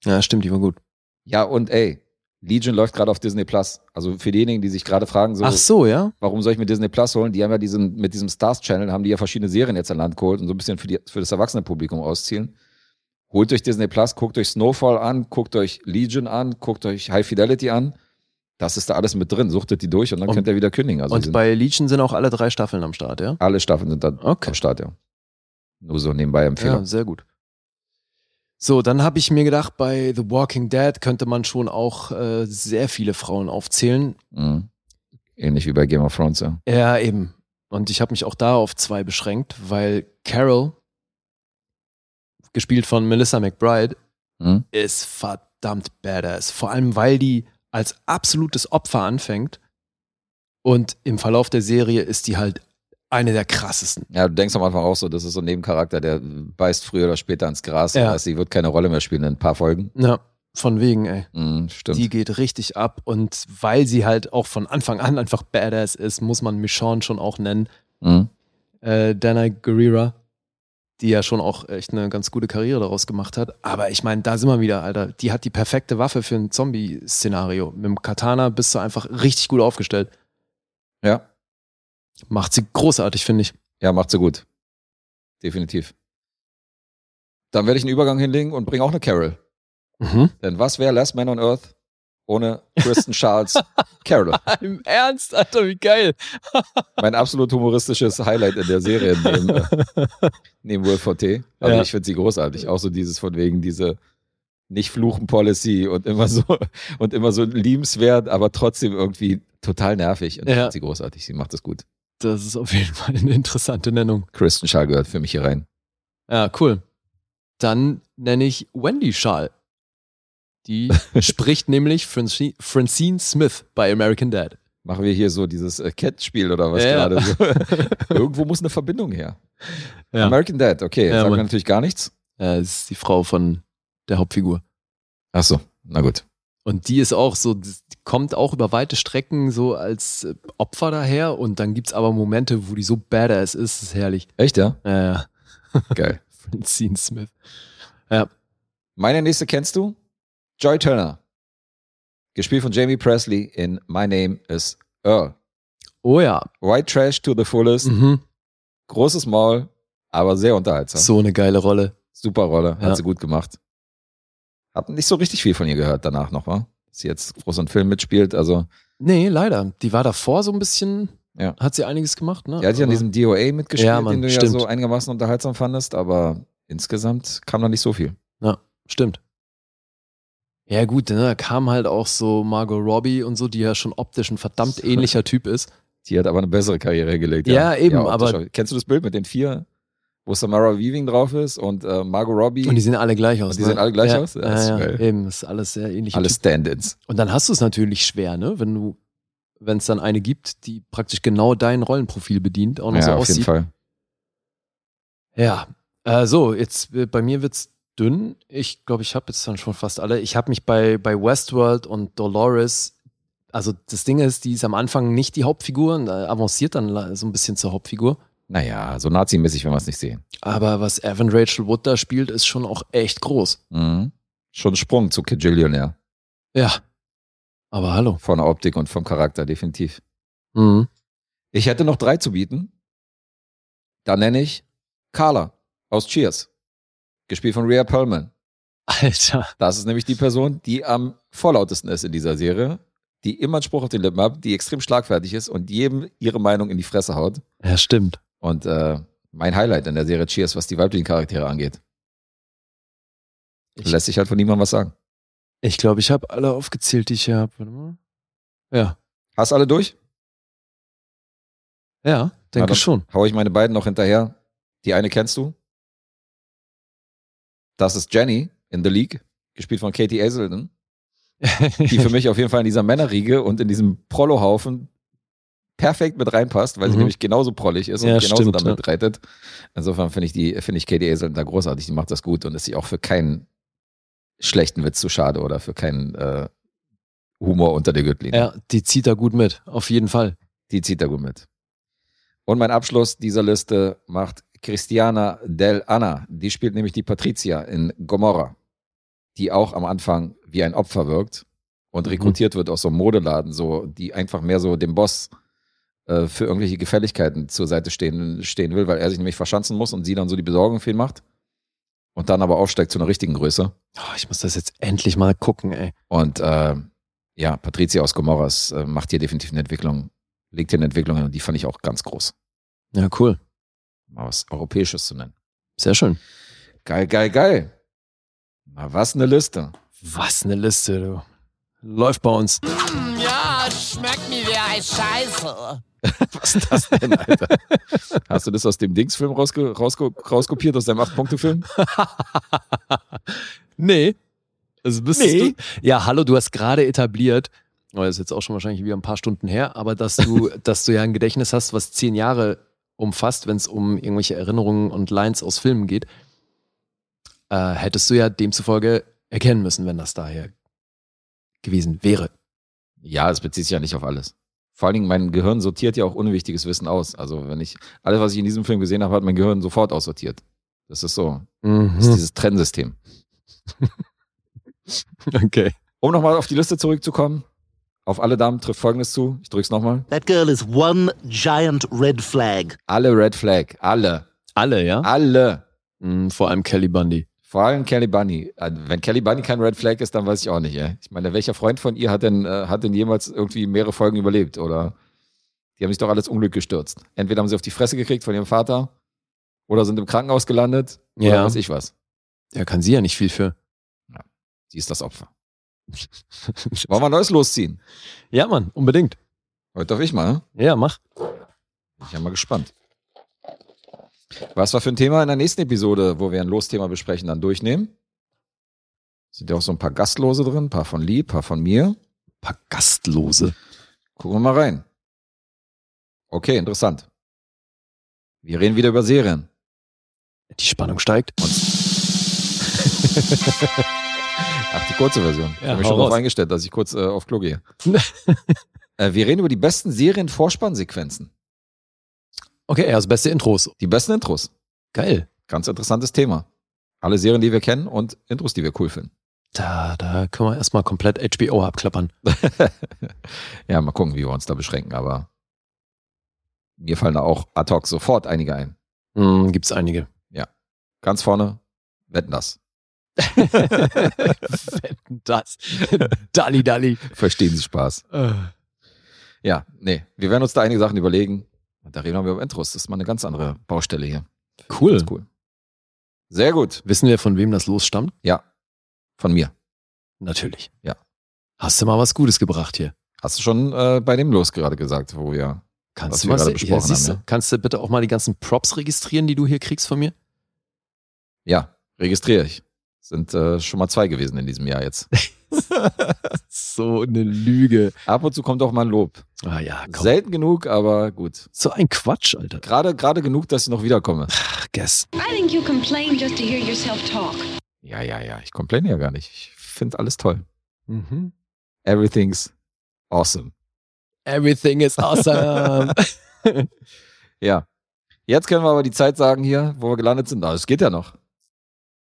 Ja, stimmt, die war gut.
Ja, und ey, Legion läuft gerade auf Disney Plus. Also für diejenigen, die sich gerade fragen, so,
Ach so, ja.
warum soll ich mir Disney Plus holen? Die haben ja diesen, mit diesem Stars Channel, haben die ja verschiedene Serien jetzt an Land geholt und so ein bisschen für, die, für das Erwachsenenpublikum auszielen. Holt euch Disney Plus, guckt euch Snowfall an, guckt euch Legion an, guckt euch High Fidelity an. Das ist da alles mit drin. Suchtet die durch und dann
Und-
könnt ihr wieder kündigen. Also die
Und
sind-
bei Legion sind auch alle drei Staffeln am Start, ja?
alle Staffeln sind da
Okay.
am Start, ja. Nur so nebenbei Empfehlung.
Ja, sehr gut. So, dann habe ich mir gedacht, bei The Walking Dead könnte man schon auch äh, sehr viele Frauen aufzählen.
Mhm. Ähnlich wie bei Game of Thrones, ja.
Ja, eben. Und ich habe mich auch da auf zwei beschränkt, weil Carol, gespielt von Melissa McBride,
Mhm.
ist verdammt badass. Vor allem, weil die als absolutes Opfer anfängt. Und im Verlauf der Serie ist die halt eine der krassesten.
Ja, du denkst am Anfang auch so, das ist so ein Nebencharakter, der beißt früher oder später ins Gras.
Ja.
Ja. Sie wird keine Rolle mehr spielen in ein paar Folgen.
Ja, von wegen, ey.
Mhm, stimmt.
Die geht richtig ab und weil sie halt auch von Anfang an einfach badass ist, muss man Michonne schon auch nennen.
mhm.
Äh, Dana Guerrera, die ja schon auch echt eine ganz gute Karriere daraus gemacht hat. Aber ich meine, da sind wir wieder, Alter. Die hat die perfekte Waffe für ein Zombie-Szenario. Mit dem Katana bist du einfach richtig gut aufgestellt.
Ja.
Macht sie großartig, finde ich.
ja, macht sie gut. Definitiv. Dann werde ich einen Übergang hinlegen und bringe auch eine Carol.
Mhm.
Denn was wäre Last Man on Earth ohne Kristen Charles Carol?
Im Ernst, Alter, wie geil.
Mein absolut humoristisches Highlight in der Serie neben, äh, neben Will Forte. Also
Ja.
ich finde sie großartig. Auch so dieses von wegen diese nicht fluchen Policy und immer so und immer so liebenswert, aber trotzdem irgendwie total nervig. Und ich
Ja.
finde sie großartig. Sie macht das gut.
Das ist auf jeden Fall eine interessante Nennung.
Kristen Schaal gehört für mich hier rein.
Ja, cool. Dann nenne ich Wendy Schall. Die spricht nämlich Franci- Francine Smith bei American Dad.
Machen wir hier so dieses äh, Cat-Spiel oder was
Ja, ja.
gerade so. Irgendwo muss eine Verbindung her.
Ja.
American Dad, okay, jetzt
Ja,
sagen wir
Mann.
natürlich gar nichts.
Äh, ist die Frau von der Hauptfigur.
Ach so, na gut.
Und die ist auch so, die kommt auch über weite Strecken so als äh, Opfer daher und dann gibt es aber Momente, wo die so badass ist, ist herrlich.
Echt, ja?
Ja, ja.
Geil.
Francine Smith.
Meine nächste kennst du? Joy Turner. Gespielt von Jamie Presley in My Name is Earl.
Oh ja.
White Trash to the fullest.
Mhm.
Großes Maul, aber sehr unterhaltsam.
So eine geile Rolle.
Super Rolle, hat
Ja.
sie gut gemacht. Hab nicht so richtig viel von ihr gehört danach noch, wa? Dass sie jetzt groß in Film mitspielt. Also,
Nee, leider. Die war davor so ein bisschen,
Ja.
hat sie einiges gemacht, ne?
er hat ja an
Aber-
diesem DOA mitgespielt,
Ja, Mann,
den du ja
stimmt.
so einigermaßen unterhaltsam fandest, aber insgesamt kam da nicht so viel.
Stimmt. Ja, gut, ne, da kam halt auch so Margot Robbie und so, die ja schon optisch ein verdammt ähnlicher Typ ist.
Die hat aber eine bessere Karriere gelegt.
Ja, eben,
optisch.
aber-
Kennst du das Bild mit den vier, wo Samara Weaving drauf ist und äh, Margot Robbie?
Und die sehen alle gleich aus.
Und die
ne?
sehen alle gleich
ja,
aus? Ja,
Ja,
ist
ja,
geil.
Eben, ist alles sehr ähnlich.
alle Stand-ins.
Und dann hast du es natürlich schwer, ne? Wenn du, wenn es dann eine gibt, die praktisch genau dein Rollenprofil bedient, auch noch so
Ja, auf jeden
aussieht.
Fall.
Ja. Äh, so, jetzt äh, bei mir wird's dünn. Ich glaube, ich habe jetzt dann schon fast alle. Ich habe mich bei, bei Westworld und Dolores, also das Ding ist, die ist am Anfang nicht die Hauptfigur und äh, avanciert dann la- so ein bisschen zur Hauptfigur.
Naja, so nazimäßig, wenn wir es nicht sehen.
Aber was Evan Rachel Wood da spielt, ist schon auch echt groß.
Mhm. Schon Sprung zu Kajillionaire.
Ja. Aber hallo.
Von der Optik und vom Charakter, definitiv.
Mhm.
Ich hätte noch drei zu bieten. Da nenne ich Carla aus Cheers. Gespielt von Rhea Perlman.
Alter.
Das ist nämlich die Person, die am vorlautesten ist in dieser Serie, die immer einen Spruch auf den Lippen hat, die extrem schlagfertig ist und jedem ihre Meinung in die Fresse haut.
Ja, stimmt.
Und äh, mein Highlight in der Serie Cheers, was die weiblichen Charaktere angeht.
Ich-
Lässt sich halt von niemandem was sagen.
Ich glaube, ich habe alle aufgezählt, die ich hier habe. Warte mal. Ja.
Hast alle durch?
Ja,
Na,
denke
dann-
schon.
hau ich meine beiden noch hinterher. Die eine kennst du. Das ist Jenny in The League, gespielt von Katie Hazelden, die für mich auf jeden Fall in dieser Männerriege und in diesem Prollohaufen perfekt mit reinpasst, weil sie
Mhm.
nämlich genauso prollig ist und
Ja,
genauso
stimmt,
damit reitet. Insofern finde ich die, finde ich Katie Hazelden da großartig, die macht das gut und ist sich auch für keinen schlechten Witz zu schade oder für keinen äh, Humor unter der Gürtellinie.
Ja, die zieht da gut mit. Auf jeden Fall.
Die zieht er gut mit. Und mein Abschluss dieser Liste macht Christiana Del Anna. Die spielt nämlich die Patricia in Gomorra, die auch am Anfang wie ein Opfer wirkt und
Mhm.
rekrutiert wird aus so einem Modeladen, so, die einfach mehr so dem Boss äh, für irgendwelche Gefälligkeiten zur Seite stehen, stehen will, weil er sich nämlich verschanzen muss und sie dann so die Besorgung für ihn macht und dann aber aufsteigt zu einer richtigen Größe.
Oh, ich muss das jetzt endlich mal gucken, ey.
Und äh, ja, Patricia aus Gomorra ist, äh, macht hier definitiv eine Entwicklung, legt hier eine Entwicklung hin und die fand ich auch ganz groß.
Ja, cool.
mal was Europäisches zu nennen.
Sehr schön.
Geil, geil, geil. Na, was eine Liste.
Was eine Liste, du. Läuft bei uns.
Ja, schmeckt mir wie ein Scheiße.
Was ist das denn, Alter? Hast du das aus dem Dingsfilm rausge rausge rauskopiert, aus deinem 8-Punkte-Film?
nee. Also bist
Nee.
du. Ja, hallo, du hast gerade etabliert, oh, das ist jetzt auch schon wahrscheinlich wieder ein paar Stunden her, aber dass du, dass du ja ein Gedächtnis hast, was zehn Jahre umfasst, wenn es um irgendwelche Erinnerungen und Lines aus Filmen geht, äh, hättest du ja demzufolge erkennen müssen, wenn das daher gewesen wäre.
Ja, es bezieht sich ja nicht auf alles. Vor allen Dingen, mein Gehirn sortiert ja auch unwichtiges Wissen aus. Also, wenn ich, alles, was ich in diesem Film gesehen habe, hat mein Gehirn sofort aussortiert. Das ist so.
Mhm.
Das
Hm.
ist dieses Trennsystem.
Okay.
Um nochmal auf die Liste zurückzukommen, auf alle Damen trifft folgendes zu. Ich drück's nochmal.
That girl is one giant red flag.
Alle Red Flag. Alle.
Alle, ja?
Ah. Alle.
Mm, vor allem Kelly Bundy.
Vor allem Kelly Bunny. Äh, Wenn Kelly Bunny kein Red Flag ist, dann weiß ich auch nicht. Ey. Ich meine, welcher Freund von ihr hat denn, äh, hat denn jemals irgendwie mehrere Folgen überlebt? Oder die haben sich doch alles Unglück gestürzt. Entweder haben sie auf die Fresse gekriegt von ihrem Vater oder sind im Krankenhaus gelandet oder
Ja.
weiß ich was.
Ja, kann sie ja nicht viel für.
Sie ist das Opfer. Wollen wir ein neues losziehen?
ja, Mann, unbedingt.
Heute darf ich mal. ne?
Ja, mach.
Bin ich ja mal gespannt. Was wir für ein Thema in der nächsten Episode, wo wir ein Losthema besprechen, dann durchnehmen? Sind ja auch so ein paar Gastlose drin, ein paar von Lee, ein paar von mir.
paar Gastlose.
Gucken wir mal rein. Okay, interessant. Wir reden wieder über Serien.
Die Spannung steigt.
Ach, die kurze Version. ich
Ja,
habe mich
hau
schon darauf
raus.
eingestellt, dass ich kurz äh, auf Klo gehe. äh, wir reden über die besten Serien-Vorspannsequenzen.
Okay, ja, das beste Intros.
Die besten Intros.
Geil.
Ganz interessantes Thema. Alle Serien, die wir kennen und Intros, die wir cool finden.
Da, da können wir erstmal komplett HBO abklappern.
ja, mal gucken, wie wir uns da beschränken, aber mir fallen da auch ad hoc sofort einige ein.
Hm, gibt's einige.
Ganz vorne, wetten das.
Wetten das. Dalli, Dalli.
Verstehen Sie Spaß. Ja, nee, wir werden uns da einige Sachen überlegen. Und da reden wir über Intros. Das ist mal eine ganz andere Baustelle hier.
Cool.
Ganz cool. Sehr gut.
Wissen wir, von wem das losstammt?
Von mir.
Natürlich.
Ja.
Hast du mal was Gutes gebracht hier?
Hast du schon äh, bei dem Los gerade gesagt, wo wir.
Kannst
Was
du
wir
mal
gerade
se-
besprochen haben, ne?
siehst du.
ja.
Kannst du bitte auch mal die ganzen Props registrieren, die du hier kriegst von mir?
Ja, registriere ich. Sind äh, schon mal zwei gewesen in diesem Jahr jetzt.
so eine Lüge.
Ab und zu kommt auch mal ein Lob.
Ah ja, komm.
Selten genug, aber gut.
so ein Quatsch, Alter.
Gerade, gerade genug, dass ich noch wiederkomme.
Ach, guess.
I think you complain just to hear yourself talk.
Ja, ja, ja. Ich complaine ja gar nicht. Ich finde alles toll.
Mhm.
Everything's awesome.
Everything is awesome.
Ja. Jetzt können wir aber die Zeit sagen hier, wo wir gelandet sind. Aber es geht ja noch.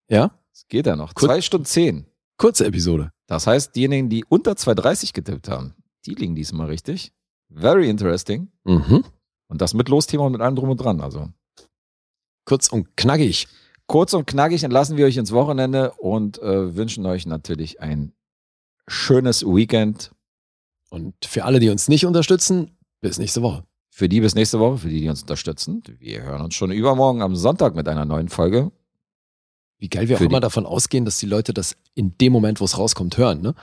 ja?
Es geht ja noch.
Kurz-
Zwei Stunden zehn.
Kurze Episode.
Das heißt, diejenigen, die unter 2,30 getippt haben, die liegen diesmal richtig. Very interesting.
Mhm.
Und das mit Losthema und mit allem drum und dran. Also
Kurz und knackig.
kurz und knackig entlassen wir euch ins Wochenende und äh, wünschen euch natürlich ein schönes Weekend.
Und für alle, die uns nicht unterstützen, bis nächste Woche.
Für die bis nächste Woche, für die, die uns unterstützen. Wir hören uns schon übermorgen am Sonntag mit einer neuen Folge.
Wie geil wir auch
Für die-
immer davon ausgehen, dass die Leute das in dem Moment, wo es rauskommt, hören, ne?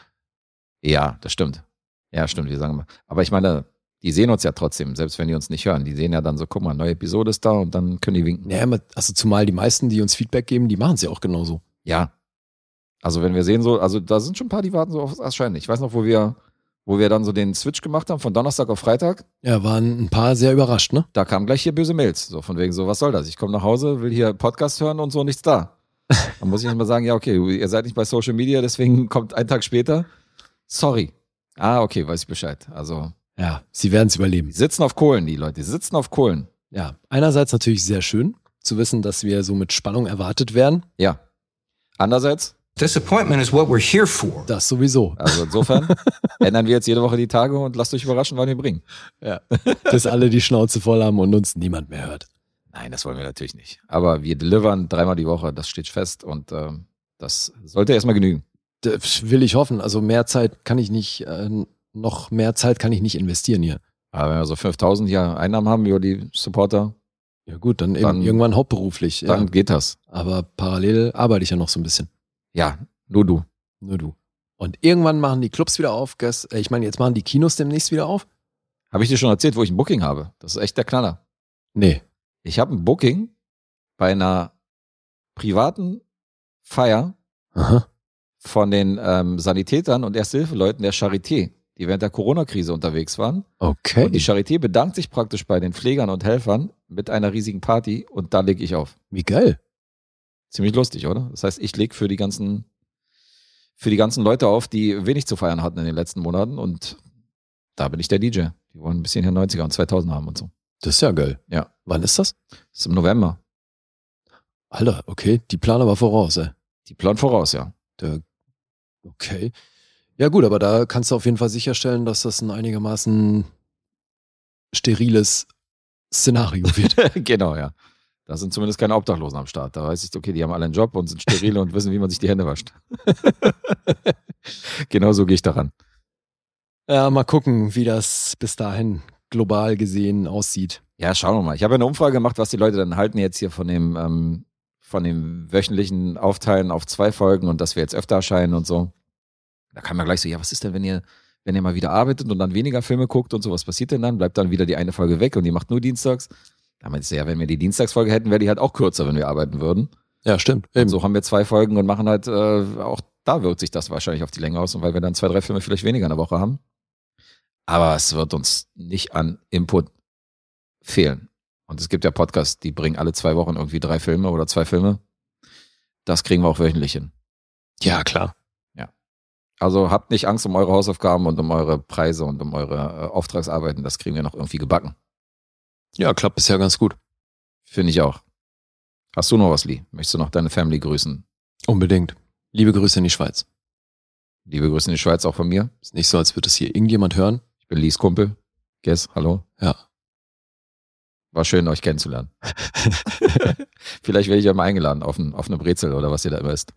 Ja, das stimmt. Ja, stimmt, wir sagen immer. Aber ich meine, die sehen uns ja trotzdem, selbst wenn die uns nicht hören. Die sehen ja dann so, guck mal, neue Episode ist da und dann können die winken.
Naja, man- also zumal die meisten, die uns Feedback geben, die machen es ja auch genauso.
Ja. Also wenn wir sehen so, also da sind schon ein paar, die warten so auf das Erscheinen. Ich weiß noch, wo wir, wo wir dann so den Switch gemacht haben von Donnerstag auf Freitag.
Ja, waren ein paar sehr überrascht, ne?
Da kamen gleich hier böse Mails. So von wegen so, was soll das? Ich komme nach Hause, will hier Podcast hören und so, nichts da. Dann muss ich erst mal sagen, ja, okay, ihr seid nicht bei Social Media, deswegen kommt ein Tag später. Sorry. Ah, okay, weiß ich Bescheid. Also,
Ja, sie werden es
die
überleben.
sitzen auf Kohlen, die Leute, die sitzen auf Kohlen.
Ja, einerseits natürlich sehr schön zu wissen, dass wir so mit Spannung erwartet werden.
Ja. Andererseits,
Disappointment is what we're here for.
Das sowieso,
also insofern, ändern wir jetzt jede Woche die Tage und lasst euch überraschen, wann wir bringen.
bis alle die Schnauze voll haben und uns niemand mehr hört.
Nein, das wollen wir natürlich nicht. Aber wir delivern dreimal die Woche, das steht fest und ähm, das sollte erstmal genügen.
Das will ich hoffen. Also mehr Zeit kann ich nicht, äh, noch mehr Zeit kann ich nicht investieren hier.
Aber wenn wir so 5000 hier Einnahmen haben über die Supporter,
Ja gut, dann, eben
Dann-
irgendwann hauptberuflich.
dann
Ja.
geht das.
Aber parallel arbeite ich ja noch so ein bisschen.
Ja, nur du.
Nur du. Und irgendwann machen die Clubs wieder auf. Gas- äh, Ich meine, jetzt machen die Kinos demnächst wieder auf.
Habe ich dir schon erzählt, wo ich ein Booking habe? Das ist echt der Knaller.
Nee.
Ich habe ein Booking bei einer privaten Feier
Aha.
von den ähm, Sanitätern und Ersthilfeleuten der Charité, die während der Corona-Krise unterwegs waren.
Okay.
Und die Charité bedankt sich praktisch bei den Pflegern und Helfern mit einer riesigen Party und da lege ich auf.
Wie geil.
Ziemlich lustig, oder? Das heißt, ich lege für die ganzen, für die ganzen Leute auf, die wenig zu feiern hatten in den letzten Monaten und da bin ich der DJ. Die wollen ein bisschen hier 90er und 2000 haben und so.
Das ist ja geil.
Ja.
Wann ist das?
Das ist im November.
Alter, okay. Die Planer war voraus, ey.
Die planen voraus, ja.
Der, okay. Ja gut, aber da kannst du auf jeden Fall sicherstellen, dass das ein einigermaßen steriles Szenario wird.
genau, ja. Da sind zumindest keine Obdachlosen am Start. Da weiß ich, okay, die haben alle einen Job und sind sterile und wissen, wie man sich die Hände wascht. genau so gehe ich daran.
ja, Äh, mal gucken, wie das bis dahin global gesehen aussieht.
Ja, schauen wir mal. Ich habe ja eine Umfrage gemacht, was die Leute dann halten jetzt hier von dem, ähm, von dem wöchentlichen Aufteilen auf zwei Folgen und dass wir jetzt öfter erscheinen und so. Da kam ja gleich so, ja, was ist denn, wenn ihr, wenn ihr mal wieder arbeitet und dann weniger Filme guckt und so, was passiert denn dann? Bleibt dann wieder die eine Folge weg und ihr macht nur dienstags? Da meinte ich so, ja, wenn wir die Dienstagsfolge hätten, wäre die halt auch kürzer, wenn wir arbeiten würden.
Ja, stimmt.
Und
Eben.
so haben wir zwei Folgen und machen halt, äh, auch da wirkt sich das wahrscheinlich auf die Länge aus und weil wir dann zwei, drei Filme vielleicht weniger in der Woche haben. Aber es wird uns nicht an Input fehlen. Und es gibt ja Podcasts, die bringen alle zwei Wochen irgendwie drei Filme oder zwei Filme. Das kriegen wir auch wöchentlich hin.
Ja, klar.
Ja. Also habt nicht Angst um eure Hausaufgaben und um eure Preise und um eure äh, Auftragsarbeiten. Das kriegen wir noch irgendwie gebacken.
Ja, klappt bisher ganz gut.
Finde ich auch. Hast du noch was, Lee? Möchtest du noch deine Family grüßen?
Unbedingt. Liebe Grüße in die Schweiz.
Liebe Grüße in die Schweiz auch von mir.
Ist nicht so, als würde es hier irgendjemand hören.
Ich bin Lees Kumpel. Guess, hallo.
Ja.
War schön, euch kennenzulernen. Vielleicht werde ich ja mal eingeladen auf, ein, auf eine Brezel oder was ihr da immer isst.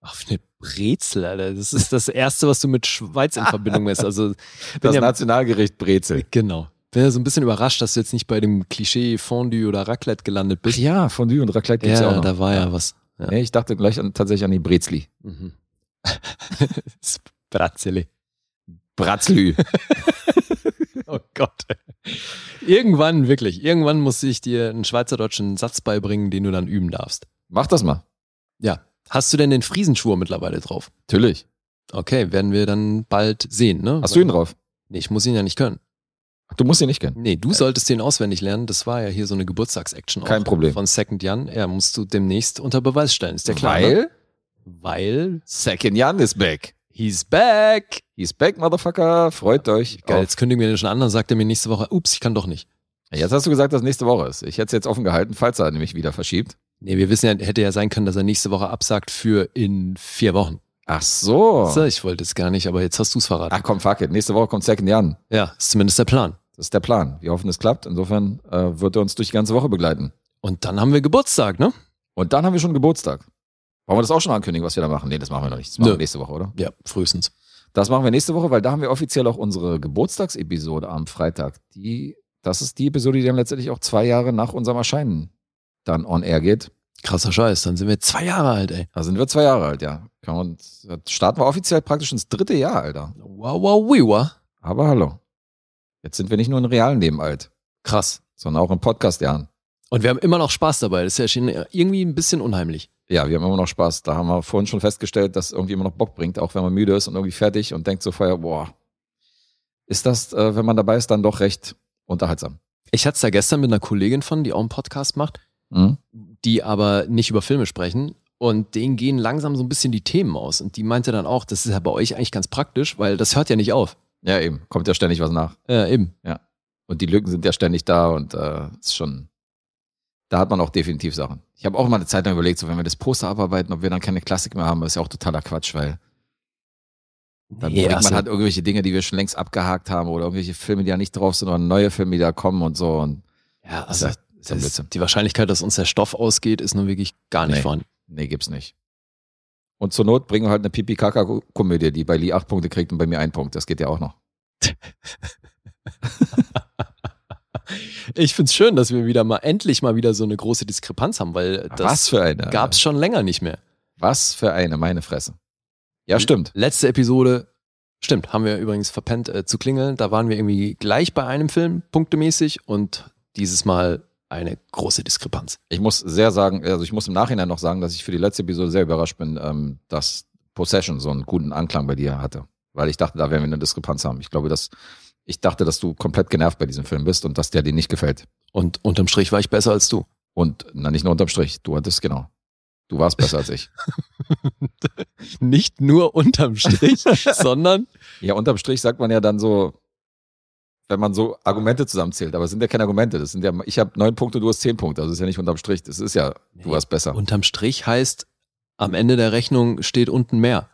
Auf eine Brezel, Alter. Das ist das Erste, was du mit Schweiz in Verbindung bist. Also,
Das
ja-
Nationalgericht Brezel.
genau. Bin ja so ein bisschen überrascht, dass du jetzt nicht bei dem Klischee Fondue oder Raclette gelandet
Ach
bist.
ja, Fondue und Raclette gibt's ja, auch noch.
da war ja was. Ja.
Nee, ich dachte gleich an, tatsächlich an die Brezli.
Mhm. Spratzeli.
Bratzlü.
Oh Gott. Irgendwann, wirklich, irgendwann muss ich dir einen schweizerdeutschen Satz beibringen, den du dann üben darfst.
Mach das mal.
Ja. Hast du denn den Friesenschwur mittlerweile drauf?
Natürlich.
Okay, werden wir dann bald sehen, ne?
Hast du ihn drauf?
Nee, ich muss ihn ja nicht können.
Du musst ihn nicht kennen.
Nee, du solltest den auswendig lernen. Das war ja hier so eine Geburtstagsaction. auch
Äh. Kein Problem.
Von Second Jan. Ja, musst du demnächst unter Beweis stellen. Ist ja klar. Ne?
Weil
Weil
Second Jan is back.
he's back.
He's back, Motherfucker. Freut euch.
Geil,
auf-
jetzt kündigen wir den schon an, dann sagt er mir nächste Woche, ups, ich kann doch nicht.
Jetzt hast du gesagt, dass nächste Woche ist. Ich hätte es jetzt offen gehalten, falls er nämlich wieder verschiebt.
Nee, wir wissen ja, hätte ja sein können, dass er nächste Woche absagt für in vier Wochen.
Ach so.
So, ich wollte es gar nicht, aber jetzt hast du es verraten.
Oh. Ach komm, fuck it. Nächste Woche kommt Second Jan.
Ja, ist zumindest der Plan.
Das ist der Plan. Wir hoffen, es klappt. Insofern äh, wird er uns durch die ganze Woche begleiten.
Und dann haben wir Geburtstag, ne?
Und dann haben wir schon Geburtstag. Wollen wir das auch schon ankündigen, was wir da machen? Nee, das machen wir noch nicht. Das machen
Nö.
wir nächste Woche, oder?
Ja, frühestens.
Das machen wir nächste Woche, weil da haben wir offiziell auch unsere Geburtstagsepisode am Freitag. Die, das ist die Episode, die dann letztendlich auch zwei Jahre nach unserem Erscheinen dann on air geht.
Krasser Scheiß, dann sind wir zwei Jahre alt, ey.
Da sind wir zwei Jahre alt, ja. Kann man, das starten wir offiziell praktisch ins dritte Jahr, Alter.
Wow, wow, wee, wow.
Aber hallo. Jetzt sind wir nicht nur in realen Leben alt,
Krass.
sondern auch in Podcast-Jahren.
Und wir haben immer noch Spaß dabei. Das ist ja schon irgendwie ein bisschen unheimlich.
Ja, wir haben immer noch Spaß. Da haben wir vorhin schon festgestellt, dass irgendwie immer noch Bock bringt, auch wenn man müde ist und irgendwie fertig und denkt so vorher, boah, ist das, äh, wenn man dabei ist, dann doch recht unterhaltsam.
Ich hatte es da gestern mit einer Kollegin von, die auch einen Podcast macht,
Mhm.
die aber nicht über Filme sprechen. Und denen gehen langsam so ein bisschen die Themen aus. Und die meinte dann auch, das ist ja bei euch eigentlich ganz praktisch, weil das hört ja nicht auf.
Ja, eben. Kommt ja ständig was nach.
Ja, eben.
Und die Lücken sind ja ständig da und äh, ist schon. Da hat man auch definitiv Sachen. Ich habe auch mal eine Zeit lang überlegt, so wenn wir das Poster abarbeiten, ob wir dann keine Klassik mehr haben, ist ja auch totaler Quatsch, weil dann
Nee,
bringt man
also-
halt irgendwelche Dinge, die wir schon längst abgehakt haben oder irgendwelche Filme, die ja nicht drauf sind oder neue Filme, die da kommen und so. Und
Ja, also
also, ist ja, ist ja
das,
Blödsinn.
die Wahrscheinlichkeit, dass uns der Stoff ausgeht, ist nun wirklich gar nicht
Nee.
vorhanden.
Nee, gibt's nicht. Und zur Not bringen wir halt eine Pipi-Kaka-Komödie, die bei Lee acht Punkte kriegt und bei mir einen Punkt. Das geht ja auch noch.
Ich find's schön, dass wir wieder mal endlich mal wieder so eine große Diskrepanz haben, weil
Was
das
für eine.
gab's schon länger nicht mehr.
Was für eine, meine Fresse.
Hm.
Ja, stimmt.
Letzte Episode, stimmt, haben wir übrigens verpennt äh, zu klingeln. Da waren wir irgendwie gleich bei einem Film, punktemäßig, und dieses Mal eine große Diskrepanz.
Ich muss sehr sagen, also ich muss im Nachhinein noch sagen, dass ich für die letzte Episode sehr überrascht bin, ähm, dass Possession so einen guten Anklang bei dir hatte. Weil ich dachte, da werden wir eine Diskrepanz haben. Ich glaube, dass ich dachte, dass du komplett genervt bei diesem Film bist und dass der dir nicht gefällt.
Und unterm Strich war ich besser als du.
Und na, nicht nur unterm Strich, du hattest genau. Du warst besser als ich.
Nicht nur unterm Strich, sondern
Ja, unterm Strich sagt man ja dann so, wenn man so Argumente zusammenzählt, aber es sind ja keine Argumente. Das sind ja, ich habe neun Punkte, du hast zehn Punkte. Also es ist ja nicht unterm Strich. Das ist ja, du
Nee.
warst besser.
unterm Strich heißt, am Ende der Rechnung steht unten mehr.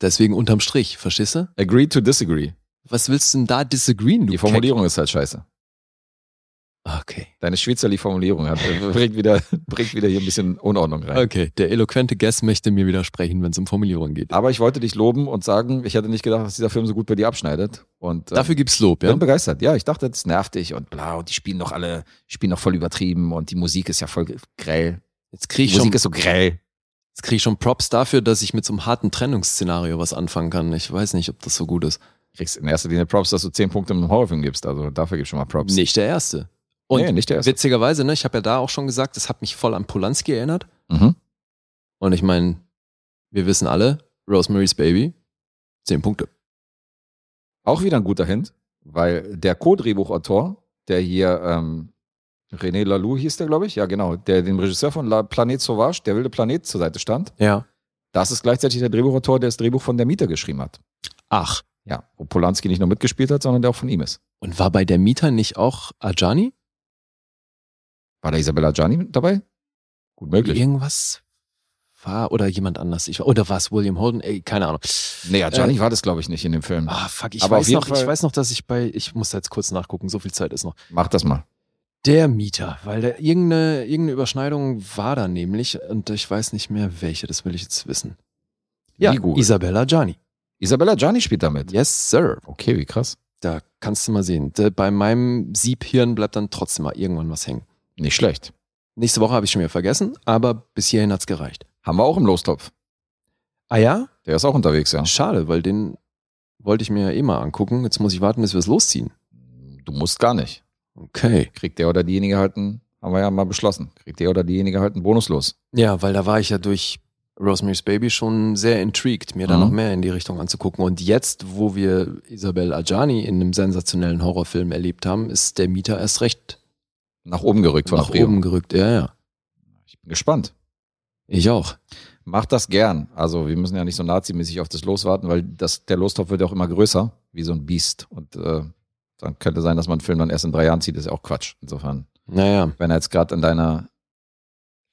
Deswegen unterm Strich, verstehst du?
Agree to disagree.
Was willst du denn da disagreeen, du
Die Formulierung ist halt scheiße.
Keck? Okay.
Deine Schweizerli-Formulierung hat- äh, bringt wieder, bringt wieder hier ein bisschen Unordnung rein.
Okay, der eloquente Guest möchte mir widersprechen, wenn es um Formulierungen geht.
Aber ich wollte dich loben und sagen, ich hätte nicht gedacht, dass dieser Film so gut bei dir abschneidet. Und äh,
Dafür gibt's Lob,
bin
ja?
begeistert. Ja, ich dachte, das nervt dich und bla. Und die spielen doch alle, spielen doch voll übertrieben und die Musik ist ja voll grell.
Jetzt
Die
kriege ich, schon-
Musik ist so grell.
jetzt krieg ich schon Props dafür, dass ich mit so einem harten Trennungsszenario was anfangen kann. Ich weiß nicht, ob das so gut ist.
Kriegst in erster Linie Props, dass du zehn Punkte im Horrorfilm gibst. Also dafür gibst du schon mal Props.
Nicht der erste. Und
nee, nicht der erste.
witzigerweise, ne, ich habe ja da auch schon gesagt, das hat mich voll an Polanski erinnert.
Mhm.
Und ich meine, wir wissen alle, Rosemary's Baby, zehn Punkte.
Auch wieder ein guter Hint, weil der Co-Drehbuchautor, der hier ähm, René Laloux hieß der, glaube ich, ja genau, der dem Regisseur von La Planet Sauvage, der wilde Planet, zur Seite stand,
Ja.
Das ist gleichzeitig der Drehbuchautor, der das Drehbuch von Der Mieter geschrieben hat.
Ach.
Ja, wo Polanski nicht nur mitgespielt hat, sondern der auch von ihm ist.
Und war bei Der Mieter nicht auch Ajani?
War da Isabella Ajani dabei? Gut möglich.
Irgendwas war oder jemand anders. Ich, oder war es William Holden? Ey, keine Ahnung.
Nee, Ajani äh, war das, glaube ich, nicht in dem Film.
Ah, fuck, ich
Aber auf
weiß
jeden
noch,
Fall-
ich weiß noch, dass ich bei, ich muss da jetzt kurz nachgucken, so viel Zeit ist noch.
Mach das mal.
Der Mieter, weil da irgendeine, irgendeine Überschneidung war da nämlich und ich weiß nicht mehr welche, das will ich jetzt wissen. Ja,
Wie gut.
Isabella Gianni.
Isabella Gianni spielt damit.
Yes, sir.
Okay, wie krass.
Da kannst du mal sehen. Da, bei meinem Siebhirn bleibt dann trotzdem mal irgendwann was hängen.
Nicht schlecht.
Nächste Woche habe ich schon wieder vergessen, aber bis hierhin hat's gereicht.
Haben wir auch im Lostopf.
Ah ja?
Der ist auch unterwegs, ja.
Schade, weil den wollte ich mir ja eh mal angucken. Jetzt muss ich warten, bis wir es losziehen.
Du musst gar nicht.
Okay.
Kriegt der oder diejenige halt einen, haben wir ja mal beschlossen, kriegt der oder diejenige halt einen Bonus los.
Ja, weil da war ich ja durch Rosemary's Baby schon sehr intrigued, mir da
Mhm.
noch mehr in die Richtung anzugucken. Und jetzt, wo wir Isabel Adjani in einem sensationellen Horrorfilm erlebt haben, ist der Mieter erst recht
Nach oben gerückt von
nach
der Prio.
oben gerückt. Ja, ja.
Ich bin gespannt.
Ich auch.
Macht das gern. Also wir müssen ja nicht so nazimäßig auf das Los warten, weil das, der Lostopf wird ja auch immer größer, wie so ein Biest. Und äh, dann könnte sein, dass man einen Film dann erst in drei Jahren zieht, ist ja auch Quatsch. Insofern,
Naja.
wenn er jetzt gerade in deiner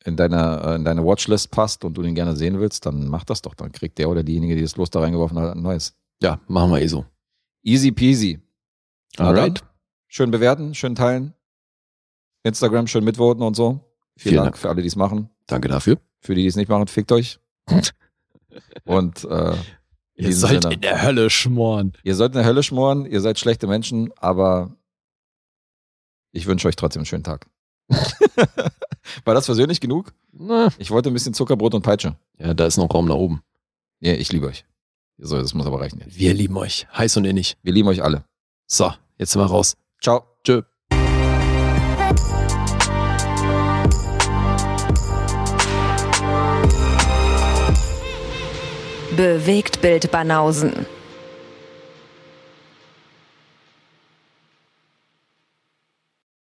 in deiner äh, in deine Watchlist passt und du den gerne sehen willst, dann mach das doch. Dann kriegt der oder diejenige, die das Los da reingeworfen hat, ein neues.
Ja, machen wir eh so.
Easy peasy. Na dann,
Alright.
Schön bewerten, schön teilen. Instagram schön mitvoten und so. Vielen,
Vielen
Dank,
Dank.
für alle, die es machen.
Danke dafür.
Für die, die es nicht machen, fickt euch. und äh, in
Ihr
diesem
sollt
Sinne.
in der Hölle schmoren.
Ihr sollt in der Hölle schmoren, ihr seid schlechte Menschen, aber ich wünsche euch trotzdem einen schönen Tag. War das persönlich genug?
Na,
Ich wollte ein bisschen Zuckerbrot und Peitsche.
ja, da ist noch Raum nach oben.
Ja, ich liebe euch. So, das muss aber reichen jetzt.
Wir lieben euch. Heiß und innig.
Wir lieben euch alle.
So, jetzt sind wir raus.
Ciao.
Tschö.
Bewegt Bild Banausen.